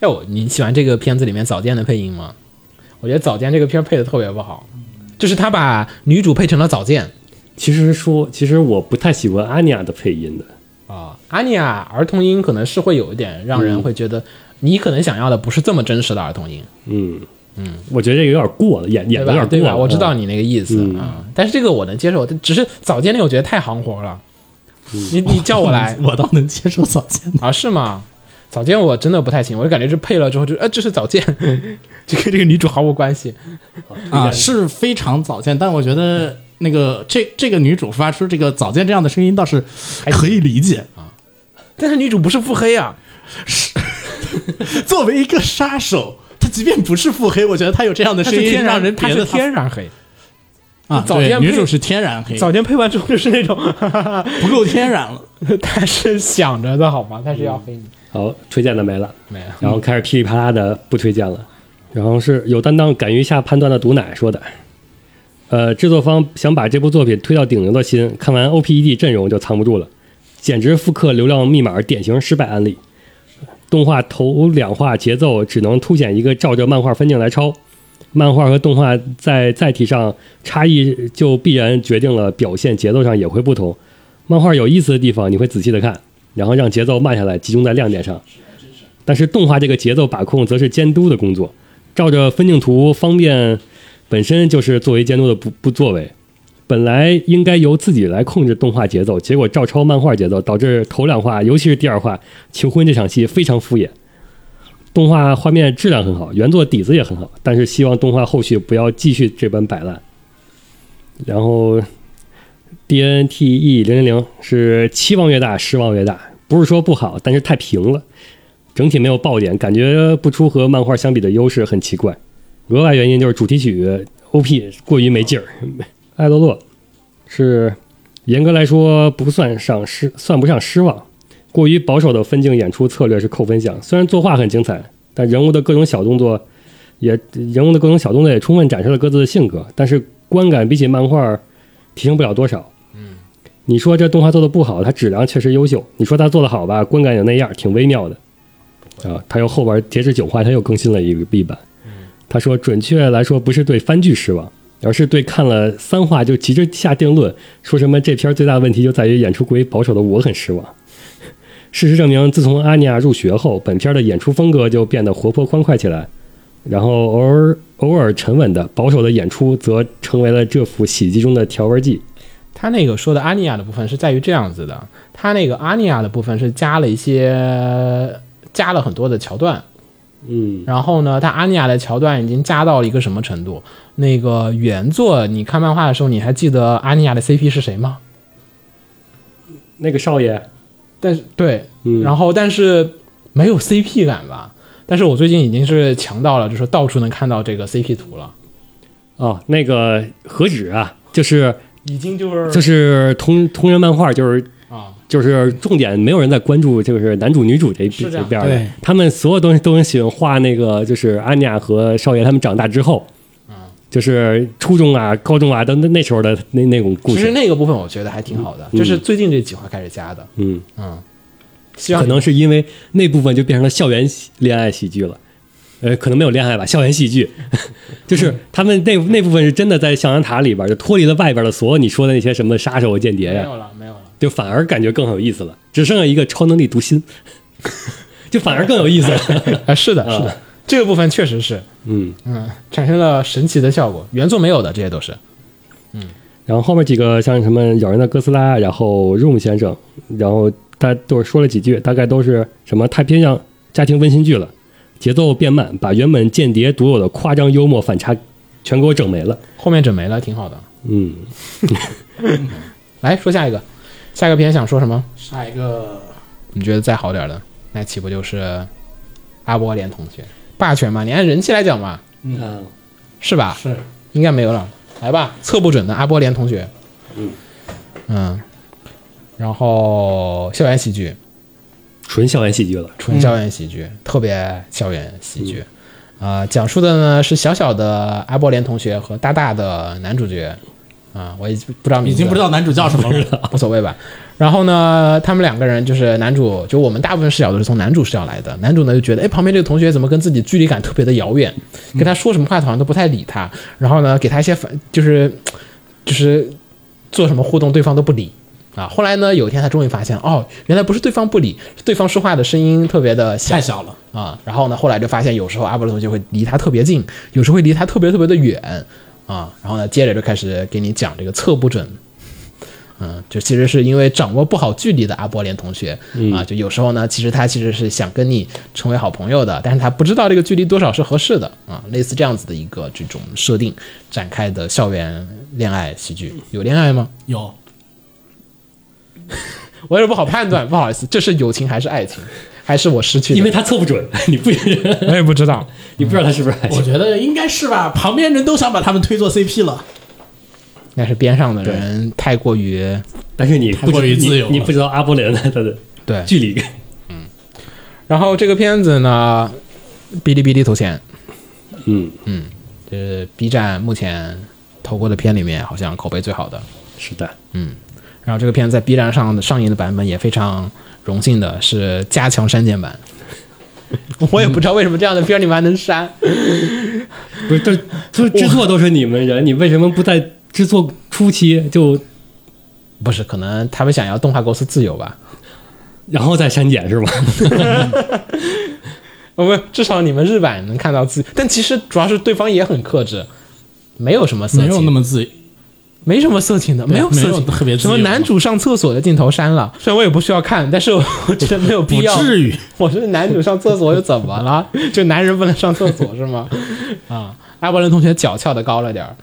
哎，我你喜欢这个片子里面早见的配音吗？我觉得早见这个片儿配的特别不好，就是他把女主配成了早见
其实说，其实我不太喜欢阿尼亚的配音的，
啊，阿尼亚儿童音可能是会有一点让人会觉得你可能想要的不是这么真实的儿童音，
嗯嗯，我觉得这个有点过了，演演
对
的有
吧？
点过
对吧？
了。
我知道
嗯
你那个意思
嗯
啊、但是这个我能接受，但只是早见那个我觉得太行活了。
嗯
你你叫我 来
我倒能接受早见的。
啊？是吗？早见我真的不太行，我就感觉是配了之后就呃这是早见，就 跟这个女主毫无关系。
啊，是非常早见，但我觉
嗯
得那个这这个女主发出这个早见这样的声音倒是可以理解。
啊但是女主不是腹黑啊，
作为一个杀手，她即便不是腹黑，我觉得她有这样的
她
声
是
音
天
让
然
人
她
别
是
的
天然黑。
啊，
早见
对，
配
女主是天然黑，
早间配完之后就是那种， 哈哈哈
不够天然了。
他是想着的好吗？他是
嗯
要黑你，
好，推荐的没了，
没了。
然后开始噼里啪啦的不推荐了。然后是有担当、敢于下判断的毒奶说的，呃，制作方想把这部作品推到顶流的心，看完 OPED 阵容就藏不住了，简直复刻《流量密码》典型失败案例。动画头两话节奏只能凸显一个照着漫画分镜来抄，漫画和动画在载体上差异就必然决定了表现节奏上也会不同。漫画有意思的地方，你会仔细的看，然后让节奏慢下来，集中在亮点上。但是动画这个节奏把控则是监督的工作，照着分镜图方便本身就是作为监督的不不作为。本来应该由自己来控制动画节奏，结果照抄漫画节奏，导致头两话，尤其是第二话求婚这场戏非常敷衍。动画画面质量很好，原作底子也很好，但是希望动画后续不要继续这般摆烂。然后 D N T E 零零零是期望越大失望越大，不是说不好，但是太平了。整体没有爆点，感觉不出和漫画相比的优势，很奇怪。额外原因就是主题曲 OP 过于没劲儿。艾洛洛是严格来说不算上失，算不上失望。过于保守的分镜演出策略是扣分项。虽然作画很精彩，但人物的各种小动作也人物的各种小动作也充分展示了各自的性格，但是观感比起漫画提升不了多少。嗯，你说这动画做的不好，它质量确实优秀；你说它做的好吧，观感也那样，挺微妙的。啊，它又后边截止九话，它又更新了一个 B 版。他说，准确来说，不是对番剧失望，而是对看了三话就急着下定论，说什么这片儿最大问题就在于演出过于保守的我很失望。 事实证明，自从阿尼亚入学后，本片的演出风格就变得活泼欢快起来，然后偶尔偶尔沉稳的保守的演出则成为了这幅喜剧中的调味剂。
他那个说的阿尼亚的部分是在于这样子的，他那个阿尼亚的部分是加了一些加了很多的桥段，
嗯，
然后呢，他阿尼亚的桥段已经加到了一个什么程度？那个原作你看漫画的时候，你还记得阿尼亚的 CP 是谁吗？
那个少爷，
但是对，
嗯
然后但是没有 CP 感吧？但是我最近已经是强到了，就是说到处能看到这个 CP 图了，
哦，那个何止啊，就是
已经就是
就是同同人漫画，就是
嗯啊，
就是重点没有人在关注，就是男主女主这
是这
这
样
边儿的
对，
他们所有东西都很喜欢画那个，就是安妮亚和少爷他们长大之后，
嗯
就是初中啊、高中啊，等等那时候的那那种故
其实
事，
那个部分我觉得还挺好的，就是最近这几话开始加的，
嗯，
希望
可能是因为那部分就变成了校园喜恋爱喜剧了。呃，可能没有恋爱吧，校园喜剧， 就是他们那那部分是真的在象牙塔里边儿，就脱离了外边的所有你说的那些什么杀手、间谍
没
呀、
有了，没有了。
就反而感觉更有意思了，只剩下一个超能力读心， 就反而更有意思了。
啊，是的，是的，这个部分确实是，
嗯，
嗯，产生了神奇的效果，原作没有的，这些都是。
然后后面几个像什么咬人的哥斯拉，然后 Room 先生，然后他都是说了几句，大概都是什么太偏向家庭温馨剧了，节奏变慢，把原本间谍独有的夸张幽默反差全给我整没了。
后面整没了，挺好的。
嗯，
来说下一个，下一个片想说什么？
下一个
你觉得再好点儿的，那岂不就是阿波连同学霸权嘛？你按人气来讲嘛，
啊，
嗯是吧？
是
应该没有了。来吧，测不准的阿波连同学。嗯然后校园喜剧，
纯校园喜剧了。
纯校园喜剧，
嗯
特别校园喜剧。啊、讲述的呢是小小的阿波连同学和大大的男主角，啊、我已经不知道名字
已经不知道男主叫什么 了。
无所谓吧。然后呢，他们两个人就是男主，就我们大部分视角都是从男主视角来的。男主呢就觉得，哎，旁边这个同学怎么跟自己距离感特别的遥远，
嗯
跟他说什么话好像都不太理他。然后呢，给他一些反，就是就是做什么互动，对方都不理。啊，后来呢？有一天他终于发现，哦，原来不是对方不理，是对方说话的声音特别的小
太小了，
啊。然后呢，后来就发现有时候阿波罗同学会离他特别近，有时候会离他特别特别的远啊。然后呢，接着就开始给你讲这个测不准。嗯，就其实是因为掌握不好距离的阿波连同学、啊，就有时候呢，其实他其实是想跟你成为好朋友的，但是他不知道这个距离多少是合适的啊，类似这样子的一个这种设定展开的校园恋爱喜剧，有恋爱吗？
有
我也不好判断，不好意思，这是友情还是爱情，还是我失去的？
因为他测不准，你不
我也不知道，
你不知道他是不是爱
我
情。
觉得应该是吧，旁边人都想把他们推做 CP 了。
那是边上的人太过于
但是你不
太过于
知
自由了
你，你不知道阿波连他的
对。
距离感。
然后这个片子呢，哔哩哔哩投钱，
嗯，
就是 B 站目前投过的片里面好像口碑最好的。
是的，
然后这个片在 B 站上上映的版本也非常荣幸的是加强删减版。 我也不知道为什么这样的片儿你们还能删，
不是，这这制作都是你们人，你为什么不在制作初期就
不是可能他们想要动画公司自由吧？
然后再删减是吧？
哦不，至少你们日版能看到自，但其实主要是对方也很克制，没有什么色情，
没有那么自由，
没什么色情的，没有
没
色
有
情的
特别自
什么
由
男主上厕所的镜头删了，虽然我也不需要看，但是我我觉得没有必
不
要。
至于。
我是男主上厕所又怎么 了？就男人不能上厕所是吗？ 啊，阿波伦同学脚翘的高了点儿，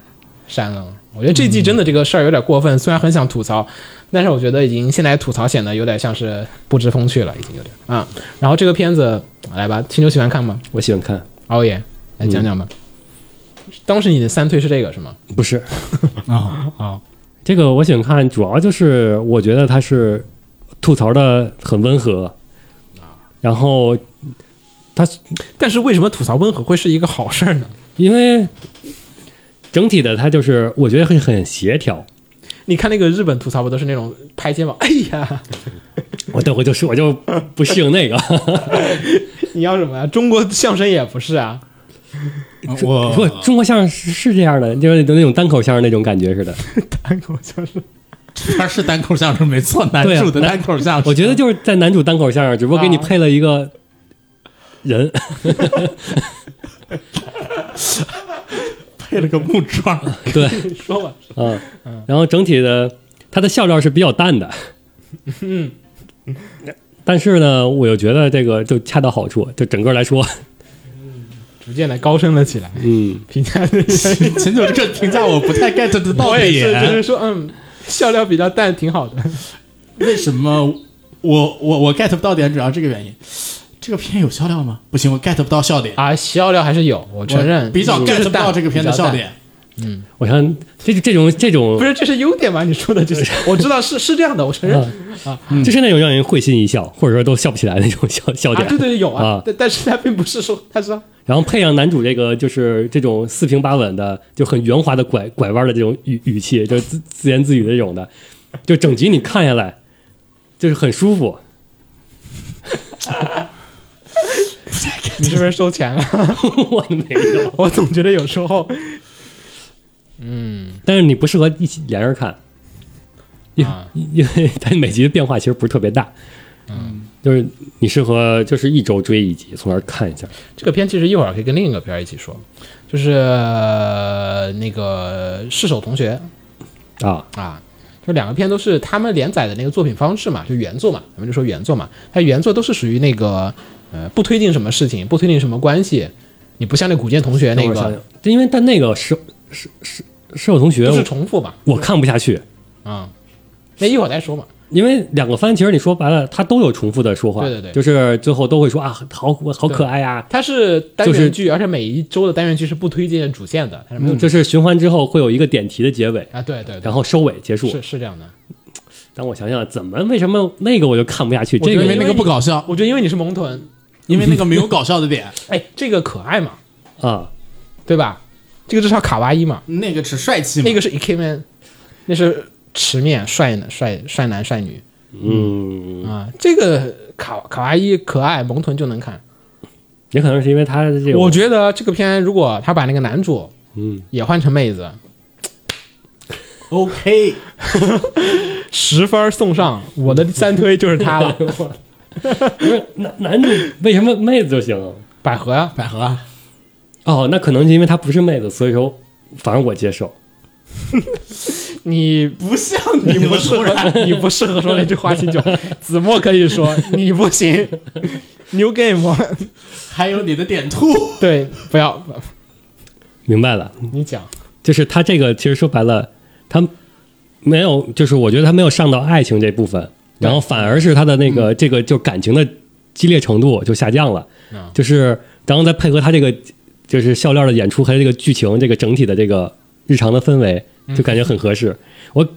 删了。我觉得这季真的这个事儿有点过分，虽然很想吐槽，但是我觉得已经现在吐槽显得有点像是不知风趣了，已经有点啊。然后这个片子来吧，青牛喜欢看吗？
我喜欢看，
熬夜哦来讲讲吧。当时你的三推是这个是吗？
不是
啊
啊，
这个我喜欢看，主要就是我觉得它是吐槽的很温和，然后它
但是为什么吐槽温和会是一个好事儿呢？
因为整体的它就是我觉得很很协调，
你看那个日本吐槽不都是那种拍肩膀？哎呀，
我等会就说我就不适应那个，
你要什么呀？中国相声也不是啊，
不，
我
中国相声是是这样的，就是那种单口相声那种感觉似的。
单口相声。
他是单口相声，没错，男
对啊
主的单口相声，
我觉得就是在男主单口相声，只不过给你配了一个 人，
配了个木桩，
对，
说吧，
嗯，然后整体的他的笑料是比较淡的，但是呢，我又觉得这个就恰到好处，就整个来说，
逐渐的高升了起来，
嗯，
评价这 些。
秦九这评价我不太 get 的到
我也
底
是，就是说，嗯，笑料比较淡，挺好的。
为什么我我我 get 不到点，主要这个原因。这个片有笑料吗？不行，我 get 不到笑点。
啊，笑料还是有，我承认
我比较
就是
get 不到
淡
这个片的笑，点。
我想这这种这
比较淡
种
不是这是优点吗？你说的这是， 我知道是是这样的，我 承认
啊
嗯
就是那种让人会心一笑，或者说都笑不起来那种笑笑
啊，
点，
对对有啊
啊，
但 但是他并不是说他说
然后配上男主这个就是这种四平八稳的，就很圆滑的拐拐弯的这种语语气，就是自自言自语的这种的，就整集你看下来就是很舒服。
你是不是收钱了？
我没有，
我总觉得有时候
但是你不适合一起连着看，因
啊
因为它每集的变化其实不是特别大。嗯，就是你适合就是一周追一集，从那儿看一下。
这个片其实一会儿可以跟另一个片儿一起说，就是、呃那个世手同学
啊，
啊，就两个片都是他们连载的那个作品方式嘛，就原作嘛，咱们就说原作嘛，它原作都是属于那个呃不推进什么事情，不推进什么关系，你不像那古剑同学那
等会儿想
个
想，就因为但那个是是是是我同学，
就是
我
重复嘛，
我看不下去，
啊、那一会儿再说嘛，
因为两个番其实你说白了，它都有重复的说话，
对对对
就是最后都会说啊，好好可爱啊呀、
它是单
就
元
是
剧，而且每一周的单元剧是不推进主线的，它是没有、
就是循环之后会有一个点题的结尾，
啊，对对对，
然后收尾结束。
是是这样的，
但我想想，怎么为什么那个我就看不下去？
我觉
这
得
个
因为那个不搞笑，
我觉得因为你是萌豚，
因为那个没有搞笑的点，
哎，这个可爱嘛，
啊，
对吧？这个至少卡哇伊嘛。
那个是帅气嘛。
那个是 K man，那是池面帅男帅帅男帅女
嗯，
啊、这个卡卡哇伊可爱萌臀就能看。
也可能是因为他的这个，
我觉得这个片如果他把那个男主
嗯，
也换成妹子，
OK，
十分送上，我的三推就是他 了。
不是男男主为什么妹子就行？
百合呀、
百合啊，
哦，那可能是因为他不是妹子，所以说反正我接受。
你
不像你们突然
你不适合说那句花心酒，子墨可以说你不行。New game，
还有你的点吐，
对，不要
明白了，
你讲，
就是他这个其实说白了，他没有，就是我觉得他没有上到爱情这部分，然后反而是他的那个、这个就感情的激烈程度就下降了，就是然后再配合他这个就是笑料的演出和这个剧情这个整体的这个日常的氛围，就感觉很合适。我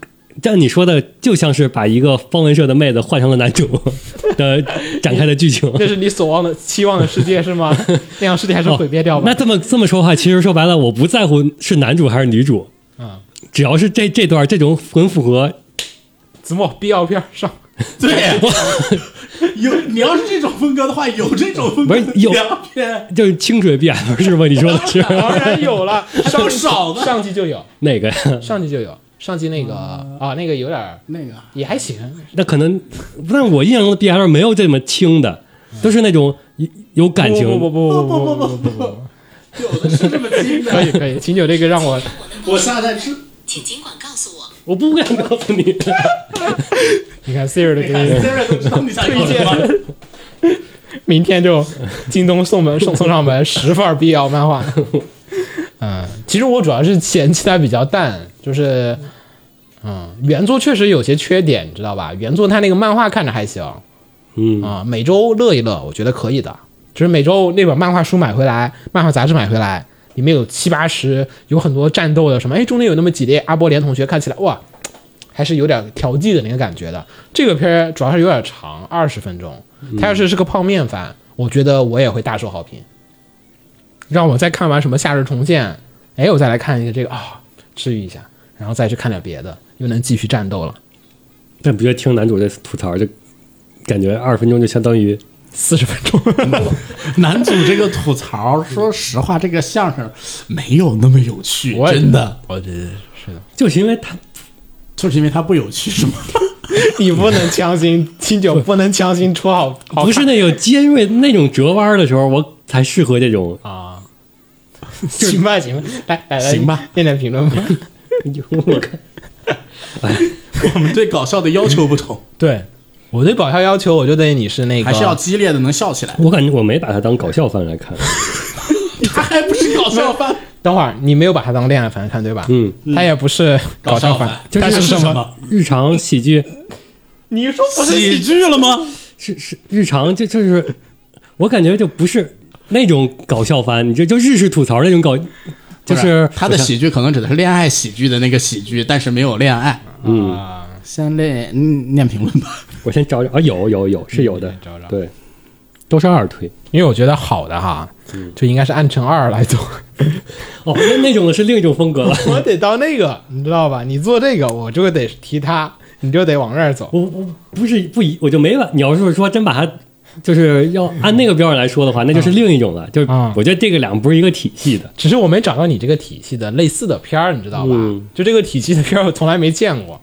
像你说的，就像是把一个方文社的妹子换成了男主 的展开的剧情。
这是你所望的期望的世界是 吗？那样世界还是毁灭掉吧。
哦
那这么这么说话，其实说白了，我不在乎是男主还是女主，
嗯，
只要是这这段这种很符合
子墨必要片儿上。
对， 有你要是这种风格的话，有这种风
不
格
是有
两篇
就是清水 BL 是吗？你说的是
当然有了，
还
上
不少呢
上季就有，
那个呀？
上季就有，上季那个啊，那个有点儿
那个
也还行，
那可能，但我印象中的 BL 没有这么轻的，都是那种有有感情。
不不不不不
不不不不，有的是这么听
可以
的，
可以，秦九这个让我
我下载吃。
请尽管告诉我。
我不敢告诉你，
你看 Siri 的
你
给
看
你，
Sarah 都知道你想要什么，
明天就京东送门送送上门十份儿 BL 漫 画。嗯，其实我主要是前期它比较淡，就是嗯，原作确实有些缺点，你知道吧？原作它那个漫画看着还行，
嗯，
啊、每周乐一乐，我觉得可以的。就是每周那本漫画书买回来，漫画杂志买回来，里面有七八十，有很多战斗的什么，哎，中间有那么几列阿波连同学看起来哇，还是有点调剂的那个感觉的。这个片儿主要是有点长，二十分钟。
嗯
它要是是个泡面番，我觉得我也会大受好评。让我再看完什么《夏日重现》，哎，我再来看一个这个啊、治愈一下。然后再去看点别的，又能继续战斗了。
但不觉得听男主这吐槽，就感觉二十分钟就相当于
四十分钟，
男主这个吐 槽，说实话，这个相声没有那么有趣，
我也
真的，
我觉得是的，
就是因为他
就是因为它不有趣， 是吗？
你不能强行清 酒，不能强行出好，好
不是那种尖锐那种折弯的时候，我才适合这种。
啊。行吧，行吧，来来来，
行吧，
念点评论吧。
我看
我们对搞笑的要求不同，
对我对搞笑要求，我就得你是那个，
还是要激烈的，能笑起来。
我感觉我没把它当搞笑番来看，
他还不是搞笑 番，
等会儿你没有把它当恋爱番看对吧？
嗯，
它也不是搞笑番，
就
它
是
什么？
么？
日常喜剧
你说不
喜剧了吗？
是是日常，就就是我感觉就不是那种搞笑番，你这就日式吐槽那种搞，就
不
是
他的喜剧可能指的是恋爱喜剧的那个喜剧，但是没有恋爱。
嗯，
啊先练嗯念评论吧。
我先找找啊，有有有是有的，
找找
对，都是二推
因为我觉得好的哈，就应该是按乘二来做。
哦，那那种的是另一种风格了。
我得到那个，你知道吧？你做这个，我就得提它，你就得往这儿走。
我我不是不一，我就没把你要是说真把它就是要按那个标准来说的话，那
嗯
就是另一种了。就是
啊
我觉得这个两个不是一个体系的。
只是我没找到你这个体系的类似的片儿，你知道吧？
嗯
就这个体系的片儿，我从来没见过。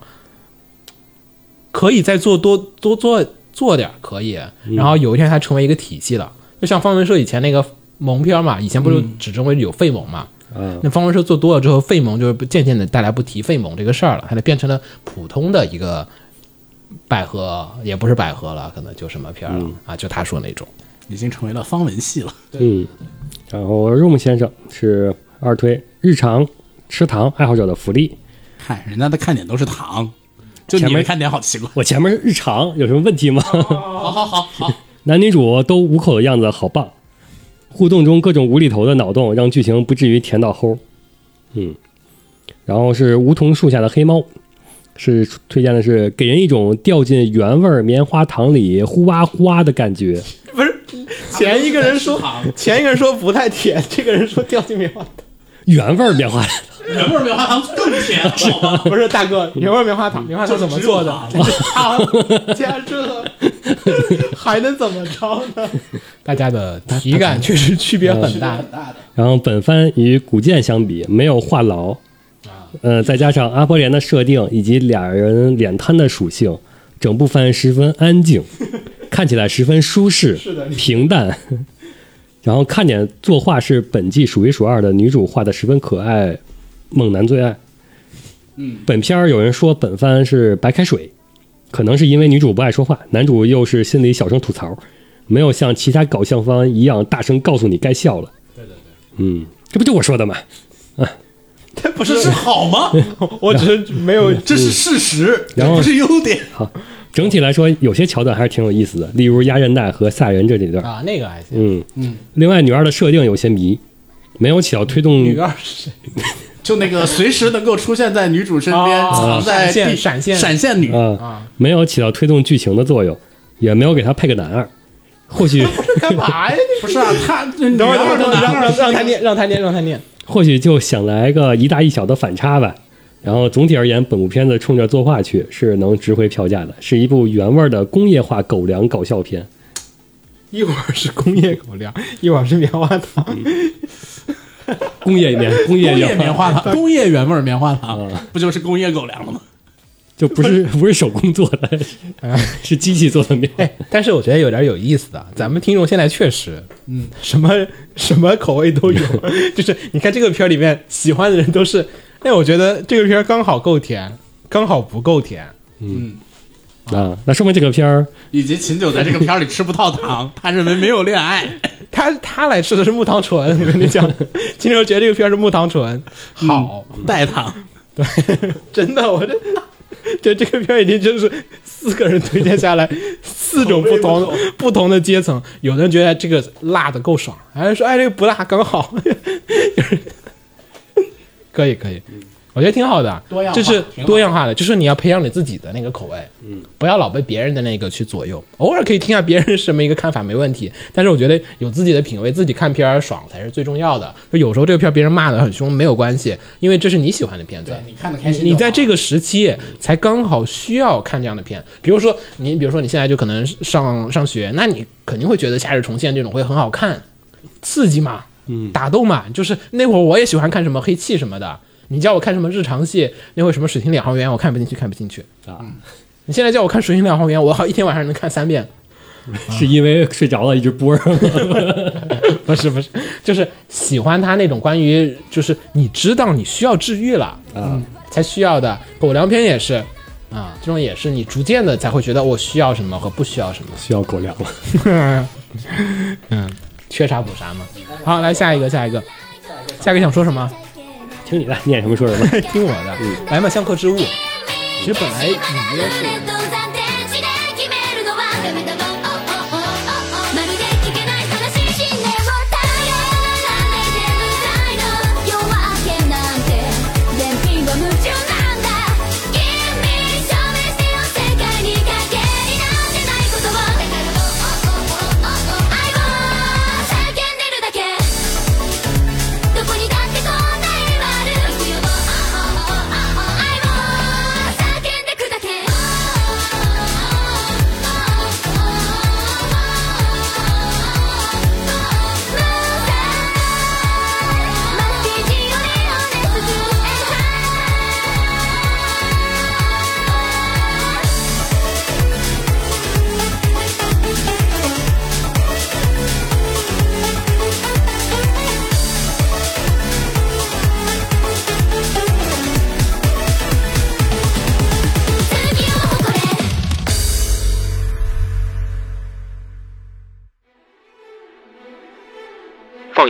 可以再做多多做做点儿可以，
嗯
然后有一天它成为一个体系了。就像方文社以前那个萌片儿嘛，以前不是只认为有费蒙嘛？
嗯，
那方文社做多了之后，费蒙就是不渐渐的带来不提费蒙这个事儿了，它就变成了普通的一个百合，也不是百合了，可能就什么片儿了、啊，就他说那种。
已经成为了方文系了。
嗯，然后 Room 先生是二推日常吃糖爱好者的福利。
看人家的看点都是糖，就
前
你
面
的看点好奇怪。
我前面日常有什么问题吗？
哦好好好好，
男女主都五口的样子好棒，互动中各种无厘头的脑洞让剧情不至于甜到齁。嗯，然后是梧桐树下的黑猫，是推荐的是给人一种掉进原味儿棉花糖里呼哇呼哇的感觉。
不是前一个人说
糖
前一个人说不太甜，这个人说掉进棉 花糖，
原味儿棉花糖，
原味棉花糖更 甜，好吗？
不是大 哥，原味棉花糖，棉花糖怎么做的？
只有
糖加热， 还能怎么着呢？大家的体
嗯
感确 实区别
嗯
很大，
大的
然后本番与古剑相比没有话痨，呃，再加上阿波连的设定以及俩人脸瘫的属性，整部番十分安静，看起来十分舒适，平淡。然后看点作画是本季数一数二的，女主画的十分可爱，猛男最爱。嗯，本片儿有人说本番是白开水，可能是因为女主不爱说话，男主又是心里小声吐槽，没有像其他搞笑番一样大声告诉你该笑了。嗯，这不就我说的吗？
这不
这是嗯好 吗？
我只是没有
这是事实，
然后
这不是优点。
整体来说，有些桥段还是挺有意思的，例如压韧带和吓人这几段。
啊，那个还行。
嗯嗯。另外，女二的设定有些迷，没有起到推动
女二是
就那个随时能够出现在女主身边，
啊
藏在
闪现
地
闪现
闪现女，
啊，没有起到推动剧情的作用，也没有给她配个男二。或许
干嘛呀？
不是啊？她 等
等会儿，等会儿，等会儿，让让让他念，让他念，让他念。
或许就想来个一大一小的反差吧。然后总体而言，本部片子冲着作画去是能值回票价的，是一部原味儿的工业化狗粮搞笑片。
一会儿是工业狗粮， 一会儿是棉花糖，
工业棉， 工业
工业
原
棉花嗯糖，工业原味棉花糖，不就是工业狗粮了吗？
就不是不是手工做的，是机器做的面。
哎，但是我觉得有点有意思的，咱们听众现在确实，嗯，什么什么口味 都有，就是你看这个片儿里面喜欢的人都是，哎，我觉得这个片儿刚好够甜，刚好不够甜，
啊，那说明这个片儿
以及秦九在这个片儿里吃不到糖，他认为没有恋爱，
他他来吃的是木糖醇，我跟你讲， 金牛觉得这个片儿是木糖醇，
好 代糖。
真的，我这这这个片儿已经就是四个人推荐下来，四种不同
啊
不同的阶层，有的人觉得这个辣的够 爽，还有人说哎这个不辣刚好，有人可以可以，我觉得挺好的，
多样化
就是
挺好
多样化的，就是你要培养你自己的那个口味，嗯，不要老被别人的那个去左右，偶尔可以听下别人是什么一个看法没问题，但是我觉得有自己的品味，自己看片儿爽才是最重要的。就有时候这个片儿别人骂的很凶没有关系，因为这是你喜欢的片子，
对你看得开心就好
你在这个时期才刚好需要看这样的片，比如说你，比如说你现在就可能上上学，那你肯定会觉得《夏日重现》这种会很好看，刺激嘛，嗯，打斗嘛，就是那会儿我也喜欢看什么黑气什么的。你叫我看什么日常戏，那会儿什么《水星两航员》，我看不进去，看不进去。
啊，
你现在叫我看《水星两航员》，我好一天晚上能看三遍。
是因为睡着了一直播上吗？
不是不是，就是喜欢他那种关于，就是你知道你需要治愈了，嗯
啊，
才需要的。狗粮片也是，啊，这种也是你逐渐的才会觉得我需要什么和不需要什么，
需要狗粮了。
缺啥补啥嘛。好，来下一个，下一个，下一个想说什么？
听你的，念什么说什么。
听我的，来嘛，相克之物。其实本来里约是。
どこにだって答えはある行くよ愛を叫んでくだけマスティジオレオネスズエハ次を誇れ
放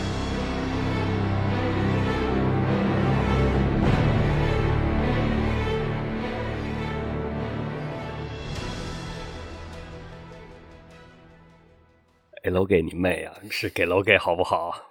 给楼给你妹啊！是给楼给好不好？